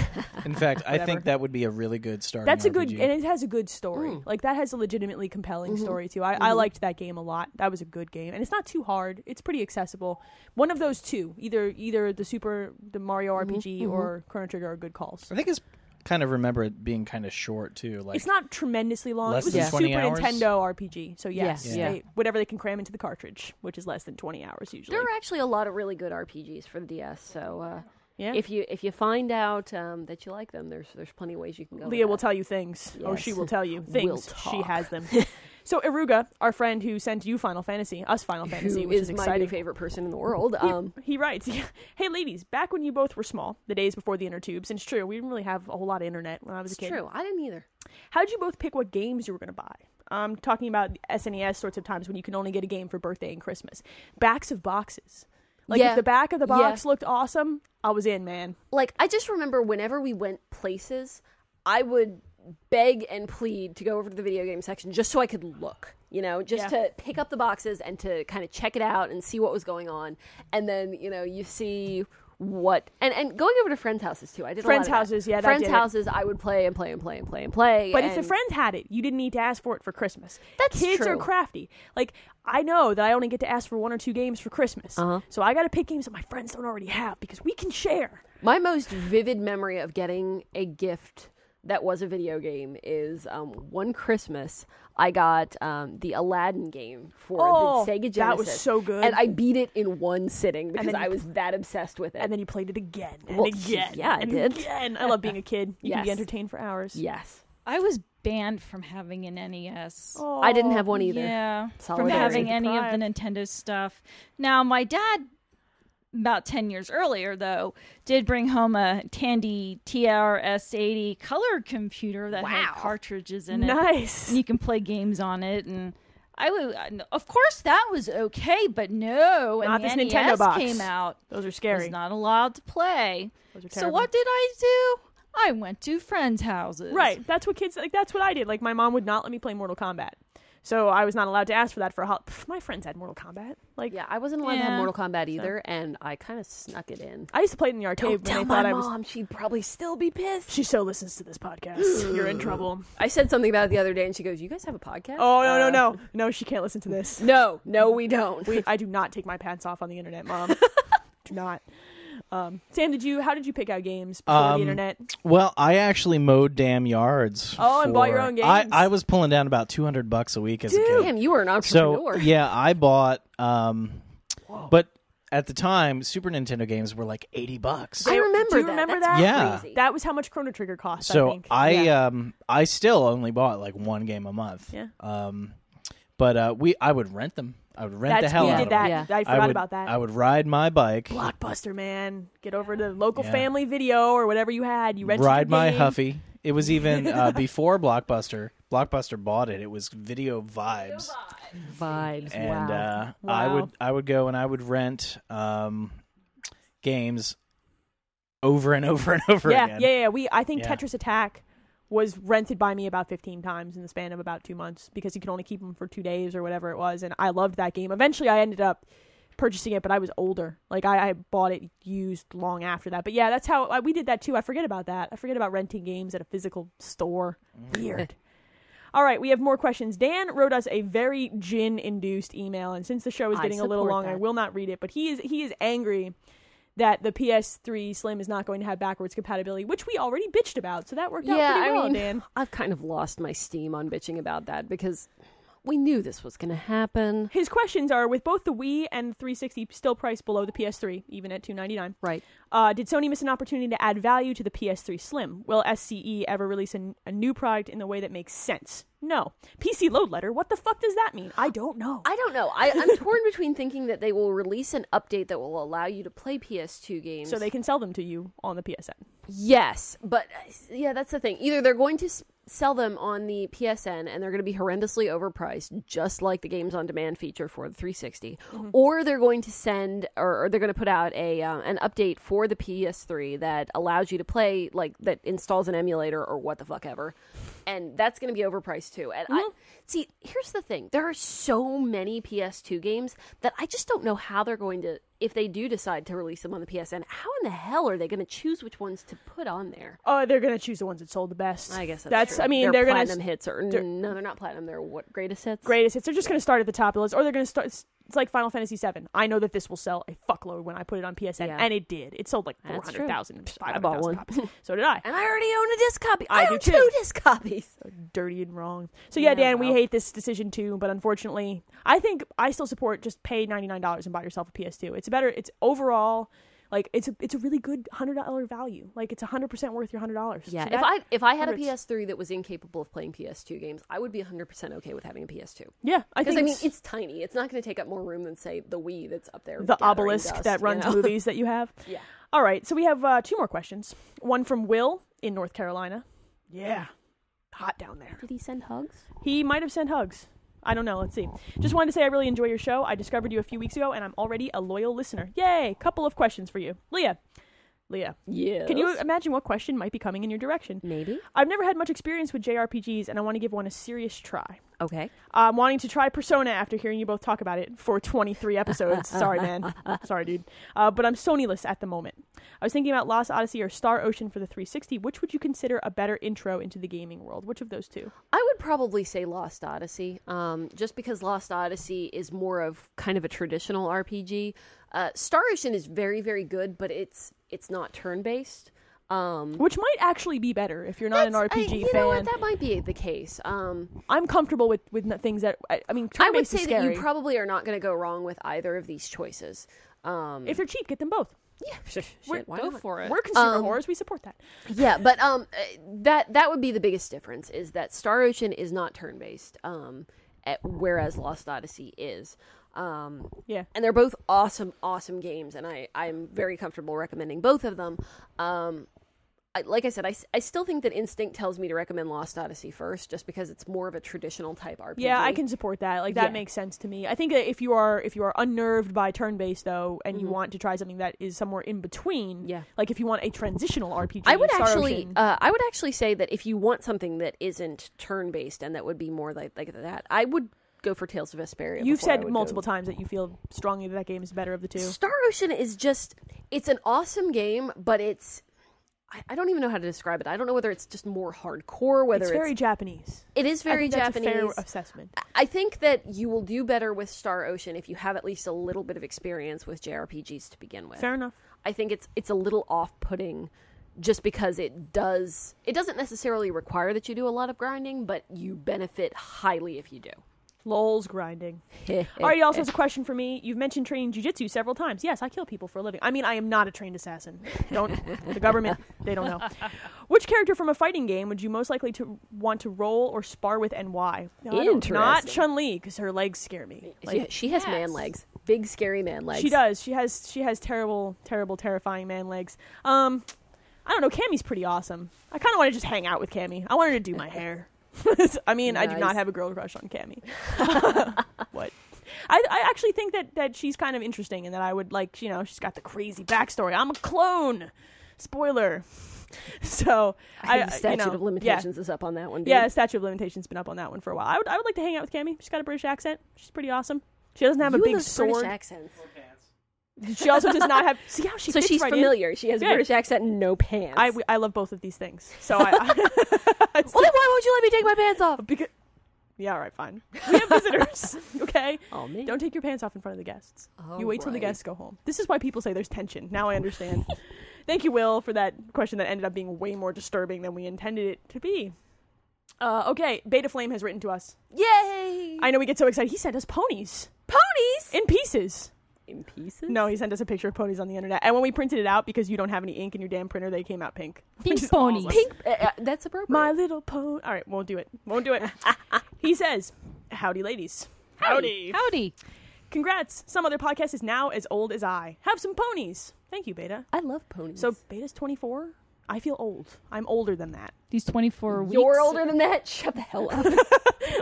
Speaker 3: In fact, I
Speaker 1: Whatever.
Speaker 3: think that would be a really good starting.
Speaker 1: That's a good
Speaker 3: RPG.
Speaker 1: and it has a good story.
Speaker 2: Mm.
Speaker 1: Like that has a legitimately compelling
Speaker 2: Mm-hmm.
Speaker 1: story too. I, I liked that game a lot. That was a good game, and it's not too hard. It's pretty accessible. One of those two, either either the Super the Mario
Speaker 2: Mm-hmm.
Speaker 1: RPG or Chrono Trigger, are good calls.
Speaker 3: I think it's kind of remember it being kind of short too. Like
Speaker 1: it's not tremendously long.
Speaker 3: less
Speaker 1: it was
Speaker 3: than
Speaker 1: a
Speaker 3: 20
Speaker 1: Super
Speaker 3: hours?
Speaker 1: Nintendo RPG, so yes,
Speaker 2: Yes. Yeah.
Speaker 1: they- whatever they can cram into the cartridge, which is less than twenty hours usually.
Speaker 2: There are actually a lot of really good RPGs for the DS. So uh,
Speaker 1: Yeah.
Speaker 2: if you if you find out um, that you like them, there's there's plenty of ways you can go. with
Speaker 1: Leah will
Speaker 2: that.
Speaker 1: tell you things. Oh,
Speaker 2: Yes.
Speaker 1: she will tell you things.
Speaker 2: We'll
Speaker 1: She
Speaker 2: talk.
Speaker 1: has
Speaker 2: [LAUGHS]
Speaker 1: them. so Iruga, our friend who sent you Final Fantasy, us Final Fantasy,
Speaker 2: who
Speaker 1: which
Speaker 2: is,
Speaker 1: is,
Speaker 2: my new
Speaker 1: exciting.
Speaker 2: favorite person in the world.
Speaker 1: He-
Speaker 2: Um,
Speaker 1: he, writes, [LAUGHS] "Hey ladies, back when you both were small, the days before the inner tubes, and it's true, we didn't really have a whole lot of internet when I was a
Speaker 2: it's
Speaker 1: kid.
Speaker 2: true. I didn't either.
Speaker 1: How'd you both pick what games you were going to buy? I'm talking about SNES sorts of times when you can only get a game for birthday and Christmas. Backs of boxes. Like
Speaker 2: Yeah.
Speaker 1: if the back of the
Speaker 2: Yeah.
Speaker 1: box looked awesome, I was in, man.
Speaker 2: Like I just remember whenever we went places, I would beg and plead to go over to the video game section just so I could look. You know, just
Speaker 1: Yeah.
Speaker 2: to pick up the boxes and to kind of check it out and see what was going on. And then you know you see what and and going over to friends' houses too. I did a lot
Speaker 1: Friends'
Speaker 2: of that.
Speaker 1: houses, yeah, that
Speaker 2: friends'
Speaker 1: did it.
Speaker 2: houses. I would play and play and play and play and play.
Speaker 1: But if the
Speaker 2: and-
Speaker 1: friend had it, you didn't need to ask for it for Christmas.
Speaker 2: That's
Speaker 1: Kids are
Speaker 2: true.
Speaker 1: crafty. Like I know that I only get to ask for one or two games for Christmas.
Speaker 2: Uh-huh.
Speaker 1: So I got to pick games that my friends don't already have because we can share.
Speaker 2: My most vivid memory of getting a gift that was a video game is um, one Christmas I got um, the Aladdin game for
Speaker 1: Oh,
Speaker 2: the Sega Genesis.
Speaker 1: that was so good.
Speaker 2: and I beat it in one sitting because
Speaker 1: then you-
Speaker 2: I was that obsessed with it.
Speaker 1: And then you played it again and
Speaker 2: Well,
Speaker 1: again.
Speaker 2: [LAUGHS] yeah, I
Speaker 1: and
Speaker 2: did.
Speaker 1: Again. I love being a kid. You can be
Speaker 2: Yes.
Speaker 1: entertained for hours.
Speaker 2: yes,
Speaker 4: I was banned from having an NES.
Speaker 1: Oh,
Speaker 2: I didn't have one either.
Speaker 4: Yeah. From
Speaker 2: Solidarity.
Speaker 4: having any of the
Speaker 1: Deprived.
Speaker 4: Nintendo stuff. Now, my dad, about 10 years earlier, though, did bring home a Tandy TRS-80 color computer that had
Speaker 2: Wow.
Speaker 4: cartridges in
Speaker 1: [LAUGHS]
Speaker 4: it.
Speaker 1: Nice.
Speaker 4: And you can play games on it. And I would, of course, that was okay, but no. when
Speaker 1: Not
Speaker 4: the
Speaker 1: this
Speaker 4: NES
Speaker 1: Nintendo box.
Speaker 4: came out.
Speaker 1: Those are
Speaker 4: I
Speaker 1: scary.
Speaker 4: was not allowed to play.
Speaker 1: Those are
Speaker 4: So
Speaker 1: terrible.
Speaker 4: what did I do? I went to friends' houses.
Speaker 1: Right. That's what kids like. That's what I did. Like my mom would not let me play Mortal Kombat, so I was not allowed to ask for that for a hol- Pff, My friends had Mortal Kombat. Like
Speaker 2: yeah, I wasn't allowed to
Speaker 4: Yeah.
Speaker 2: have Mortal Kombat either, and I kind of snuck it in.
Speaker 1: I used to play it in the arcade
Speaker 2: Don't
Speaker 1: when
Speaker 2: tell
Speaker 1: they thought
Speaker 2: my
Speaker 1: I was.
Speaker 2: mom; she'd probably still be pissed.
Speaker 1: She so listens to this
Speaker 2: [GASPS]
Speaker 1: podcast. You're in trouble.
Speaker 2: I said something about it the other day, and she goes, "You guys have a podcast?"
Speaker 1: Oh no no
Speaker 2: Uh,
Speaker 1: no no! She can't listen to this.
Speaker 2: [LAUGHS] no, no, we don't.
Speaker 1: We, I do not take my pants off on the internet, mom.
Speaker 2: [LAUGHS]
Speaker 1: do not. Um, Sam, did you? How did you pick out games before
Speaker 3: Um,
Speaker 1: the internet?
Speaker 3: Well, I actually mowed damn yards.
Speaker 1: Oh, and bought your
Speaker 3: for-
Speaker 1: own
Speaker 3: I,
Speaker 1: games.
Speaker 3: I was pulling down about two hundred bucks a week as a kid.
Speaker 2: Damn, you were an entrepreneur.
Speaker 3: So yeah, I bought. Um, but at the time, Super Nintendo games were like eighty bucks.
Speaker 2: I
Speaker 1: Do-
Speaker 2: remember
Speaker 1: Do you
Speaker 2: that.
Speaker 1: remember that?
Speaker 2: That's
Speaker 3: Yeah.
Speaker 2: crazy.
Speaker 1: That was how much Chrono Trigger cost. I
Speaker 3: so uh,
Speaker 1: think.
Speaker 3: I, um I still only bought like one game a month.
Speaker 1: Yeah.
Speaker 3: Um, But uh, we, I would rent them. I would rent
Speaker 1: That's
Speaker 3: the hell
Speaker 1: we
Speaker 3: out
Speaker 1: did
Speaker 3: of
Speaker 1: that.
Speaker 3: them.
Speaker 2: Yeah.
Speaker 1: I
Speaker 3: I
Speaker 1: forgot
Speaker 3: would-
Speaker 1: about that.
Speaker 3: I would ride my bike,
Speaker 1: Blockbuster, man. Get over to local
Speaker 3: Yeah.
Speaker 1: family video or whatever you had. You rented
Speaker 3: ride
Speaker 1: your
Speaker 3: my
Speaker 1: game.
Speaker 3: Huffy. It
Speaker 1: [LAUGHS]
Speaker 3: was even uh, before Blockbuster. Blockbuster bought it. It was Video Vibes,
Speaker 2: Vibes.
Speaker 3: and
Speaker 2: wow.
Speaker 3: uh, I
Speaker 1: Wow.
Speaker 3: would I would go and I would rent um, games over and over and over
Speaker 1: Yeah,
Speaker 3: again.
Speaker 1: yeah, yeah. We I think
Speaker 3: Yeah.
Speaker 1: Tetris Attack was rented by me about 15 times in the span of about 2 months because you could only keep them for 2 days or whatever it was and I loved that game. Eventually I ended up purchasing it but I was older. Like I, I bought it used long after that. But yeah, that's how I, we did that too. I forget about that. I forget about renting games at a physical store.
Speaker 3: Mm.
Speaker 1: Weird. All right, we have more questions. Dan wrote us a very gin-induced email, and since the show is
Speaker 2: I
Speaker 1: getting a little
Speaker 2: support
Speaker 1: long, I
Speaker 2: that.
Speaker 1: will not read it. But he is he is angry that the PS3 Slim is not going to have backwards compatibility, which we already bitched about. So that worked out
Speaker 2: Yeah,
Speaker 1: pretty
Speaker 2: I
Speaker 1: well,
Speaker 2: mean,
Speaker 1: Dan.
Speaker 2: [LAUGHS] I've kind of lost my steam on bitching about that because we knew this was going to happen.
Speaker 1: His questions are: With both the Wii and 360 still priced below the PS3, even at 299,
Speaker 2: Right.
Speaker 1: uh, did Sony miss an opportunity to add value to the PS3 Slim? Will SCE ever release a, a new product in the way that makes sense? No. PC load letter. What the fuck does that mean? I don't know.
Speaker 2: I don't know. I, I'm torn between thinking that they will release an update that will allow you to play PS2 games.
Speaker 1: so they can sell them to you on the PSN.
Speaker 2: Yes, but uh, yeah, that's the thing. Either they're going to s- sell them on the PSN and they're going to be horrendously overpriced, just like the games on demand feature for the 360, or they're going to send or, or they're going to put out a um, an update for the PS3 that allows you to play like that installs an emulator or what the fuck ever, and that's going to be overpriced too. And I
Speaker 1: Mhm.
Speaker 2: see. Here's the thing: there are so many PS2 games that I just don't know how they're going to. If they do decide to release them on the PSN, how in the hell are they going to choose which ones to put on there?
Speaker 1: Oh, they're gonna choose the ones that sold the best.
Speaker 2: I guess that's,
Speaker 1: that's
Speaker 2: true.
Speaker 1: I mean,
Speaker 2: Their
Speaker 1: they're, gonna
Speaker 2: platinum hits or
Speaker 1: they're-
Speaker 2: no, they're not platinum. They're what greatest hits?
Speaker 1: greatest hits. They're just gonna start at the top of the list, or they're gonna start. It's like Final Fantasy VII. I know that this will sell a fuckload when I put it on PSN,
Speaker 2: Yeah.
Speaker 1: and it did. It sold like
Speaker 2: That's true.
Speaker 1: 400,000,
Speaker 2: I bought
Speaker 1: 500,000
Speaker 2: one.
Speaker 1: copies. [LAUGHS] So
Speaker 2: [LAUGHS]
Speaker 1: did I.
Speaker 2: And I already own a disc copy.
Speaker 1: I
Speaker 2: I,
Speaker 1: do
Speaker 2: own
Speaker 1: too.
Speaker 2: two disc copies.
Speaker 1: [LAUGHS] Dirty and wrong. So yeah,
Speaker 2: Yeah,
Speaker 1: Dan, we
Speaker 2: well.
Speaker 1: hate this decision too. But unfortunately, I think I still support just pay ninety nine dollars and buy yourself a PS2. It's better. It's overall. Like it's a it's a really good hundred dollar value. Like it's hundred percent worth your hundred dollars.
Speaker 2: Yeah. if I if I had a
Speaker 1: hurts.
Speaker 2: PS3 that was incapable of playing PS2 games, I would be 100 percent okay with having a PS2.
Speaker 1: yeah, I
Speaker 2: Because
Speaker 1: think
Speaker 2: I mean,
Speaker 1: it's-
Speaker 2: it's tiny. It's not going to take up more room than say the Wii that's up there.
Speaker 1: the
Speaker 2: gathering
Speaker 1: obelisk
Speaker 2: dust,
Speaker 1: that
Speaker 2: you
Speaker 1: runs
Speaker 2: know? [LAUGHS]
Speaker 1: movies that you have.
Speaker 2: Yeah.
Speaker 1: All right, so we have uh, two more questions. One from Will in North Carolina. Yeah, hot down there.
Speaker 2: Did he send hugs?
Speaker 1: He might have sent hugs. I don't know. Let's see. Just wanted to say I really enjoy your show. I discovered you a few weeks ago, and I'm already a loyal listener. Yay! Couple of questions for you, Leah. Leah,
Speaker 2: Yeah.
Speaker 1: can you uh, imagine what question might be coming in your direction?
Speaker 2: Maybe.
Speaker 1: I've never had much experience with JRPGs, and I want to give one a serious try.
Speaker 2: Okay.
Speaker 1: I'm wanting to try Persona after hearing you both talk about it for 23
Speaker 2: [LAUGHS]
Speaker 1: episodes. Sorry, man. Sorry, dude. Uh, but I'm Sonyless at the moment. I was thinking about Lost Odyssey or Star Ocean for the 360. Which would you consider a better intro into the gaming world? Which of those two?
Speaker 2: I would probably say Lost Odyssey, um, just because Lost Odyssey is more of kind of a traditional RPG. Uh, Star Ocean is very, very good, but it's it's not turn based. Um,
Speaker 1: Which might actually be better if you're not an
Speaker 2: that's- I-
Speaker 1: RPG
Speaker 2: you
Speaker 1: fan.
Speaker 2: know what? That might be the case. Um,
Speaker 1: I'm comfortable with, with n- things that. I, I mean,
Speaker 2: I
Speaker 1: turn
Speaker 2: would
Speaker 1: based is
Speaker 2: say
Speaker 1: scary.
Speaker 2: that you probably are not going to go wrong with either of these choices. Um,
Speaker 1: if they're cheap, get them both.
Speaker 2: yeah, shit, why
Speaker 4: Go
Speaker 2: not?
Speaker 4: for it.
Speaker 1: We're consumer
Speaker 2: Um,
Speaker 1: whores. We support that.
Speaker 2: yeah, but um, uh, that that would be the biggest difference is that Star Ocean is not turn based, um, at, whereas Lost Odyssey is. Um,
Speaker 1: Yeah.
Speaker 2: and they're both awesome, awesome games, and I I'm very comfortable recommending both of them. Um, I, like I said, I, s- I still think that instinct tells me to recommend Lost Odyssey first, just because it's more of a traditional type RPG.
Speaker 1: Yeah, I can support that. Like that
Speaker 2: Yeah.
Speaker 1: makes sense to me. I think that if you are if you are unnerved by turn based though, and
Speaker 2: Mm-hmm.
Speaker 1: you want to try something that is somewhere in between,
Speaker 2: Yeah.
Speaker 1: like if you want a transitional RPG,
Speaker 2: I would
Speaker 1: Star
Speaker 2: actually,
Speaker 1: Ocean-
Speaker 2: uh, I would actually say that if you want something that isn't turn based and that would be more like like that, I would go for Tales of Vesperia.
Speaker 1: you've
Speaker 2: before I
Speaker 1: said
Speaker 2: would
Speaker 1: multiple
Speaker 2: go.
Speaker 1: times that you feel strongly that that game is better of the two.
Speaker 2: Star Ocean is just, it's an awesome game, but it's, I, I don't even know how to describe it. I don't know whether it's just more hardcore, whether
Speaker 1: It's very Japanese.
Speaker 2: it is
Speaker 1: I
Speaker 2: very
Speaker 1: think that's
Speaker 2: Japanese.
Speaker 1: a fair assessment.
Speaker 2: I think that you will do better with Star Ocean if you have at least a little bit of experience with JRPGs to begin with.
Speaker 1: Fair enough.
Speaker 2: I think it's it's a little off-putting just because it does it doesn't necessarily require that you do a lot of grinding, but you benefit highly if you do.
Speaker 1: Lol's
Speaker 2: [LAUGHS]
Speaker 1: grinding. All right, y'all. So, it's a question for me. You've mentioned training jujitsu several times. Yes, I kill people for a living. I mean, I am not a trained assassin.
Speaker 2: [LAUGHS]
Speaker 1: Don't the government? They don't know. Which character from a fighting game would you most likely to want to roll or spar with, and why? No, I don't- Not
Speaker 2: Interesting.
Speaker 1: Chun Li because her legs scare me. Like,
Speaker 2: she, she has man
Speaker 4: Yes.
Speaker 2: legs, big scary man legs.
Speaker 1: She does. She has. She has terrible, terrible, terrifying man legs. Um, I don't know. Cammy's pretty awesome. I kind of want to just hang out with Cammy. I want her to do my hair. [LAUGHS] I mean, I do not
Speaker 2: Nice.
Speaker 1: have a girl crush on
Speaker 2: [LAUGHS]
Speaker 1: Cammy. what? I, I actually think that that she's kind of interesting, and that I would like. You know, she's got the crazy backstory. I'm a clone. Spoiler. [LAUGHS] So I,
Speaker 2: I think the statute
Speaker 1: you know,
Speaker 2: of
Speaker 1: yeah.
Speaker 2: limitations is up on that one. dude.
Speaker 1: Yeah, statute of limitations been up on that one for a while. I would, I would like to hang out with Cammy. She's got a British accent. She's pretty awesome. She doesn't have
Speaker 2: You
Speaker 1: a
Speaker 2: and
Speaker 1: big
Speaker 2: those
Speaker 1: sword.
Speaker 2: British accents.
Speaker 1: She also does not have. See how she
Speaker 2: [LAUGHS] So
Speaker 1: fits
Speaker 2: she's
Speaker 1: right in?
Speaker 2: familiar. She has a
Speaker 1: Yeah.
Speaker 2: British accent and no pants.
Speaker 1: I, I love both of these things. So I. [LAUGHS] I
Speaker 2: well, then why won't you let me take my pants off?
Speaker 1: because, yeah, all right, fine. [LAUGHS] We have visitors, okay?
Speaker 2: [LAUGHS] Oh, me.
Speaker 1: Don't take your pants off in front of the guests.
Speaker 2: All
Speaker 1: you wait till the
Speaker 2: right.
Speaker 1: guests go home. This is why people say there's tension. Now I [LAUGHS] understand. Thank you, Will, for that question that ended up being way more disturbing than we intended it to be. Uh, okay, Beta Flame has written to us.
Speaker 2: Yay!
Speaker 1: I know we get so excited. He sent us ponies
Speaker 2: Ponies
Speaker 1: in pieces.
Speaker 2: in pieces.
Speaker 1: No, he sent us a picture of ponies on the internet. And when we printed it out, because you don't have any ink in your damn printer, they came out pink.
Speaker 4: Pink
Speaker 1: Which is
Speaker 4: ponies.
Speaker 1: awesome.
Speaker 2: pink. Uh, uh, that's appropriate.
Speaker 1: My little pony. All right, won't do it. Won't do [LAUGHS] it. he says, "Howdy, ladies. Howdy.
Speaker 4: Howdy.
Speaker 1: Congrats. Some other podcast is now as old as I. Have some ponies. Thank you, Beta.
Speaker 2: I love ponies.
Speaker 1: So Beta's 24. I feel old. I'm older than that. [LAUGHS]
Speaker 4: These 24 weeks.
Speaker 2: you're older than that. [LAUGHS] Shut the hell up.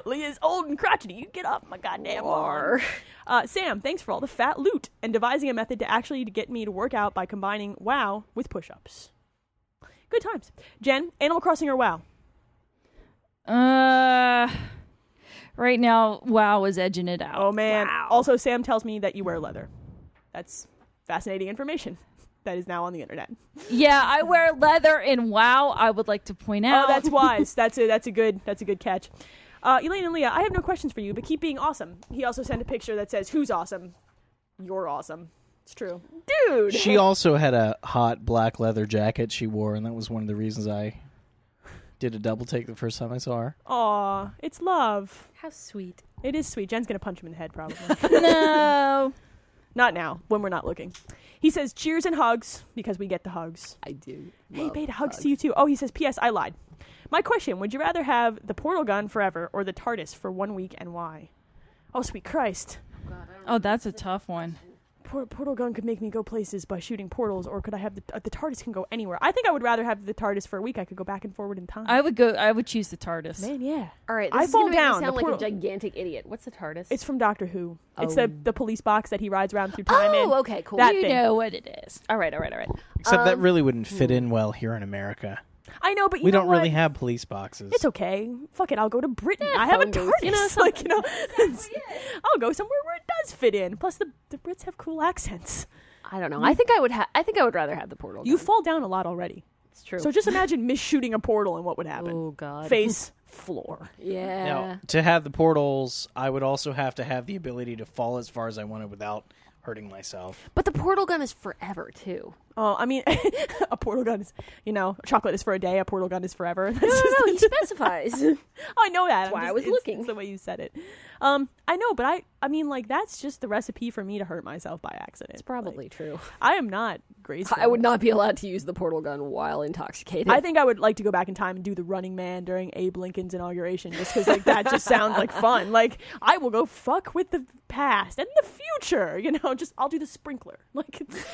Speaker 1: Leah's old and crotchety. You get off my goddamn arm. [LAUGHS] Uh, Sam, thanks for all the fat loot and devising a method to actually to get me to work out by combining WoW with push-ups. Good times. Jen, Animal Crossing or WoW?
Speaker 4: Uh, right now, WoW is edging it out.
Speaker 1: Oh man. Also, Sam tells me that you wear leather. That's fascinating information [LAUGHS] that is now on the internet.
Speaker 4: Yeah, I wear leather in WoW. I would like to point out.
Speaker 1: Oh,
Speaker 4: [LAUGHS]
Speaker 1: that's wise. that's a that's a good that's a good catch. Uh, Elaine and Leah, I have no questions for you, but keep being awesome. He also sent a picture that says, "Who's awesome? You're awesome." It's true. [LAUGHS]
Speaker 2: Dude.
Speaker 3: She also had a hot black leather jacket she wore, and that was one of the reasons I did a double take the first time I saw her.
Speaker 1: Aw, it's love.
Speaker 2: How sweet.
Speaker 1: It is sweet. Jen's gonna punch him in the head probably. [LAUGHS]
Speaker 4: no.
Speaker 1: not now, when we're not looking. He says, "Cheers and hugs," because we get the hugs.
Speaker 2: I do.
Speaker 1: Hey,
Speaker 2: love
Speaker 1: Beta, hugs, to you too. Oh, he says, P.S. I lied. My question Would you rather have the portal gun forever or the TARDIS for one week and why? Oh, sweet Christ.
Speaker 4: Oh, that's a tough one.
Speaker 1: Por- portal gun could make me go places by shooting portals, or could I have the, uh, the TARDIS can go anywhere? I think I would rather have the TARDIS for a week. I could go back and forward in time.
Speaker 4: I would go. I would choose the TARDIS.
Speaker 1: Man, yeah.
Speaker 2: All right. This
Speaker 1: I
Speaker 2: is gonna
Speaker 1: fall
Speaker 2: make me
Speaker 1: down, the
Speaker 2: sound like a
Speaker 1: portal-
Speaker 2: gigantic idiot. What's the TARDIS?
Speaker 1: It's from Doctor Who. It's
Speaker 2: Oh.
Speaker 1: the, the police box that he rides around through time in.
Speaker 2: oh, okay, cool.
Speaker 1: That
Speaker 4: you
Speaker 1: thing.
Speaker 4: know what it is.
Speaker 2: all right, all right, all right.
Speaker 3: Except that
Speaker 2: Um,
Speaker 3: really wouldn't fit in well here in America.
Speaker 1: I know, but hmm. you
Speaker 3: We
Speaker 1: know
Speaker 3: don't
Speaker 1: what?
Speaker 3: really have police boxes.
Speaker 1: It's okay. Fuck it. I'll go to Britain. I have a
Speaker 2: phone
Speaker 1: TARDIS.
Speaker 2: booth, you know,
Speaker 1: [LAUGHS] like you know, [LAUGHS] I'll go somewhere where it does fit in. Plus, the the Brits have cool accents.
Speaker 2: I don't know. I think I would. Ha- I think I would rather have the portal.
Speaker 1: You
Speaker 2: gun.
Speaker 1: fall down a lot already.
Speaker 2: It's true.
Speaker 1: So just imagine [LAUGHS] misshooting a portal and what would happen.
Speaker 2: oh God.
Speaker 1: Face floor.
Speaker 2: Yeah.
Speaker 3: Now, to have the portals, I would also have to have the ability to fall as far as I wanted without hurting myself.
Speaker 2: But the portal gun is forever
Speaker 1: [LAUGHS]
Speaker 2: too.
Speaker 1: Oh, I mean, a portal gun is, you know, chocolate is for a day, a portal gun is forever. [LAUGHS] That's
Speaker 2: [LAUGHS] No,
Speaker 1: just-
Speaker 2: no, no. He [LAUGHS] specifies.
Speaker 1: oh, I know that. I'm
Speaker 2: why I
Speaker 1: just-
Speaker 2: was
Speaker 1: it's-
Speaker 2: looking.
Speaker 1: It's the way you said it. Um, I know, but I, I mean, like that's just the recipe for me to hurt myself by accident.
Speaker 2: It's probably true.
Speaker 1: Like, I am not graceful.
Speaker 2: I would not be allowed to use the portal gun while intoxicated.
Speaker 1: I think I would like to go back in time and do the Running Man during Abe Lincoln's inauguration, just because like that just sounds like fun. Like I will go fuck with the past and the future, you know. [LAUGHS] Just I'll do the sprinkler. [LAUGHS] Like it's,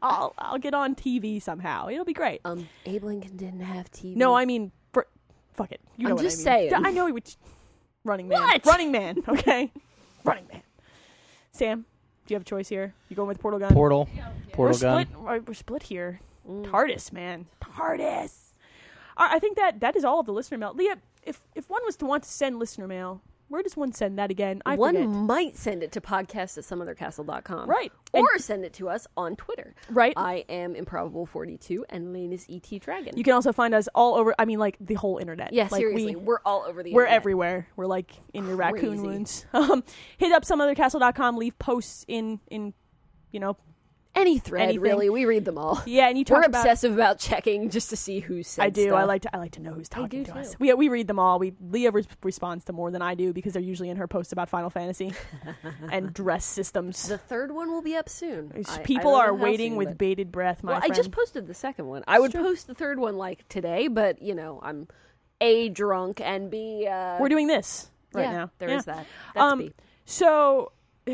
Speaker 1: I'll I'll get on TV somehow. It'll be great.
Speaker 2: um, Abe Lincoln didn't have TV.
Speaker 1: No, I mean, br- fuck it. You know
Speaker 2: I'm
Speaker 1: what
Speaker 2: just
Speaker 1: I mean.
Speaker 2: saying.
Speaker 1: I know he would. Running man.
Speaker 2: What?
Speaker 1: Running man. Okay. Running man. Sam, do you have a choice here? You going with portal gun?
Speaker 3: Portal,
Speaker 1: Um, we're
Speaker 3: portal gun.
Speaker 1: split. We're, we're split here.
Speaker 2: Mm.
Speaker 1: TARDIS, man. TARDIS. All right, I think that that is all of the listener mail. Leah, if if one was to want to send listener mail, where does one send that again? I
Speaker 2: One
Speaker 1: forget.
Speaker 2: might send it to podcast at someothercastle.com.
Speaker 1: Right. And-
Speaker 2: Or send it to us on Twitter.
Speaker 1: Right.
Speaker 2: I am Improbable42 and Lane is ET Dragon.
Speaker 1: You can also find us all over. I mean, like the whole internet.
Speaker 2: yeah,
Speaker 1: Like,
Speaker 2: seriously.
Speaker 1: we-
Speaker 2: We, are all over the
Speaker 1: We're
Speaker 2: internet.
Speaker 1: everywhere. We're like in your raccoon [LAUGHS]
Speaker 2: Crazy.
Speaker 1: wounds. Um, hit up someothercastle.com. Leave posts in in you know
Speaker 2: any thread
Speaker 1: Anything.
Speaker 2: really. We read them all.
Speaker 1: Yeah, and you talk
Speaker 2: We're
Speaker 1: about
Speaker 2: obsessive about checking just to see who said.
Speaker 1: I do. I
Speaker 2: stuff.
Speaker 1: like to. I like to know who's talking
Speaker 2: do
Speaker 1: to us.
Speaker 2: too.
Speaker 1: We we read them all. We Leah res- responds to more than I do because they're usually in her posts about Final
Speaker 2: [LAUGHS]
Speaker 1: Fantasy and dress systems.
Speaker 2: The third one will be up soon. I- I
Speaker 1: People
Speaker 2: don't know
Speaker 1: are
Speaker 2: how
Speaker 1: waiting
Speaker 2: soon,
Speaker 1: with
Speaker 2: but-
Speaker 1: bated breath. My
Speaker 2: well,
Speaker 1: friend.
Speaker 2: I just posted the second one. I would post the third one like today, but you know, I'm a drunk and b uh,
Speaker 1: we're doing this right
Speaker 2: yeah,
Speaker 1: now.
Speaker 2: There is
Speaker 1: Yeah.
Speaker 2: that. That's
Speaker 1: Um,
Speaker 2: B.
Speaker 1: So [SIGHS]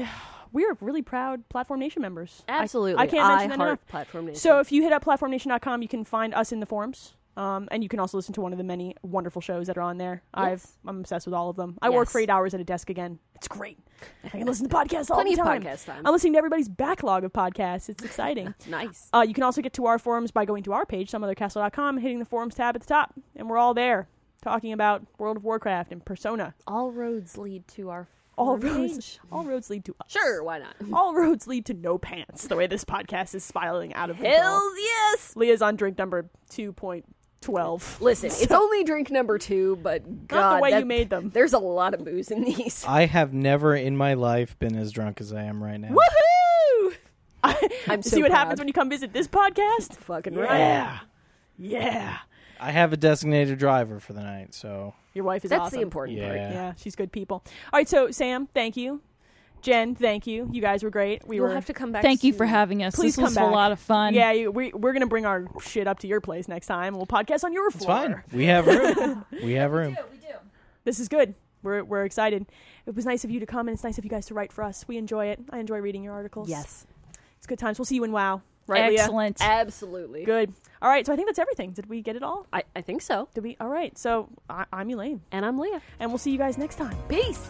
Speaker 1: we are really proud Platform Nation members. I-
Speaker 2: Absolutely.
Speaker 1: I, can't mention that
Speaker 2: heart
Speaker 1: enough.
Speaker 2: Platform Nation.
Speaker 1: So if you hit up platformnation.com, you can find us in the forums. Um, and you can also listen to one of the many wonderful shows that are on there. I've
Speaker 2: Yes.
Speaker 1: I'm obsessed with all of them. I work
Speaker 2: Yes.
Speaker 1: for eight hours at a desk again. It's great. I can listen to podcasts all
Speaker 2: Plenty
Speaker 1: the
Speaker 2: of
Speaker 1: time.
Speaker 2: podcast time.
Speaker 1: I'm listening to everybody's backlog of podcasts. It's
Speaker 2: [LAUGHS]
Speaker 1: exciting.
Speaker 2: nice.
Speaker 1: uh, you can also get to our forums by going to our page, someothercastle.com, hitting the forums tab at the top, and we're all there talking about World of Warcraft and Persona.
Speaker 2: All roads lead to our
Speaker 1: All
Speaker 2: front
Speaker 1: roads,
Speaker 2: page.
Speaker 1: all roads lead to us.
Speaker 2: Sure, why not?
Speaker 1: All roads lead to no pants. The way this podcast is spiraling out of control.
Speaker 2: Hells yes.
Speaker 1: Leah's on drink number 2.12.
Speaker 2: Listen, it's only drink number two, but God,
Speaker 1: way you
Speaker 2: that-
Speaker 1: made them.
Speaker 2: There's a lot of booze in these.
Speaker 1: [LAUGHS]
Speaker 2: [LAUGHS]
Speaker 3: I have never in my life been as drunk as I am right now.
Speaker 2: Woohoo!
Speaker 1: [LAUGHS]
Speaker 2: I'm so
Speaker 1: See what
Speaker 2: proud.
Speaker 1: happens when you come visit this podcast?
Speaker 2: Fucking right.
Speaker 1: Yeah. Yeah.
Speaker 3: I have a designated driver for the night, so
Speaker 1: Your wife is
Speaker 2: That's
Speaker 1: awesome.
Speaker 2: the important part.
Speaker 3: yeah.
Speaker 1: Yeah, she's good people. All right, so Sam, thank you. Jen, thank you. You guys were great. We
Speaker 2: You'll
Speaker 1: were
Speaker 2: have to come back.
Speaker 4: Thank you
Speaker 2: soon.
Speaker 4: for having us.
Speaker 1: Please
Speaker 4: this was
Speaker 1: come
Speaker 4: a
Speaker 1: back.
Speaker 4: lot of fun.
Speaker 1: Yeah, you, we we're going to bring our shit up to your place next time. We'll podcast on your
Speaker 3: it's
Speaker 1: floor.
Speaker 3: fine. We have room.
Speaker 1: [LAUGHS]
Speaker 3: we have room.
Speaker 4: we do.
Speaker 1: This is good. We're we're excited. It was nice of you to come and it's nice of you guys to write for us. We enjoy it. I enjoy reading your articles.
Speaker 2: Yes,
Speaker 1: It's good times. We'll see you in WoW. Right, Leah?
Speaker 4: Excellent.
Speaker 2: absolutely.
Speaker 1: Good. All right, so I think that's everything. Did we get it all?
Speaker 2: I, I think so.
Speaker 1: Did we? All right. So I, I'm Elaine,
Speaker 2: And I'm Leah.
Speaker 1: and we'll see you guys next time.
Speaker 2: Peace.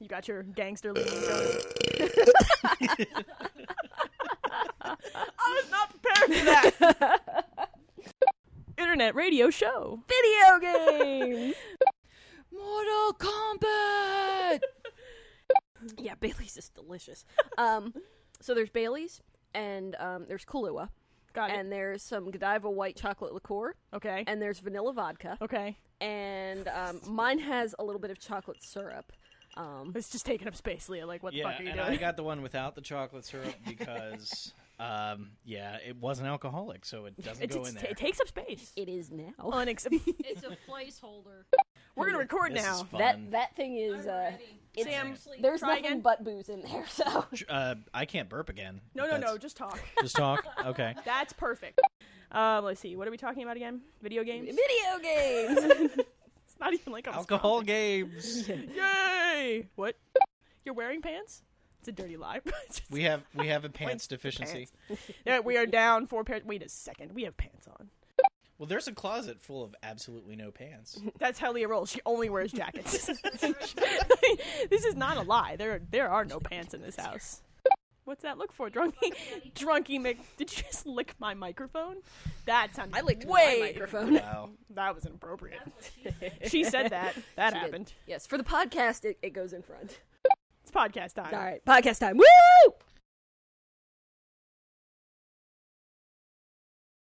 Speaker 1: You got your gangster leaning
Speaker 2: [LAUGHS]
Speaker 1: going. [LAUGHS] I was not prepared for that.
Speaker 2: [LAUGHS]
Speaker 1: Internet radio show.
Speaker 2: Video
Speaker 1: [LAUGHS]
Speaker 2: games.
Speaker 4: Mortal Kombat.
Speaker 2: yeah, Bailey's is delicious. Um, so there's Bailey's and um, there's Kahlua
Speaker 1: Got it.
Speaker 2: and there's some Godiva white chocolate liqueur
Speaker 1: okay.
Speaker 2: and there's vanilla vodka
Speaker 1: okay.
Speaker 2: and um, mine has a little bit of chocolate syrup. Um,
Speaker 1: It's just taking up space, Leah. Like, what the
Speaker 3: Yeah,
Speaker 1: fuck are you
Speaker 3: and
Speaker 1: doing?
Speaker 3: I got the one without the
Speaker 1: [LAUGHS]
Speaker 3: chocolate syrup because, um, yeah, it wasn't alcoholic, so it doesn't
Speaker 1: It's-
Speaker 3: go
Speaker 1: it's-
Speaker 3: in there.
Speaker 1: it takes up
Speaker 2: [LAUGHS]
Speaker 1: space.
Speaker 2: it is now. [LAUGHS]
Speaker 1: Unex-
Speaker 4: It's a placeholder.
Speaker 1: We're gonna record
Speaker 3: This is
Speaker 1: now.
Speaker 2: That
Speaker 3: fun.
Speaker 2: that thing is. Uh, it's,
Speaker 1: Sam,
Speaker 2: there's
Speaker 1: try
Speaker 2: nothing
Speaker 1: again?
Speaker 2: but booze in there. So
Speaker 3: uh, I can't burp again.
Speaker 1: No, no, no.
Speaker 3: That's-
Speaker 1: Just talk.
Speaker 3: Just talk. Okay.
Speaker 1: [LAUGHS] That's perfect. Um, let's see. What are we talking about again? Video games.
Speaker 2: video games.
Speaker 1: [LAUGHS] It's not even like I was
Speaker 3: Alcohol
Speaker 1: [LAUGHS]
Speaker 3: games.
Speaker 1: Yay! What? You're wearing pants? It's a dirty lie. [LAUGHS] Just-
Speaker 3: We have we have a pants deficiency.
Speaker 1: pants. [LAUGHS] yeah, we are down four pairs. Wait a second. We have pants on.
Speaker 3: Well, there's a closet full of absolutely
Speaker 1: [LAUGHS]
Speaker 3: no pants.
Speaker 1: That's how Leah rolls. She only wears jackets. [LAUGHS] this is not a lie. There, there are no pants in this house. What's that look for, drunky? [LAUGHS] drunky Mc. Did you just lick my microphone? That sounded.
Speaker 2: I licked
Speaker 1: way.
Speaker 2: my microphone.
Speaker 3: Wow.
Speaker 1: [LAUGHS] That was inappropriate. [LAUGHS] she said
Speaker 2: [LAUGHS]
Speaker 1: that. That
Speaker 2: She did.
Speaker 1: happened.
Speaker 2: Yes, for the podcast, it, it goes in front.
Speaker 1: It's podcast time.
Speaker 2: All right, podcast time. Woo!